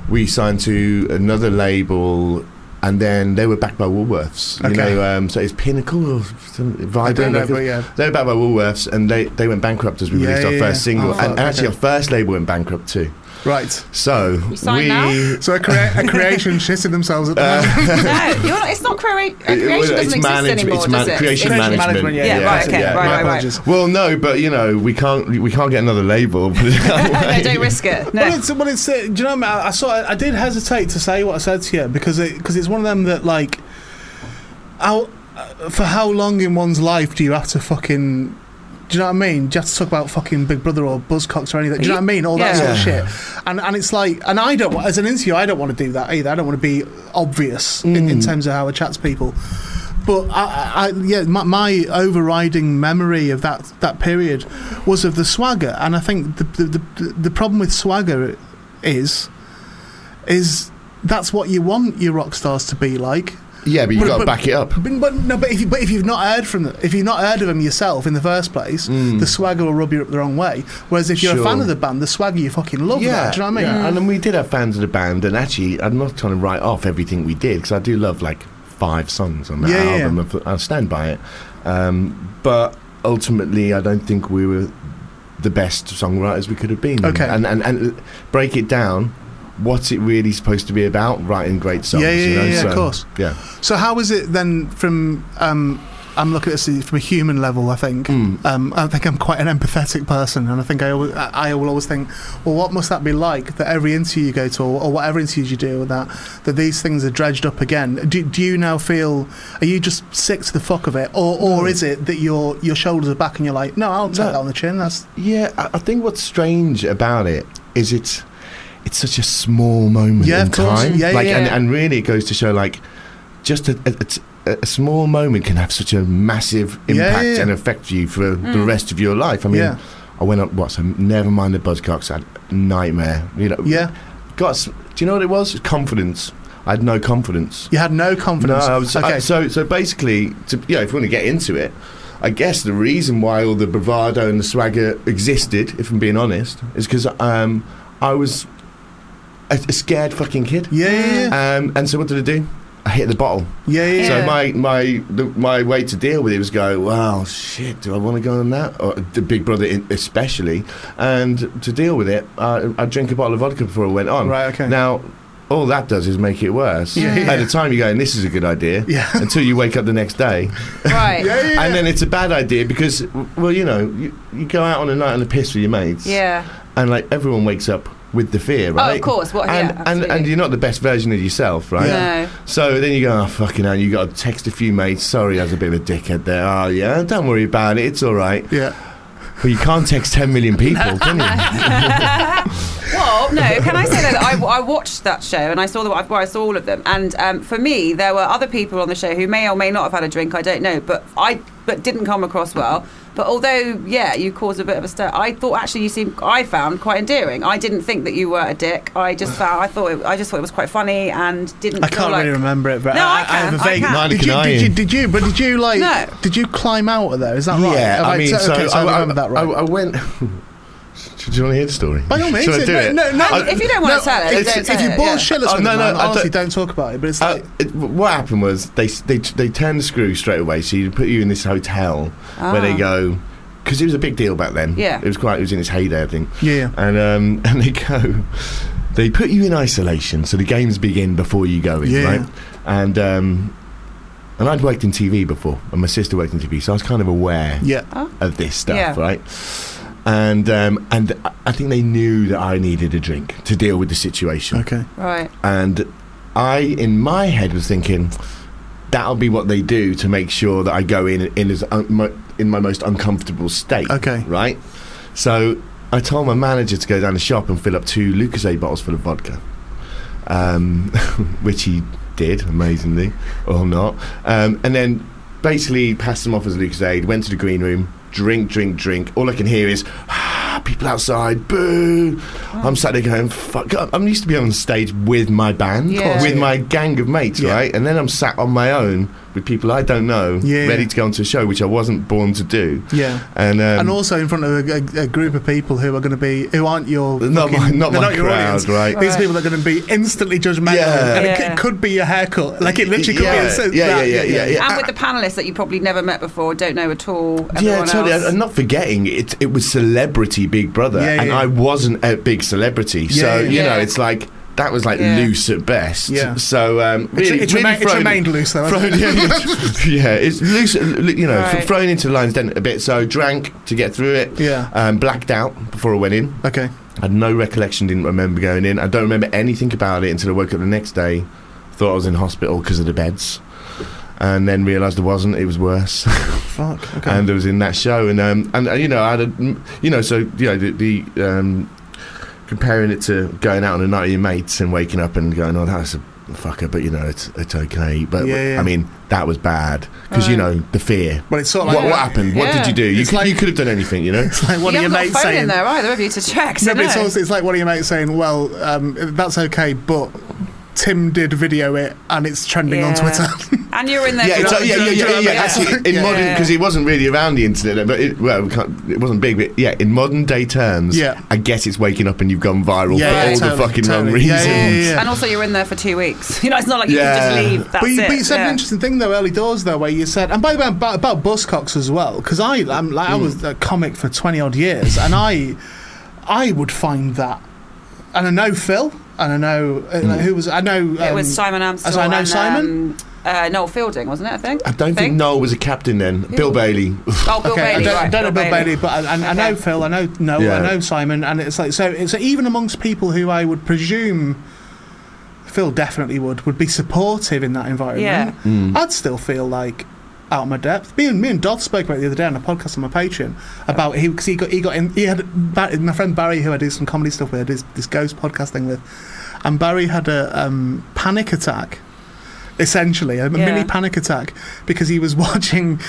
we signed to another label, and then they were backed by Woolworths. You Okay. know, um, so it's Pinnacle or some, I don't Vibrant. know, Records. but yeah. They were backed by Woolworths, and they, they went bankrupt as we Yeah, released our yeah, first yeah. single, Oh, and, and okay. actually our first label went bankrupt too. Right. So signed we. now? Uh, It So a, [laughs] crea- a creation shitting themselves at the Uh. moment. no, you're not, it's not crea- creation. well, doesn't it's exist manage- anymore, it's does man- it? creation It's- management. yeah, Yeah, yeah, right, that's it, okay, yeah. right, My right, right. apologies. Well, no, but you know we can't we can't get another label. [laughs] put it that Oh, no, way. don't risk it. Well, No. it's well, it's. Uh, do you know? What I, mean? I, I sort of, I did hesitate to say what I said to you because it because it's one of them that like, how uh, for how long in one's life do you have to fucking. Do you know what I mean? Do you have to talk about fucking Big Brother or Buzzcocks or anything? Do you know what I mean? All that Yeah. sort of shit. And and it's like, and I don't, wa- as an interview, I don't want to do that either. I don't want to be obvious in, Mm. in terms of how I chat to people. But I, I, I yeah, my, my overriding memory of that that period was of the swagger, and I think the the, the the problem with swagger is is that's what you want your rock stars to be like. yeah, but you've But- got to but- back it up. But, but no, but if, you, but if you've not heard from them, if you've not heard of them yourself in the first place, the swagger will rub you up the wrong way. Whereas if you're a Hmm. Sure. fan of the band, the swagger you fucking love. that, do you know what I mean? yeah. And then we did have fans of the band, and actually, I'm not trying to write off everything we did because I do love like five songs on that Yeah, yeah. album. I I stand by it. Um, but ultimately, I don't think we were the best songwriters we could have been. Okay. And, and, and break it down. What's it really supposed to be about? Writing great songs. Yeah, yeah, you know? yeah, yeah, of So, course. Yeah. So how is it then from um I'm looking at this from a human level, I think. Hmm. Um, I think I'm quite an empathetic person, and I think I, always, I I will always think, well, what must that be like that every interview you go to, or, or whatever interviews you do, with that that these things are dredged up again? Do, do you now feel, are you just sick to the fuck of it, or, or is it that your your shoulders are back and you're like, no, I'll take No. that on the chin? That's Yeah, I, I think what's strange about it is it's it's such a small moment Yeah, in of course. time. Yeah, yeah, like, And, yeah. and really, it goes to show like just a, a- a, a small moment can have such a massive impact Yeah, yeah, yeah. and affect you for the rest of your life. I mean, Yeah. I went up what's so never mind the Buzzcocks had nightmare. You know, yeah. Got s- do you know what it was? Confidence. I had no confidence. You had no confidence. No, I was, okay. I- so so basically, to, you know, if we want to get into it, I guess the reason why all the bravado and the swagger existed, if I'm being honest, is because um, I was a, a scared fucking kid. yeah, yeah, yeah. Um, and so what did I do? I hit the bottle. yeah, yeah, So yeah. my my the, my way to deal with it was go, well, shit, do I want to go on that? Or the Big Brother in, especially, and to deal with it, uh, I drink a bottle of vodka before I went on. Right, okay. Now, all that does is make it worse. Yeah, yeah, At yeah. the time, you're going, this is a good idea. Yeah. Until you wake up the next day, Right. and then it's a bad idea because, well, you know, you, you go out on a night on a piss with your mates Yeah. and like everyone wakes up with the fear, right? Oh, of course, what- yeah, and, and absolutely. and you're not the best version of yourself, right? Yeah. No. So then you go, oh fucking hell! You got to text a few mates. Sorry, I was a bit of a dickhead there. Oh yeah, don't worry about it. It's all right. yeah. But you can't text 10 million [laughs] people, can you? Well, no. Can I say that I, I watched that show and I saw the well, I saw all of them. And um, for me, there were other people on the show who may or may not have had a drink. I don't know, but I but didn't come across well. But although, yeah, you caused a bit of a stir. I thought actually you seemed I found quite endearing. I didn't think that you were a dick. I just found I thought it, I just thought it was quite funny and didn't. I feel can't like, really remember it, but No, I, I can, have a I vague. can. Neither Did can you, I. did you? Did you? But did you like? No. Did you climb out of there? Is that right? Yeah, Have I mean, so, so, okay, so I, I, [laughs] remember that right. I, I went. Do you want to hear the story? By all means, Shall I it- do no, it? no, no, I- Um, If you don't want to tell it, If, don't if tell you it, bore yeah. shillers Oh, with no, them, no, man, I honestly, don't talk about it. But it's Uh, like, it, what happened was they they they turned the screw straight away. So you put you in this hotel where they go because it was a big deal back then. Ah. Yeah. it was quite it was in its heyday, I think. Yeah. and um [laughs] and they go. They put you in isolation, so the games begin before you go in, Yeah. right? And um, and I'd worked in TV before, and my sister worked in TV, so I was kind of aware yeah, of this stuff, Yeah. right? And um, and I- I think they knew that I needed a drink to deal with the Oh. situation okay, Right. and I, in my head, was thinking that'll be what they do to make sure that I go in in as un- mo- in my most uncomfortable state. Okay. right. So I told my manager to go down the shop and fill up two Lucasade bottles full of vodka, um, [laughs] which he did amazingly, or not, um, and then basically passed them off as Lucasade. Went to the green room. Drink, drink, drink. All I can hear is "Ah, people outside, boo. Oh. I'm sat there going, fuck. I- I'm used to be on stage with my band, Of course. with my gang of mates, Yeah. right? And then I'm sat on my own with people I don't know, Yeah. ready to go onto a show, which I wasn't born to do. yeah. And, um, and also in front of a, a, a group of people who are going to be who aren't your Not my- fucking- not they're my your crowd, audience. right. These Right. people are going to be instantly judgmental, Yeah. and it, Yeah. c- could be your haircut. Like it literally could Yeah. be a sense Yeah, that, yeah, yeah, yeah, yeah. And with the panelists that you probably never met before, don't know at all. yeah, Everyone totally. Else. And not forgetting, it it was celebrity Big Brother, Yeah, and yeah. I wasn't a big celebrity, so Yeah, yeah. you know, Yeah. it's like that was like Yeah. loose at best. Yeah. So um, really, it's really remain- it's thrown- remained loose, though, hasn't thrown- yeah, [laughs] it's- yeah, it's loose. You know, Right. thrown into the lion's den a bit. So drank to get through it. Yeah. Um, blacked out before I went in. Okay, had no recollection, didn't remember going in. I don't remember anything about it until I woke up the next day. Thought I was in hospital because of the beds, and then realised I wasn't. It was worse, [laughs] fuck. Okay. and I was in that show. And um, and uh, you know, I had, a, mm, you know, so you know, the, the um, comparing it to going out on a night with your mates and waking up and going, oh, that's a fucker, but you know, it's it's okay. But Yeah, yeah. I mean, that was bad because you know the fear. well, it's sort of What, like what happened? What did Yeah. you do? You It's could, like- you could have done anything, [laughs] you know. Like one you of your haven't got a mates phone saying, in there either, have you, to check? So No, but it's no. also it's like one of your mates saying, "Well, um, that's okay, but Tim did video it, and it's trending on Yeah. Twitter." and you're in there. Yeah, for exactly. that. Yeah, yeah, yeah, yeah, yeah. Yeah. Actually, in Yeah. modern, because it wasn't really around the internet, but it, well, we can't, it wasn't big. But yeah, in modern day terms, Yeah. I guess it's waking up and you've gone viral Yeah, for yeah, all the totally, fucking wrong totally. Yeah, reasons. yeah, yeah, yeah. And also, you're in there for two weeks. [laughs] You know, it's not like you Yeah. can just leave. [laughs] That's but, you, it. but you said yeah. an interesting thing though early doors though where you said and by the way about, about buscocks as well because I I'm, like, I was a comic for 20 odd years and I I would find that and I know Phil and I know uh, like, who was I know um, It was Simon Amstel. as I know and, Simon Um, uh, Noel Fielding, wasn't it? I think. I don't think Noel was a captain then. Bill Bailey. Oh, Bill Okay, Bailey. I don't, right, I don't know Bill Bailey, but I, I, I know Okay. Phil, I know Noel, Yeah. I know Simon, and it's like so. It's even amongst people who I would presume Phil definitely would would be supportive in that environment. Yeah. I'd still feel like out of my depth. Me and me and Dodd spoke about it the other day on a podcast on my Patreon about he because he got he got in he had Barry, my friend Barry who I do some comedy stuff with, I do this, this ghost podcast thing with, and Barry had a um, panic attack essentially a mini panic attack because he was [laughs] watching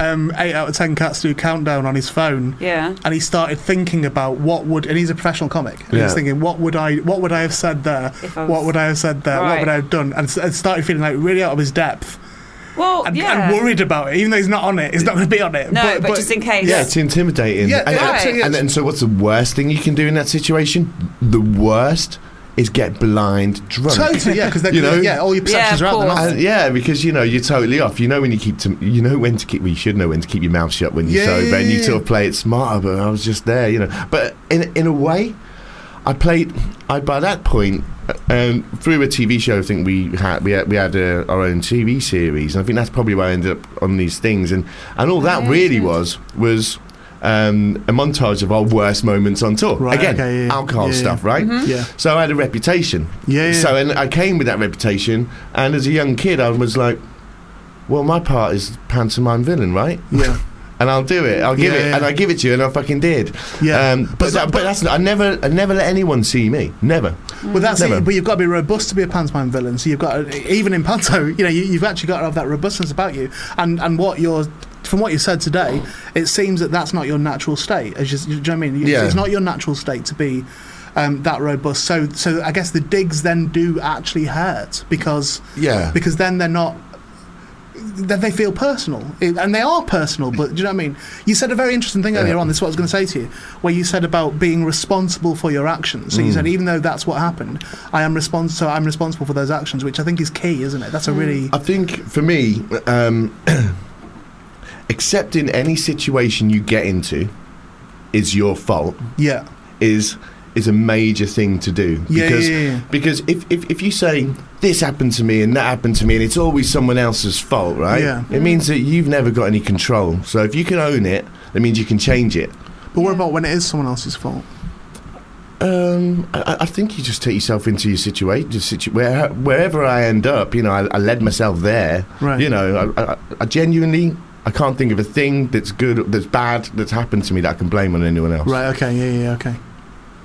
um, 8 out of 10 cats do countdown on his phone Yeah. and he started thinking about what would and he's a professional comic and he was Yeah. thinking what would I what would I have said there If I was- what would I have said there what Right. would I have done and, s- and started feeling like really out of his depth Well, and, yeah. and worried about it even though he's not on it he's not going to be on it No, but, just in case. Yeah, it's intimidating. Yeah, and, yeah, absolutely. and, and so, what's the worst thing you can do in that situation? The worst is get blind drunk. totally yeah because You know? yeah all your Yeah, perceptions of are out there course. aren't And yeah, because you know you're totally off. You know when you keep to, you know when to keep. Well, you should know when to keep your mouth shut when you're Yeah, sober, yeah, and you yeah. sort of play it smarter. But I was just there, you know. But in in a way, I played. I by that point, um, through a TV show, I think we had we had, we had uh, our own TV series, and I think that's probably why I ended up on these things. And and all that really was was. Um, a montage of our worst moments on tour. Right, Again, okay, yeah, yeah. alcohol Yeah, yeah. stuff, right? Mm-hmm. Yeah. So I had a reputation. Yeah, yeah. So and I came with that reputation, and as a young kid, I was like, "Well, my part is pantomime villain, right?" Yeah. And I'll do it. I'll give Yeah, it, yeah. and I give it to you, and I fucking did. Yeah. Um, but that, but that's I never I never let anyone see me. Never. Well, that's Never. it. But you've got to be robust to be a pantomime villain. So you've got to, even in panto, [laughs] you know, you, you've actually got to have that robustness about you. And and what you're from what you said today, it seems that that's not your natural state. As you, you know what I mean? It's- Yeah. It's not your natural state to be um, that robust. So so I guess the digs then do actually hurt because Yeah. because then they're not that they feel personal, It- and they are personal. But do you know what I mean? You said a very interesting thing earlier on. This is what I was going to say to you, where you said about being responsible for your actions. So you Mm. said, even though that's what happened, I am respons- So I'm responsible for those actions, which I think is key, isn't it? That's a really I think for me, um, [clears throat] accepting any situation you get into is your fault. Yeah. Is is a major thing to do Yeah, because yeah, yeah. because if, if if you say this happened to me and that happened to me and it's always someone else's fault, right? Yeah. It means that you've never got any control. So if you can own it, that means you can change it. But what about when it is someone else's fault? Um, I, I- I think you just take yourself into your situation. Situ- where, wherever I end up, you know, I, I led myself there. Right. You know, I, I, I genuinely, I can't think of a thing that's good, that's bad, that's happened to me that I can blame on anyone else. Right. Okay. Yeah. Yeah. Okay.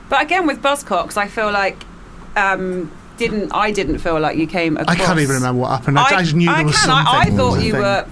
But again, with Buzzcocks, I feel like um, didn't I didn't feel like you came across. I can't even remember what happened. I, I just knew I there was can. I- something. I, thought you Something. were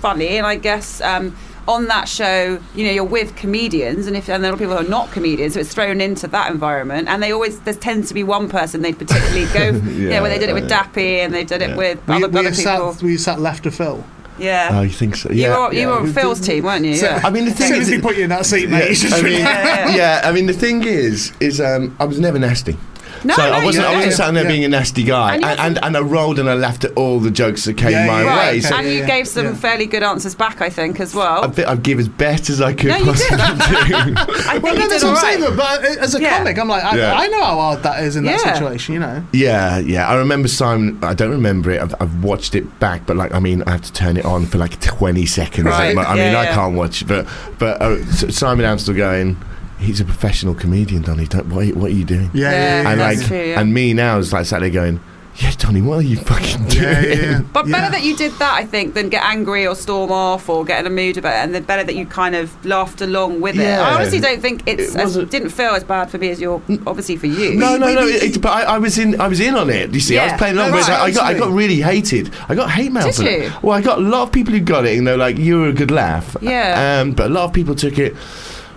funny, and I guess um, on that show, you know, you're with comedians, and if and there are people who are not comedians, so it's thrown into that environment, and they always there tends to be one person they particularly go. yeah, you know, where they did it with Yeah. Dappy, and they did it with Were you, other, were other you people. sat, were you sat left of Phil? Yeah. Oh, you think so? You Yeah. were, you yeah. were on Phil's team, weren't you? So- Yeah. I mean, the As thing soon as is, he put you in that seat, mate, you I just mean, Yeah. yeah, I mean, the thing is, is um, I was never nasty. No, so no, I you wasn't. I wasn't don't. sat there Yeah. being a nasty guy, And and you and, and, I rolled and I laughed at all the jokes that came Yeah, my [laughs] yeah, yeah. Right. way. Okay. So and you yeah, gave some yeah. fairly good answers back, I think, as well. I, think I give as best as I could No, you did. possibly [laughs] do. I think Well, you no, did that's all what I'm right. saying. But, but uh, as a Yeah. comic, I'm like, I, Yeah. I know how hard that is in Yeah. that situation, you know. Yeah, yeah. I remember Simon. I don't remember it. I've, I've watched it back, but like, I mean, I have to turn it on for like twenty seconds. Right, Like, I yeah, mean, I yeah. can't watch. it, But but uh, S- Simon Amstel going. He's a professional comedian, Donny. Don't, what, are you, what are you doing? Yeah, Yeah, and that's like, true, yeah. and me now is like Saturday going. Yeah, Donny, what are you fucking doing? Yeah, yeah, [laughs] yeah. But Yeah. better that you did that, I think, than get angry or storm off or get in a mood about it. And then better that you kind of laughed along with it. I Yeah. honestly don't think it's It as, wasn't- didn't feel as bad for me as your obviously for you. [laughs] No, no, no. It, it- but I, I was in. I was in on it. You see, I was Yeah. playing along. No, with it. right. I got. I got really hated. I got hate mail Did for you? that. Well, I got a lot of people who got it, and they're like, "You were a good laugh." Yeah. Um, but a lot of people took it.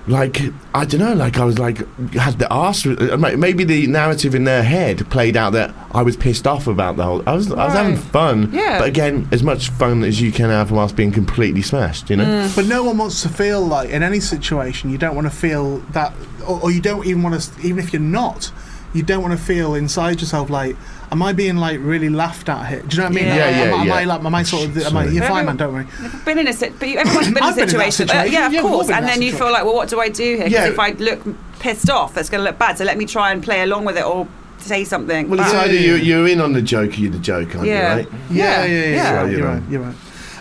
Like I don't know, like I was like had the arse. uh, ma- Maybe the narrative in their head played out that I was pissed off about the whole. I was, I was having Right. fun. Yeah. But again, as much fun as you can have whilst being completely smashed. You know. Mm. But no one wants to feel like in any situation you don't want to feel that, or, or you don't even want to, even if you're not, you don't want to feel inside yourself like, am I being like really laughed at here? Do you know what I mean? Yeah. Like, Yeah, am, yeah, am I yeah. like, am I sort of, am I, Sorry. you're fine, man, don't worry. Been in a sit, but you, everyone's been in a I've been in that situation. uh, situation. yeah, of Yeah, we've all course. been in And that then you situation. feel like, well, what do I do here? 'Cause Yeah. if I look pissed off, that's going to look bad. So let me try and play along with it or say something. Well, it's back. either you, you're in on the joke or you're the joke, aren't Yeah. you? Right. Yeah, yeah, yeah. Yeah. You're, Yeah, you're right. You're right.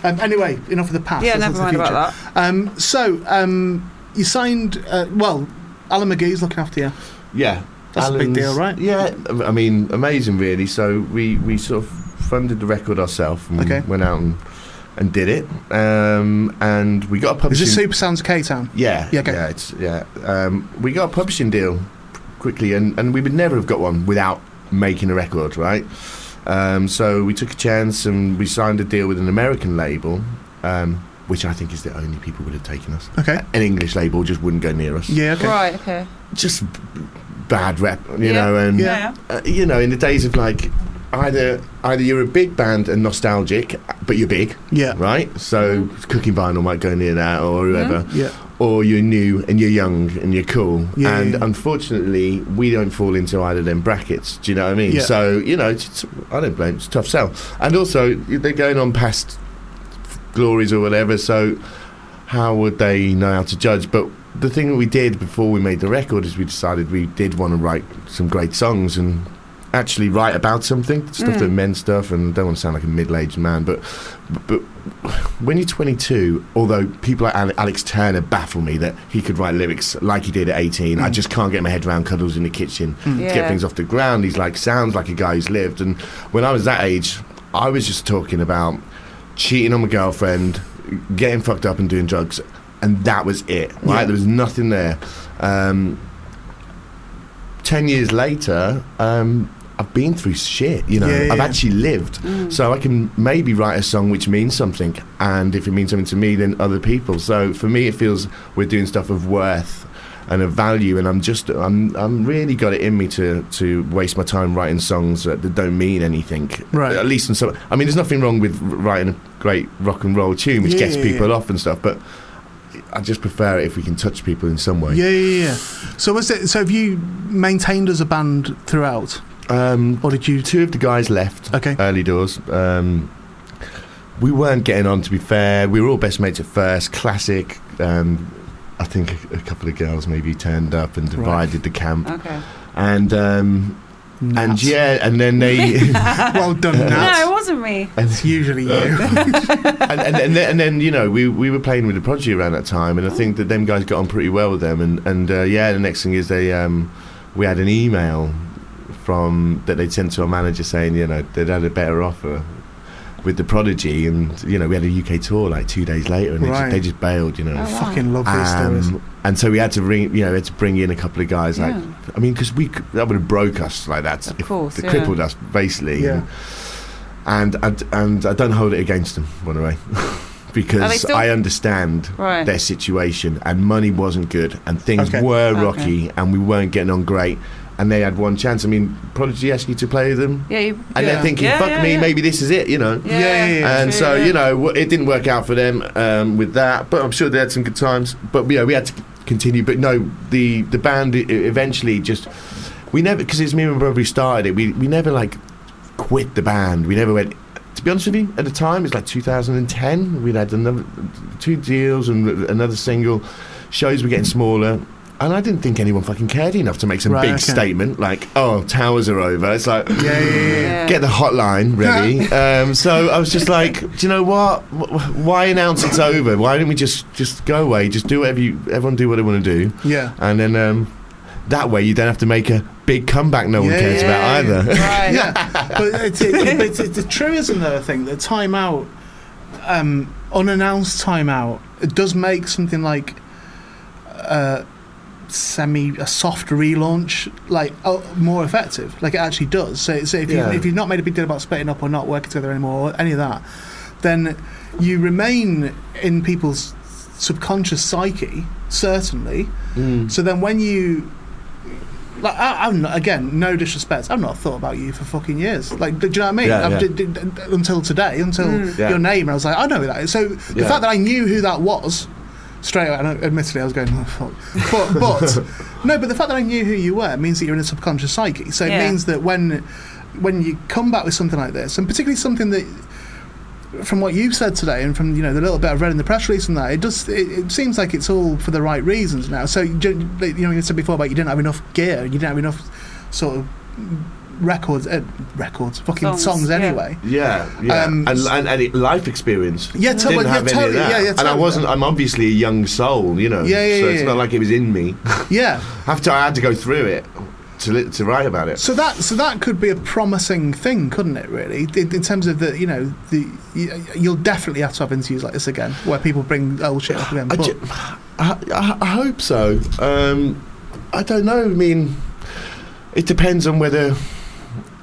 Um, anyway, enough of the past. Yeah, let's never look to the mind about future. Um, so um, you signed. Uh, well, Alan McGee's looking after you. Yeah, That's a big deal, right? Yeah, I mean, amazing, really. So we we sort of funded the record ourselves and Okay. went out and, and did it, um, and we got a Is publishing. this Super Sounds K Town? yeah, Yeah, okay. yeah, it's yeah. Um, we got a publishing deal quickly, and and we would never have got one without making a record, right? Um, so we took a chance and we signed a deal with an American label, um, which I think is the only people would have taken us. Okay. An English label just wouldn't go near us. Yeah. Okay. Right, okay. Just b- bad rep, you Yeah. know, and Yeah. Yeah. uh, you know, in the days of like either either you're a big band and nostalgic, but you're big, Yeah. right? So Mm-hmm. Cooking Vinyl might go near that or whoever, Yeah. or you're new and you're young and you're cool. Mm-hmm. Yeah, and yeah, yeah. unfortunately, we don't fall into either of them brackets. Do you know what I mean? Yeah. So you know, it's, it's, I don't blame. It's a tough sell, and also they're going on past glories or whatever. So how would they know how to judge? But the thing that we did before we made the record is we decided we did want to write some great songs and actually write about something stuff that meant stuff and I don't want to sound like a middle-aged man but but when you're 22 although people like Ale- Alex Turner baffle me that he could write lyrics like he did at 18 I just can't get my head around cuddles in the kitchen to get Yeah. things off the ground he's like sounds like a guy who's lived and when I was that age I was just talking about cheating on my girlfriend, getting fucked up and doing drugs, and that was it. Right, there was nothing there. Um, Ten years later, um, I've been through shit. You know, Yeah, yeah, I've yeah. actually lived, Mm. so I can maybe write a song which means something, and if it means something to me, then other people. So for me, it feels we're doing stuff of worth. and a value. And I'm just I'm I'm really got it in me to to waste my time writing songs that, that don't mean anything. Right. At least in some. I mean, there's nothing wrong with r- writing a great rock and roll tune, which Yeah, gets yeah, people yeah. off and stuff, but. I just prefer it if we can touch people in some way. Yeah, yeah, yeah. So was it? So have you maintained as a band throughout? Um, Or did you? two of the guys left. Okay. Early doors. Um, we weren't getting on. To be fair, we were all best mates at first. Classic. Um, I think a, a couple of girls maybe turned up and Right. divided the camp. Okay. And um, and Nats. [laughs] yeah, and then they well done, Nat. No, it wasn't me. It's usually you. [laughs] and, and, and, then, and then you know we, we were playing with the prodigy around that time, and I think that them guys got on pretty well with them. And and uh, yeah, the next thing is they um, we had an email from that they'd sent to our manager saying you know they'd had a better offer with the prodigy, and you know we had a UK tour like two days later, and they, Right. just, they just bailed, you know. Oh, wow. Fucking love these stories. Um, and so we had to ring, you know, we had to bring in a couple of guys. Like, Yeah. I mean, because we c- that would have broke us like that. Of if- course, it yeah. crippled us basically. Yeah. And and and I don't hold it against them, by the way, [laughs] Are they because still- I understand Right. their situation. And money wasn't good, and things Okay. were Okay. rocky, and we weren't getting on great. And they had one chance. I mean, Prodigy asked you to play them, Yeah, you. and Yeah. they're thinking, Yeah, "Fuck yeah, me, yeah. maybe this is it," you know. Yeah, Yeah, yeah, yeah. And true, so yeah. you know, w- it didn't work out for them um, with that. But I'm sure they had some good times. But yeah, we had to c- continue. But no, the the band e- eventually just we never because it's me and my brother who started it. We we never like quit the band. We never went. To be honest with you, at the time it's like 2010. We'd had another two deals and another single. Shows were getting smaller. And I didn't think anyone fucking cared enough to make some Right, big okay. statement like, "Oh, towers are over." It's like, Yeah, yeah, yeah. yeah. get the [laughs] hotline ready. um, so I was just like, do you know what? Wh- wh- Why announce it's over? Why don't we just just go away? Just do whatever you. Everyone do what they want to do, Yeah. and then um, that way you don't have to make a big comeback. No one Yeah, cares yeah, about either. Right. yeah, [laughs] but it's, it, but it's, it's true, isn't there? I think the timeout, um, unannounced timeout, it does make something like a semi a soft relaunch like oh, more effective. Like it actually does. So, so if you Yeah. if you've not made a big deal about splitting up or not working together anymore or any of that, then you remain in people's subconscious psyche certainly. Mm. So then when you like I, I'm not, again, no disrespect. I've not thought about you for fucking years. Like, do, do you know what I mean? Yeah, I've yeah. d- d- d- until today, until Yeah. your name, and I was like, I know who that is. So the Yeah. fact that I knew who that was straight away, and I- admittedly, I was going, oh, fuck. But, [laughs] but no, but the fact that I knew who you were means that you're in a subconscious psyche. So Yeah. it means that when when you come back with something like this, and particularly something that from what you've said today and from you know the little bit I've read in the press release and that it does it, it seems like it's all for the right reasons now. So you, don't- like, you know you said before about you didn't have enough gear and you didn't have enough sort of records uh, records fucking songs, Songs, yeah. anyway. [laughs] Yeah, yeah, Um, and, and and it, life experience. Yeah, to- didn't well, yeah, have any totally, of that. yeah, yeah, And I totally. wasn't. I'm obviously a young soul, you know. Yeah, yeah, So yeah, it's yeah. not like it was in me. Yeah. After I had to go through it to li- to write about it. So that so that could be a promising thing, couldn't it? Really, in, in terms of the you know the y- you'll definitely have to have interviews like this again where people bring old shit up again. I, But, ju- I, I- I hope so. Um, I don't know. I mean, it depends on whether.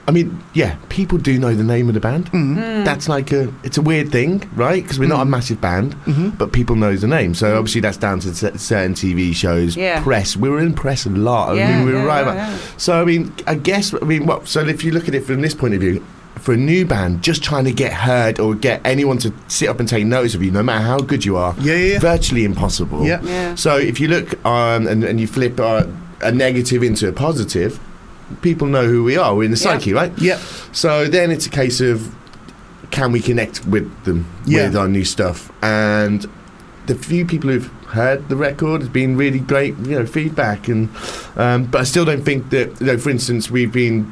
I mean, yeah, people do know the name of the band. Mm-hmm. That's like a, it's a weird thing, right? Because we're not Hmm. a massive band, Mm-hmm. but people know the name. So obviously that's down to cer- certain TV shows, Yeah. press. We were in press a lot. I Yeah, mean, we were yeah, right yeah, about. yeah. So I mean, I guess I mean, what? So if you look at it from this point of view, for a new band, just trying to get heard or get anyone to sit up and take notice of you, no matter how good you are, Yeah, yeah, yeah. virtually impossible. Yeah. Yeah. So if you look um, and, and you flip uh, a negative into a positive, people know who we are. We're in the Yeah. psyche, right? yeah, So then it's a case of can we connect with them Yeah. with our new stuff? And the few people who've heard the record has been really great, you know, feedback. And um, but I still don't think that, you know, for instance, we've been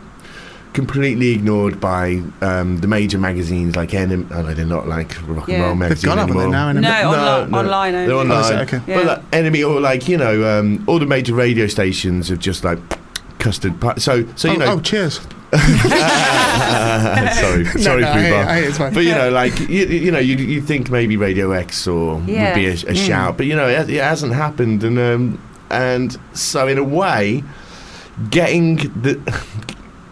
completely ignored by um, the major magazines like Enem. I know they're not like rock and Yeah. roll They've magazine they've gone up with anymore. it now. And No, onli- online only. They're Oh, online. is it? Okay. Yeah. But like, enemy or like you know, um, all the major radio stations have just like custard pie. So so you oh, know. oh, cheers. [laughs] [laughs] sorry, sorry, no, I Foo hear you, Bar. I hear you, it's fine. But you know, like you, you know, you you think maybe Radio X or Yeah. would be a, a shout, but you know, it, it hasn't happened, and um, and so in a way, [laughs] getting the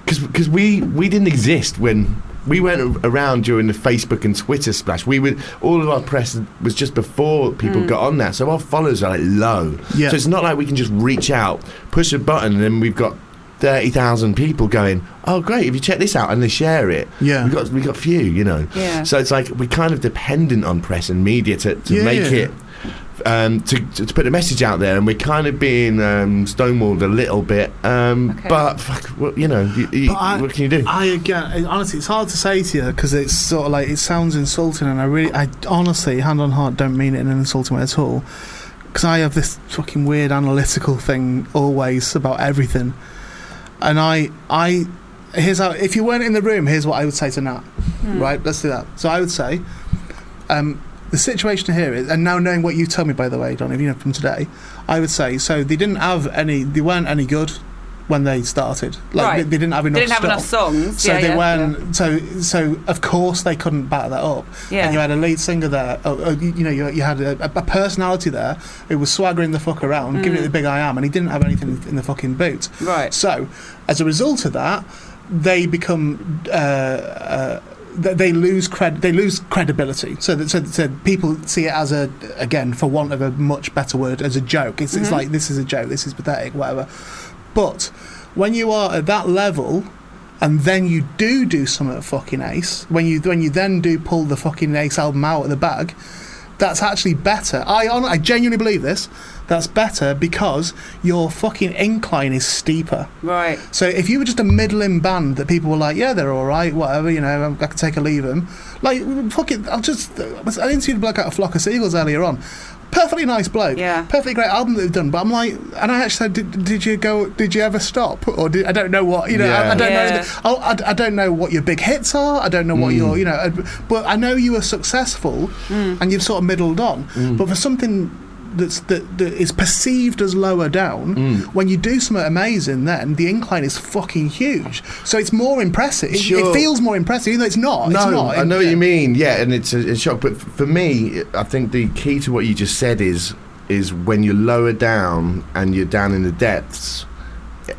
because because we we didn't exist when we went a- around during the Facebook and Twitter splash. We would all of our press was just before people Mm. got on that, so our followers are like low. Yeah. So it's not like we can just reach out, push a button, and then we've got. Thirty thousand people going. Oh, great! If you check this out and they share it, yeah, we got we got few, you know. Yeah. So it's like we're kind of dependent on press and media to, to Yeah. make it um, to, to to put a message out there, and we're kind of being um, stonewalled a little bit. Um, But fuck, well, you know, you, you, But I- what can you do? I again, it- honestly, it's hard to say to you because it's sort of like it sounds insulting, and I really, I honestly, hand on heart, don't mean it in an insulting way at all. Because I have this fucking weird analytical thing always about everything, and I, I, here's how. If you weren't in the room, here's what I would say to Nat. Hmm. Right, let's do that. So I would say, um, the situation here is, and now knowing what you told me, by the way, Don, if you know from today, I would say so. They didn't have any. They weren't any good when they started. Like Right. they, they didn't have They enough. didn't have enough stuff. songs. So Yeah, they yeah, weren't. So so of course they couldn't back that up. Yeah. And you had a lead singer there. Oh, oh, you, you know you, you had a, a personality there who was swaggering the fuck around, giving it Mm. the big I am, and he didn't have anything in the fucking boot. Right. So as a result of that, they become. Uh, uh, th- they lose cred. They lose credibility. So, that, so, so people see it as a again, for want of a much better word, as a joke. It's, Mm-hmm. it's Mhm. like this is a joke. This is pathetic. Whatever. But when you are at that level, and then you do do something fucking ace, when you when you then do pull the fucking ace album out of the bag, that's actually better. I hon- I genuinely believe this. That's better because your fucking incline is steeper. [laughs] Right. So if you were just a middling band that people were like, yeah, they're all right, whatever, you know, I can take or leave them. Like, fuck it, I'll just. I interviewed a bloke out of Flock of Seagulls earlier on. Perfectly nice bloke. Yeah. Perfectly great album that they've done. But I'm like, and I actually said, did, did you go? Did you ever stop? Or did, I don't know what you know. I, I Yeah. don't know. Yeah. The, I'll- Oh, I, I don't know what your big hits are. I don't know what Mm. your you know. uh, But I know you were successful, and you've sort of middled on. Mm. But for something that's that, that is perceived as lower down, Mm. when you do something amazing, then the incline is fucking huge. So it's more impressive. It- It, Sure. feels more impressive, even though it's not. it's no, not. I know what you mean. Yeah, and it's a, a shock. But f- for me, I think the key to what you just said is is when you're lower down and you're down in the depths,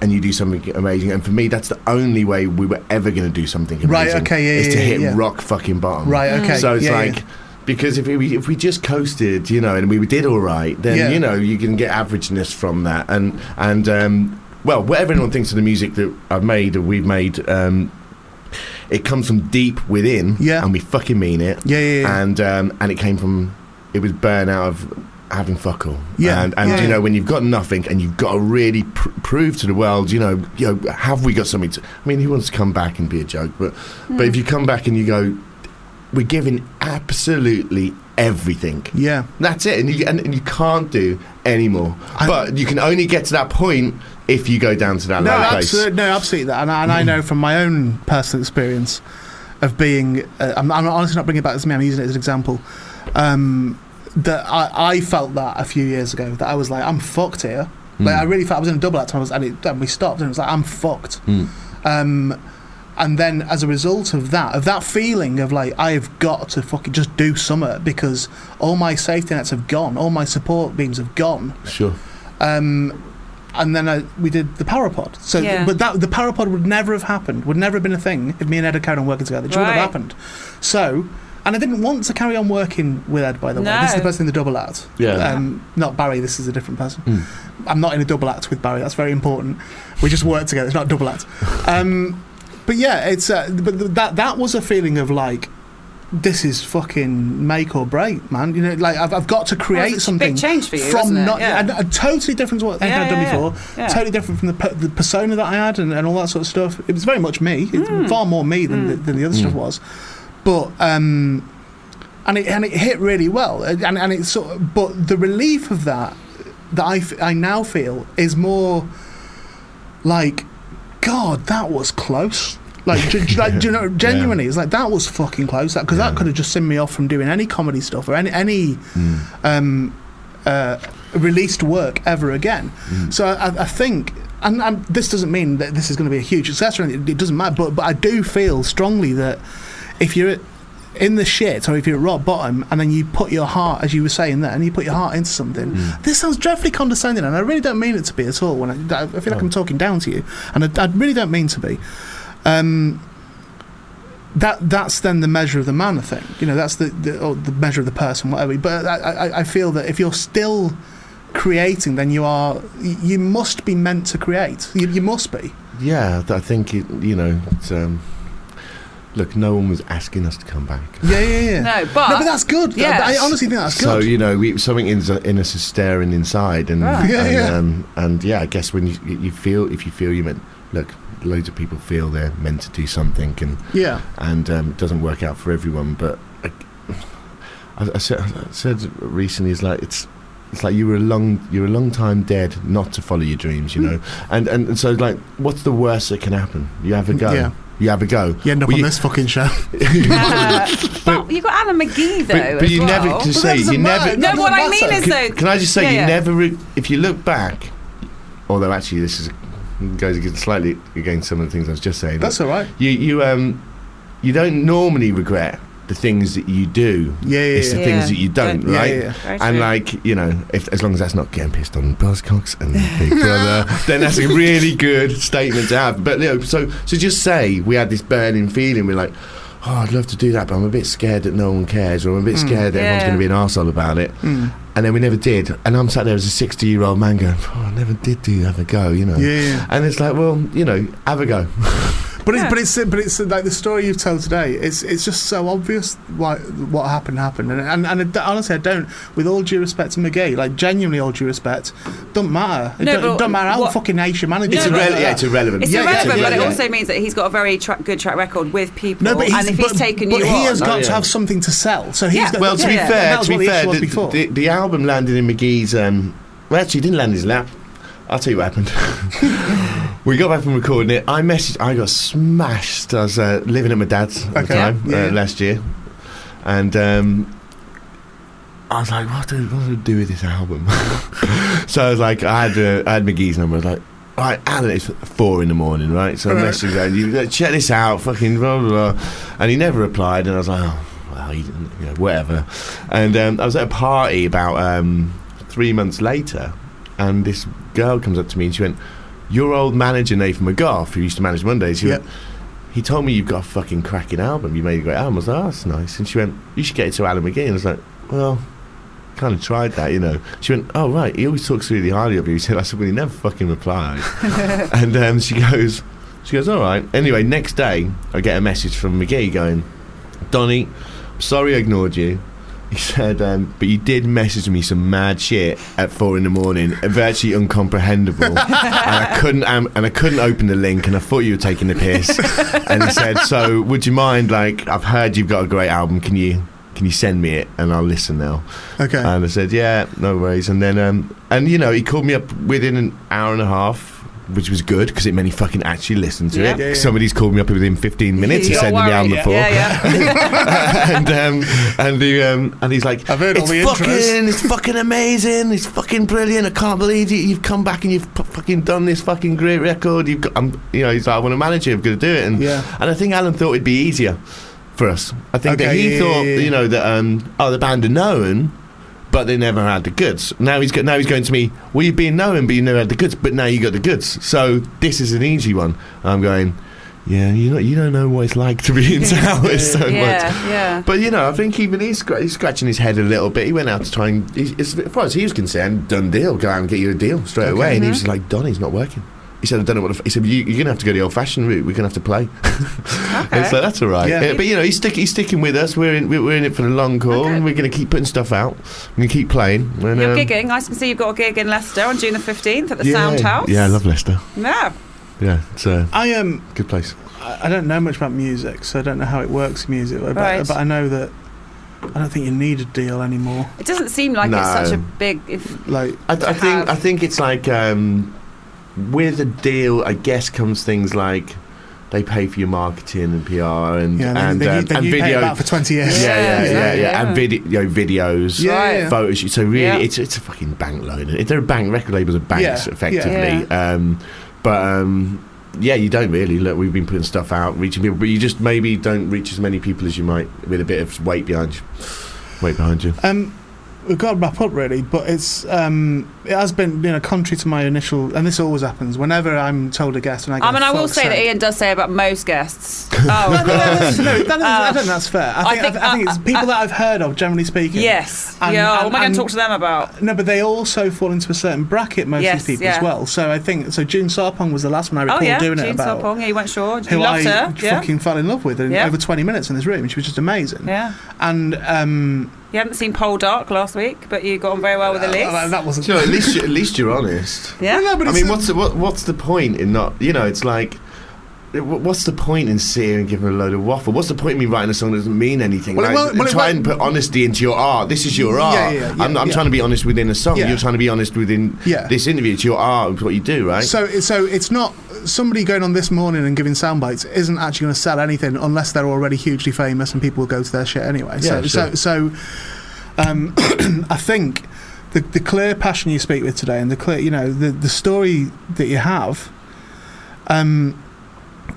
and you do something amazing. And for me, that's the only way we were ever going to do something amazing. Right, okay, yeah, Is yeah, to yeah, hit yeah. rock fucking bottom. Right, Mm. okay, So it's yeah, like. yeah. Because if we if we just coasted, you know, and we did all right, then Yeah. you know you can get averageness from that, and and um, well, whatever anyone thinks of the music that I've made or we've made, um, it comes from deep within, yeah, and we fucking mean it, yeah, yeah, yeah. and um, and it came from it was burn out of having fuck all, Yeah, and, and yeah. you know when you've got nothing and you've got to really pr- prove to the world, you know, you know, have we got something? to... I mean, who wants to come back and be a joke? But but if Hmm. Mm. you come back and you go, we're giving absolutely everything. Yeah, that's it, and you and, and you can't do anymore. but you can only get to that point if you go down to that no, low place. absolutely, no, absolutely that, and, I- and I know from my own personal experience of being, uh, I'm, I'm honestly not bringing it back to me. I'm using it as an example. Um, that I, I felt that a few years ago that I was like, I'm fucked here. Like Mm. I really felt I was in a double act, and, I was, and, it, and we stopped, and it was like, I'm fucked. Mm. Um, and then as a result of that, of that feeling of like, I've got to fucking just do something because all my safety nets have gone, all my support beams have gone. Sure. Um, and then I, we did the Parapod. So, Yeah. but that the Parapod would never have happened. Would never have been a thing if me and Ed had carried on working together. It wouldn't Right. have happened. So, and I didn't want to carry on working with Ed. By the way, this is the No. person in the double act. Yeah. Um, not Barry. This is a different person. I'm not in a double act with Barry. That's very important. We just work together. It's not a double act. Um, but yeah, it's uh, but th- that that was a feeling of like. This is fucking make or break, man. You know, like I've, I've got to create a big something change for you, from wasn't it? not Yeah. and, and totally different to what anything Yeah, I'd done yeah, yeah. before. Yeah. Totally different from the, per- the persona that I had and, and all that sort of stuff. It was very much me. It Hmm. was far more me than, the, than the other stuff was. But um, and it and it hit really well. And and it sort of, but the relief of that that I, f- I now feel is more like God, that was close. Like, do, do- like, do you know, genuinely, it's like that was fucking close. That because that could have just sent me off from doing any comedy stuff or any any um, uh, released work ever again. So I, I think, and i this doesn't mean that this is going to be a huge success or anything. It doesn't matter, but but I do feel strongly that if you're at- in the shit or if you're at rock bottom and then you put your heart, as you were saying there, and you put your heart into something, this sounds dreadfully condescending, and I really don't mean it to be at all. When I, I feel like I'm talking down to you, and I, I really don't mean to be. Um, that that's then the measure of the man. I think you know that's the the, or the measure of the person, whatever. But I, I, I feel that if you're still creating, then you are you must be meant to create. You, you must be. Yeah, th- I think it, you know. It's, um, look, no one was asking us to come back. Yeah, yeah, yeah. No, but- but that's good. Yeah. I, I honestly think that's So good. you know, we, something in, in us is staring inside, and Right. Yeah, and, yeah. Um, and yeah, I guess when you, you feel, if you feel you meant, look, loads of people feel they're meant to do something, and yeah. and um, it doesn't work out for everyone. But I, [sighs] I, I, said, I said recently, it's like it's it's like you were a long you were a long time dead not to follow your dreams, Hmm. you know. And and so like, what's the worst that can happen? You have a go. Yeah. You have a go. You end up Well, on this fucking show. Uh, but you got Anna McGee though. But, but as you well. never to that say you doesn't never. matter. No, Doesn't what I mean matter. is Can, though. can I just say yeah, you yeah. never? Re- if you look back, although actually this is goes against, slightly against some of the things I was just [laughs] saying. That's all right. you you um you don't normally regret the things that you do. Yeah, yeah, it's the yeah. things Yeah. that you don't, Yeah, right? yeah, yeah. Very And true. like you know, if as long as that's not getting pissed on Buzzcocks and [laughs] Big Brother, then that's a really good statement to have. But you know, so so just say we had this burning feeling. We're like, oh, I'd love to do that, but I'm a bit scared that no one cares, or I'm a bit scared that everyone's Hmm. Yeah. Hmm. going to be an arsehole about it. And then we never did. And I'm sat there as a 60 year old man going, oh, I never did do have a go, you know. Yeah. And it's like, well, you know, have a go. But it's, but it's but it's like the story you've told today. It's it's just so obvious why what happened happened, and and, and I d- honestly, I don't. With all due respect to McGee, like genuinely all due respect, don't matter. It No, don't, but don't matter how what- fucking nice your manager. It's, is. but- irrele- yeah, it's irrelevant. It's Yeah, yeah, irrelevant, yeah, but it yeah. also means that he's got a very tra- good track record with people. no, but he's, and if he's but, taken but you he on, has got to Oh, yeah. have something to sell. So he's Yeah. got Well, to be Yeah. fair, that was to what be the issue fair, was the, before. the, the album landed in McGee's. Um, well, actually, it didn't land in his lap. I'll tell you what happened. we got back from recording it. I messaged. I got smashed. I was uh, living at my dad's at Okay. the time Yeah. uh, last year, and um, I was like, "What do what do I do with this album?" [laughs] so I was like, I had uh, I had McGee's number. I was like. All right, Alan, it's four in the morning, right? So I Right. messaged him, you like, check this out, fucking blah, blah, blah. And he never replied, and I was like, oh, well, he didn't, you know, whatever. And um, I was at a party about um, three months later, and this girl comes up to me and she went, Your old manager, Nathan McGough, who used to manage Mondays, she Yep. went, he told me you've got a fucking cracking album. You made a great album. I was like, oh, that's nice. And she went, you should get it to Alan McGee. And I was like, well, kind of tried that, you know. She went, oh, right. He always talks really highly of you. He said, I said, well, he never fucking replied. and um, she goes, she goes, all right. Anyway, next day, I get a message from McGee going, Donnie, sorry I ignored you. He said, um, but you did message me some mad shit at four in the morning, virtually [laughs] uncomprehendable, and I couldn't um, and I couldn't open the link, and I thought you were taking the piss. [laughs] and he said, so would you mind? Like, I've heard you've got a great album. Can you can you send me it and I'll listen now? okay. And I said, yeah, no worries. And then, um, and you know, he called me up within an hour and a half, which was good because it meant he fucking actually listened to Yeah. it. Yeah, yeah. Somebody's called me up within 15 minutes to You're send me the album worried. before. Yeah, yeah. [laughs] and um, and he um, and he's like, I've heard all it's the fucking, intros." it's fucking amazing, it's fucking brilliant. I can't believe you, you've come back and you've p- fucking done this fucking great record. You've got, I'm, you know, he's like, I want to manage you. I'm going to do it. And Yeah. and I think Alan thought it'd be easier for us. I think that Okay, he yeah, yeah, thought, yeah, yeah. you know, that um, oh, the band are known. But they never had the goods. Now he's got. Now he's going to me. Well, you've been known, but you never had the goods. But now you got the goods. So this is an easy one. I'm going. Yeah, you know, you don't know what it's like to be in towers so much. yeah, yeah. But you know, I think even he's, scr- he's scratching his head a little bit. He went out to try and, he, as far as he was concerned, done deal. Go out and get you a deal straight away. And he was like, Donny's not working. He said, I don't know what. The f-. He said, you, you're gonna have to go the old-fashioned route. We're gonna have to play. And so that's all right. Yeah. Yeah, but you know, he's, stick, he's sticking with us. We're in, we're we're in it for the long haul. Okay. And we're gonna keep putting stuff out. We're gonna keep playing. And, You're um, gigging. I can see you've got a gig in Leicester on June the 15th at the yeah. Sound House. Yeah, I love Leicester. Yeah. Yeah, it's a I Um, good place. I I don't know much about music, so I don't know how it works. in Music, but, Right. but I know that I don't think you need a deal anymore. It doesn't seem like it's No. such a big. If, Like I, I think have. I think it's like um, with a deal. I guess comes things like they pay for your marketing and PR and yeah, and and, then, then, you- um, then and you pay it video. back for twenty years. [laughs] yeah, yeah, yeah, yeah, Yeah. and video videos. Yeah, Right. yeah. photos. So really, Yeah. it's it's a fucking bank loan. If They're a bank. Record labels are banks, Yeah, effectively. Um, but um, yeah, you don't really look. We've been putting stuff out, reaching people, but you just maybe don't reach as many people as you might with a bit of weight behind you. Weight behind you. Um, we've got to wrap up really, but it's um, it has been you know contrary to my initial, and this always happens whenever I'm told a guest and I. Go, I mean, I will "Fuck's say that sake." Ian does say about most [laughs] guests. Oh, God. No, no, that's- no, that is, I don't think that's fair. I I think, I, think- I think it's people that I've heard of, generally speaking. yes. And- yeah. and- what am I going and- to talk to them about? No, but they also fall into a certain bracket, most of Yes, these people as yeah. well. So I think so. June Sarpong was the last one I recall oh yeah, doing Jean it about. Sarpong. Yeah, you went sure. You Who loved I her. Yeah. fucking fell in love with in Yeah. over 20 minutes in this room. She was just amazing. Yeah. And um, You haven't seen Pole Dark last week, but you got on very well with Elise. uh, that, that wasn't. You know, at least you, at least you're honest. yeah. No, but I it's mean, a- what's the, what, what's the point in not? You know, it's like. wh- What's the point in sitting and giving a load of waffle? What's the point in me writing a song that doesn't mean anything? Well, it Like, won't- well, it try won't- and put honesty into your art. This is your Yeah, art. yeah, yeah, I'm, I'm yeah. trying to be honest within a song. Yeah. You're trying to be honest within Yeah. this interview. It's your art. It's what you do, right? So, so it's not somebody going on this morning and giving sound bites isn't actually going to sell anything unless they're already hugely famous and people will go to their shit anyway. so, Yeah, so, sure. so um, [clears throat] I think the, the clear passion you speak with today and the clear, you know, the, the story that you have, um,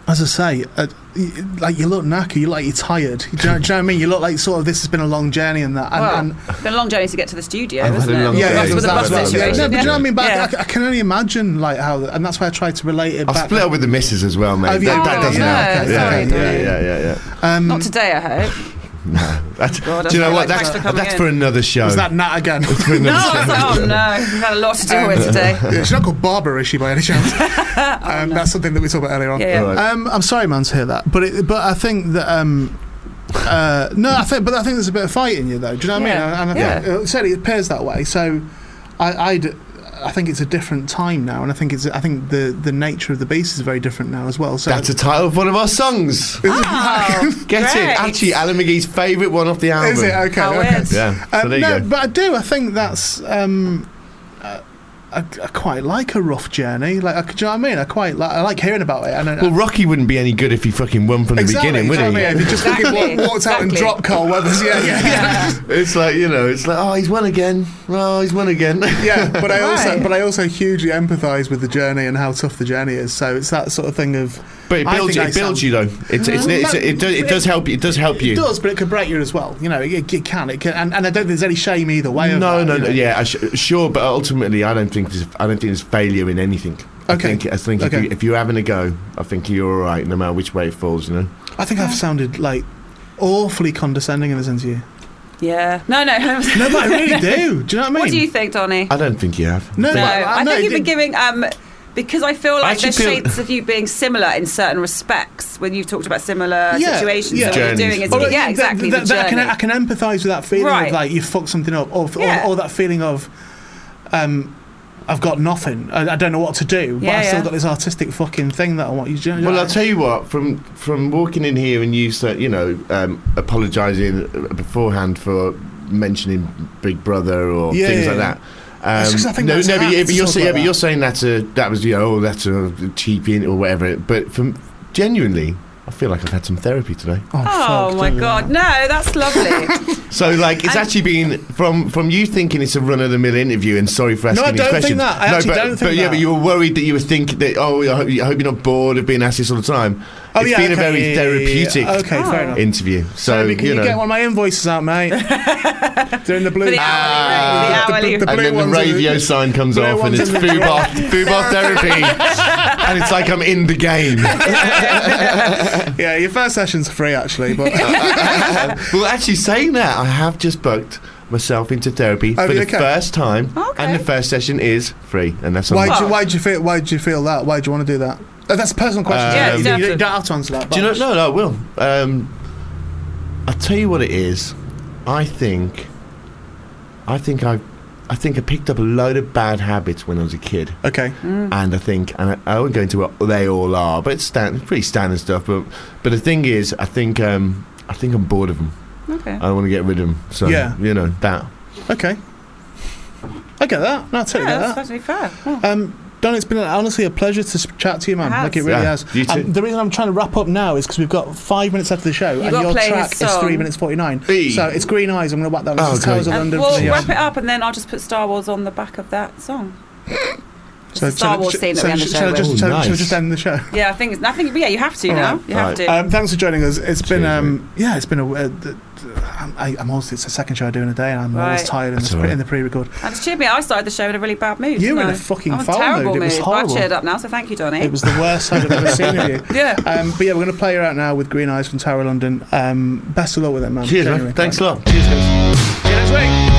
as I say, uh, y- like you look knackered, you look like you're tired. Do you, know, do you know what I mean? You look like sort of this has been a long journey and that. And, well, and, it's been a long journey to get to the studio, I've had isn't a it? long yeah, journey. that's, Because of the bus That's what I was situation. No, but yeah. you know what I mean. But I- Yeah. I, I can only imagine like how, and that's why I tried to relate it. I've back split up with the missus as well, mate. Oh, that, yeah. that Oh, doesn't no, help. sorry, yeah, yeah, darling. yeah, yeah, yeah. um, Not today, [laughs] I hope. That's, God, do you I know feel like what? that's thanks for coming that's in. for another show. Is that Nat again? [laughs] No, I was like, oh no, we've had a lot to deal with today. Yeah, [laughs] she's not called Barbara, is she, by any [laughs] chance? um, That's something that we talked about earlier on. Yeah, yeah. Right. Um, I'm sorry, man, to hear that, but it, but I think that. Um, uh, no, I think, but I think there's a bit of fight in you, though. Do you know what Yeah. I mean? And, and I think, uh, certainly it appears that way. So, I, I'd, I think it's a different time now, and I think it's, I think the, the nature of the beast is very different now as well. So That's a title of one of our songs. [laughs] Oh, Get great. it? Actually, Alan McGee's favourite one off the album. is it okay? How okay. weird. Yeah. So Um, there you no, go. but I do. I think that's. Um, I, I, I quite like a rough journey. Like, I, do you know what I mean? I quite like. I like hearing about it. And I, Well, Rocky wouldn't be any good if he fucking won from the exactly, do beginning, would you know he? what I mean? If you just fucking Exactly, wa- walked out and exactly. dropped Carl Weathers, yeah, yeah, [laughs] yeah. It's like you know, it's like oh, he's won again. Oh, he's won again. [laughs] yeah, but I also, Right. but I also hugely empathise with the journey and how tough the journey is. So it's that sort of thing of. but it I builds, think it I builds sound- you though. It's, it's, it's, it, does, it does help. It does help you. It does, but it could break you as well. You know, it, it can. It can, and, and I don't think there's any shame either way. of No, that, no, you no. know. Yeah, I sh- sure, but ultimately, I don't think there's, I don't think there's failure in anything. I Okay. think, I think Okay. if, you, if you're having a go, I think you're all right, no matter which way it falls. You know. I think I've sounded like awfully condescending in this interview. Yeah. No, no. [laughs] No, but I [laughs] really do. Do you know what I mean? What do you think, Donnie? I don't think you have. No, I No, think- I- I I, know, think you've been did- giving um because I feel like actually there's feel- shades of you being similar in certain respects when you've talked about similar Yeah, situations. yeah. So what you're Journeys. doing is Or, Well, yeah, that- exactly that- the that I, can, journey. I can empathise with that feeling of Right. like you fucked something up, or, or, Yeah. or that feeling of, um, I've got nothing. I, I don't know what to do, but Yeah, I've still yeah. got this artistic fucking thing that I want you to do. Well, I'll tell you what. From from walking in here and you said, you know, um, apologising beforehand for mentioning Big Brother or Yeah, things yeah, like yeah. that. It's Um, 'cause I think no, that's no, but, apt you, to but you're, talk say, yeah, about but that. you're saying that uh that was you know oh that's a cheap in or whatever. But from genuinely, I feel like I've had some therapy today. Oh fuck, my don't do that. god, no, that's [laughs] lovely. So like it's And- actually been from from you thinking it's a run of the mill interview and sorry for asking I these don't think questions. that. I actually but, don't think but yeah, that. but you were worried that you were thinking that oh I hope, I hope you're not bored of being asked this all the time. Oh, It's yeah, been a okay, yeah, very yeah, yeah, yeah. therapeutic Okay, Oh. fair enough. interview. So Sammy, can you you, know. get one of my invoices out, [laughs] mate? Doing the blue. For the Ah. hourly The- rate, the the- hourly. and then the ones in the- [laughs] radio sign comes blue off, and ones it's in the- [laughs] food bar, food bar therapy, and it's like I'm in the game. [laughs] yeah, your first session's free actually, [laughs] but well, actually, saying that, I have just booked myself into therapy Have for you the Oh, okay? first time, Okay. and the first session is free, and that's on why do Well- why do you feel why do you feel that? Why do you want to do that? Oh, that's a personal question. you, Yeah, you don't don't, have you to. don't have to answer that. Do you know? but- No, no, I will. Um, I'll tell you what it is. I think. I think I. I think I picked up a load of bad habits when I was a kid, Okay. and I think, and I, I won't go into what they all are, but it's stand, pretty standard stuff. But, but the thing is, I think, um, I think I'm bored of them. Okay. I want to get rid of them. So, Yeah. you know that. Okay. I get that. No, I totally Yeah, get that's that. actually fair. Um, Don, it's been honestly a pleasure to s- chat to you, man. It has. Like it really Yeah, has. you too. Um, the reason I'm trying to wrap up now is because we've got five minutes after the show, and gotta your play his track is song. three minutes forty-nine. Hey. So it's Green Eyes. I'm going to whack that. on. Oh, It's Towers great. of Um, London. we'll Yeah. wrap it up and then I'll just put Star Wars on the back of that song. So the Star Wars scene that so we end the sh- show shall I with. just, Ooh, shall I- shall I nice. just end the show? yeah, I think it's nothing. But yeah, you have to All now. right. You have Right. to. Um, thanks for joining us. It's been, Cheers, um, yeah, it's been a. Uh, th- th- I'm, I, I'm always, it's the second show I do in a day, and I'm always Right. tired in the, That's sp- all right. in the pre-record. and it's cheered me. up. I started the show in a really bad mood. You didn't were in I? a fucking I was foul terrible mood. It was But I've horrible. cheered up now, so thank you, Donny. It was the worst I've [laughs] ever seen of you. Yeah. Um, but yeah, we're going to play her out now with Green Eyes from Tower London. Um, best of luck with it, man. Cheers, man. Genuinely. Thanks a lot. Cheers, guys. See you next week.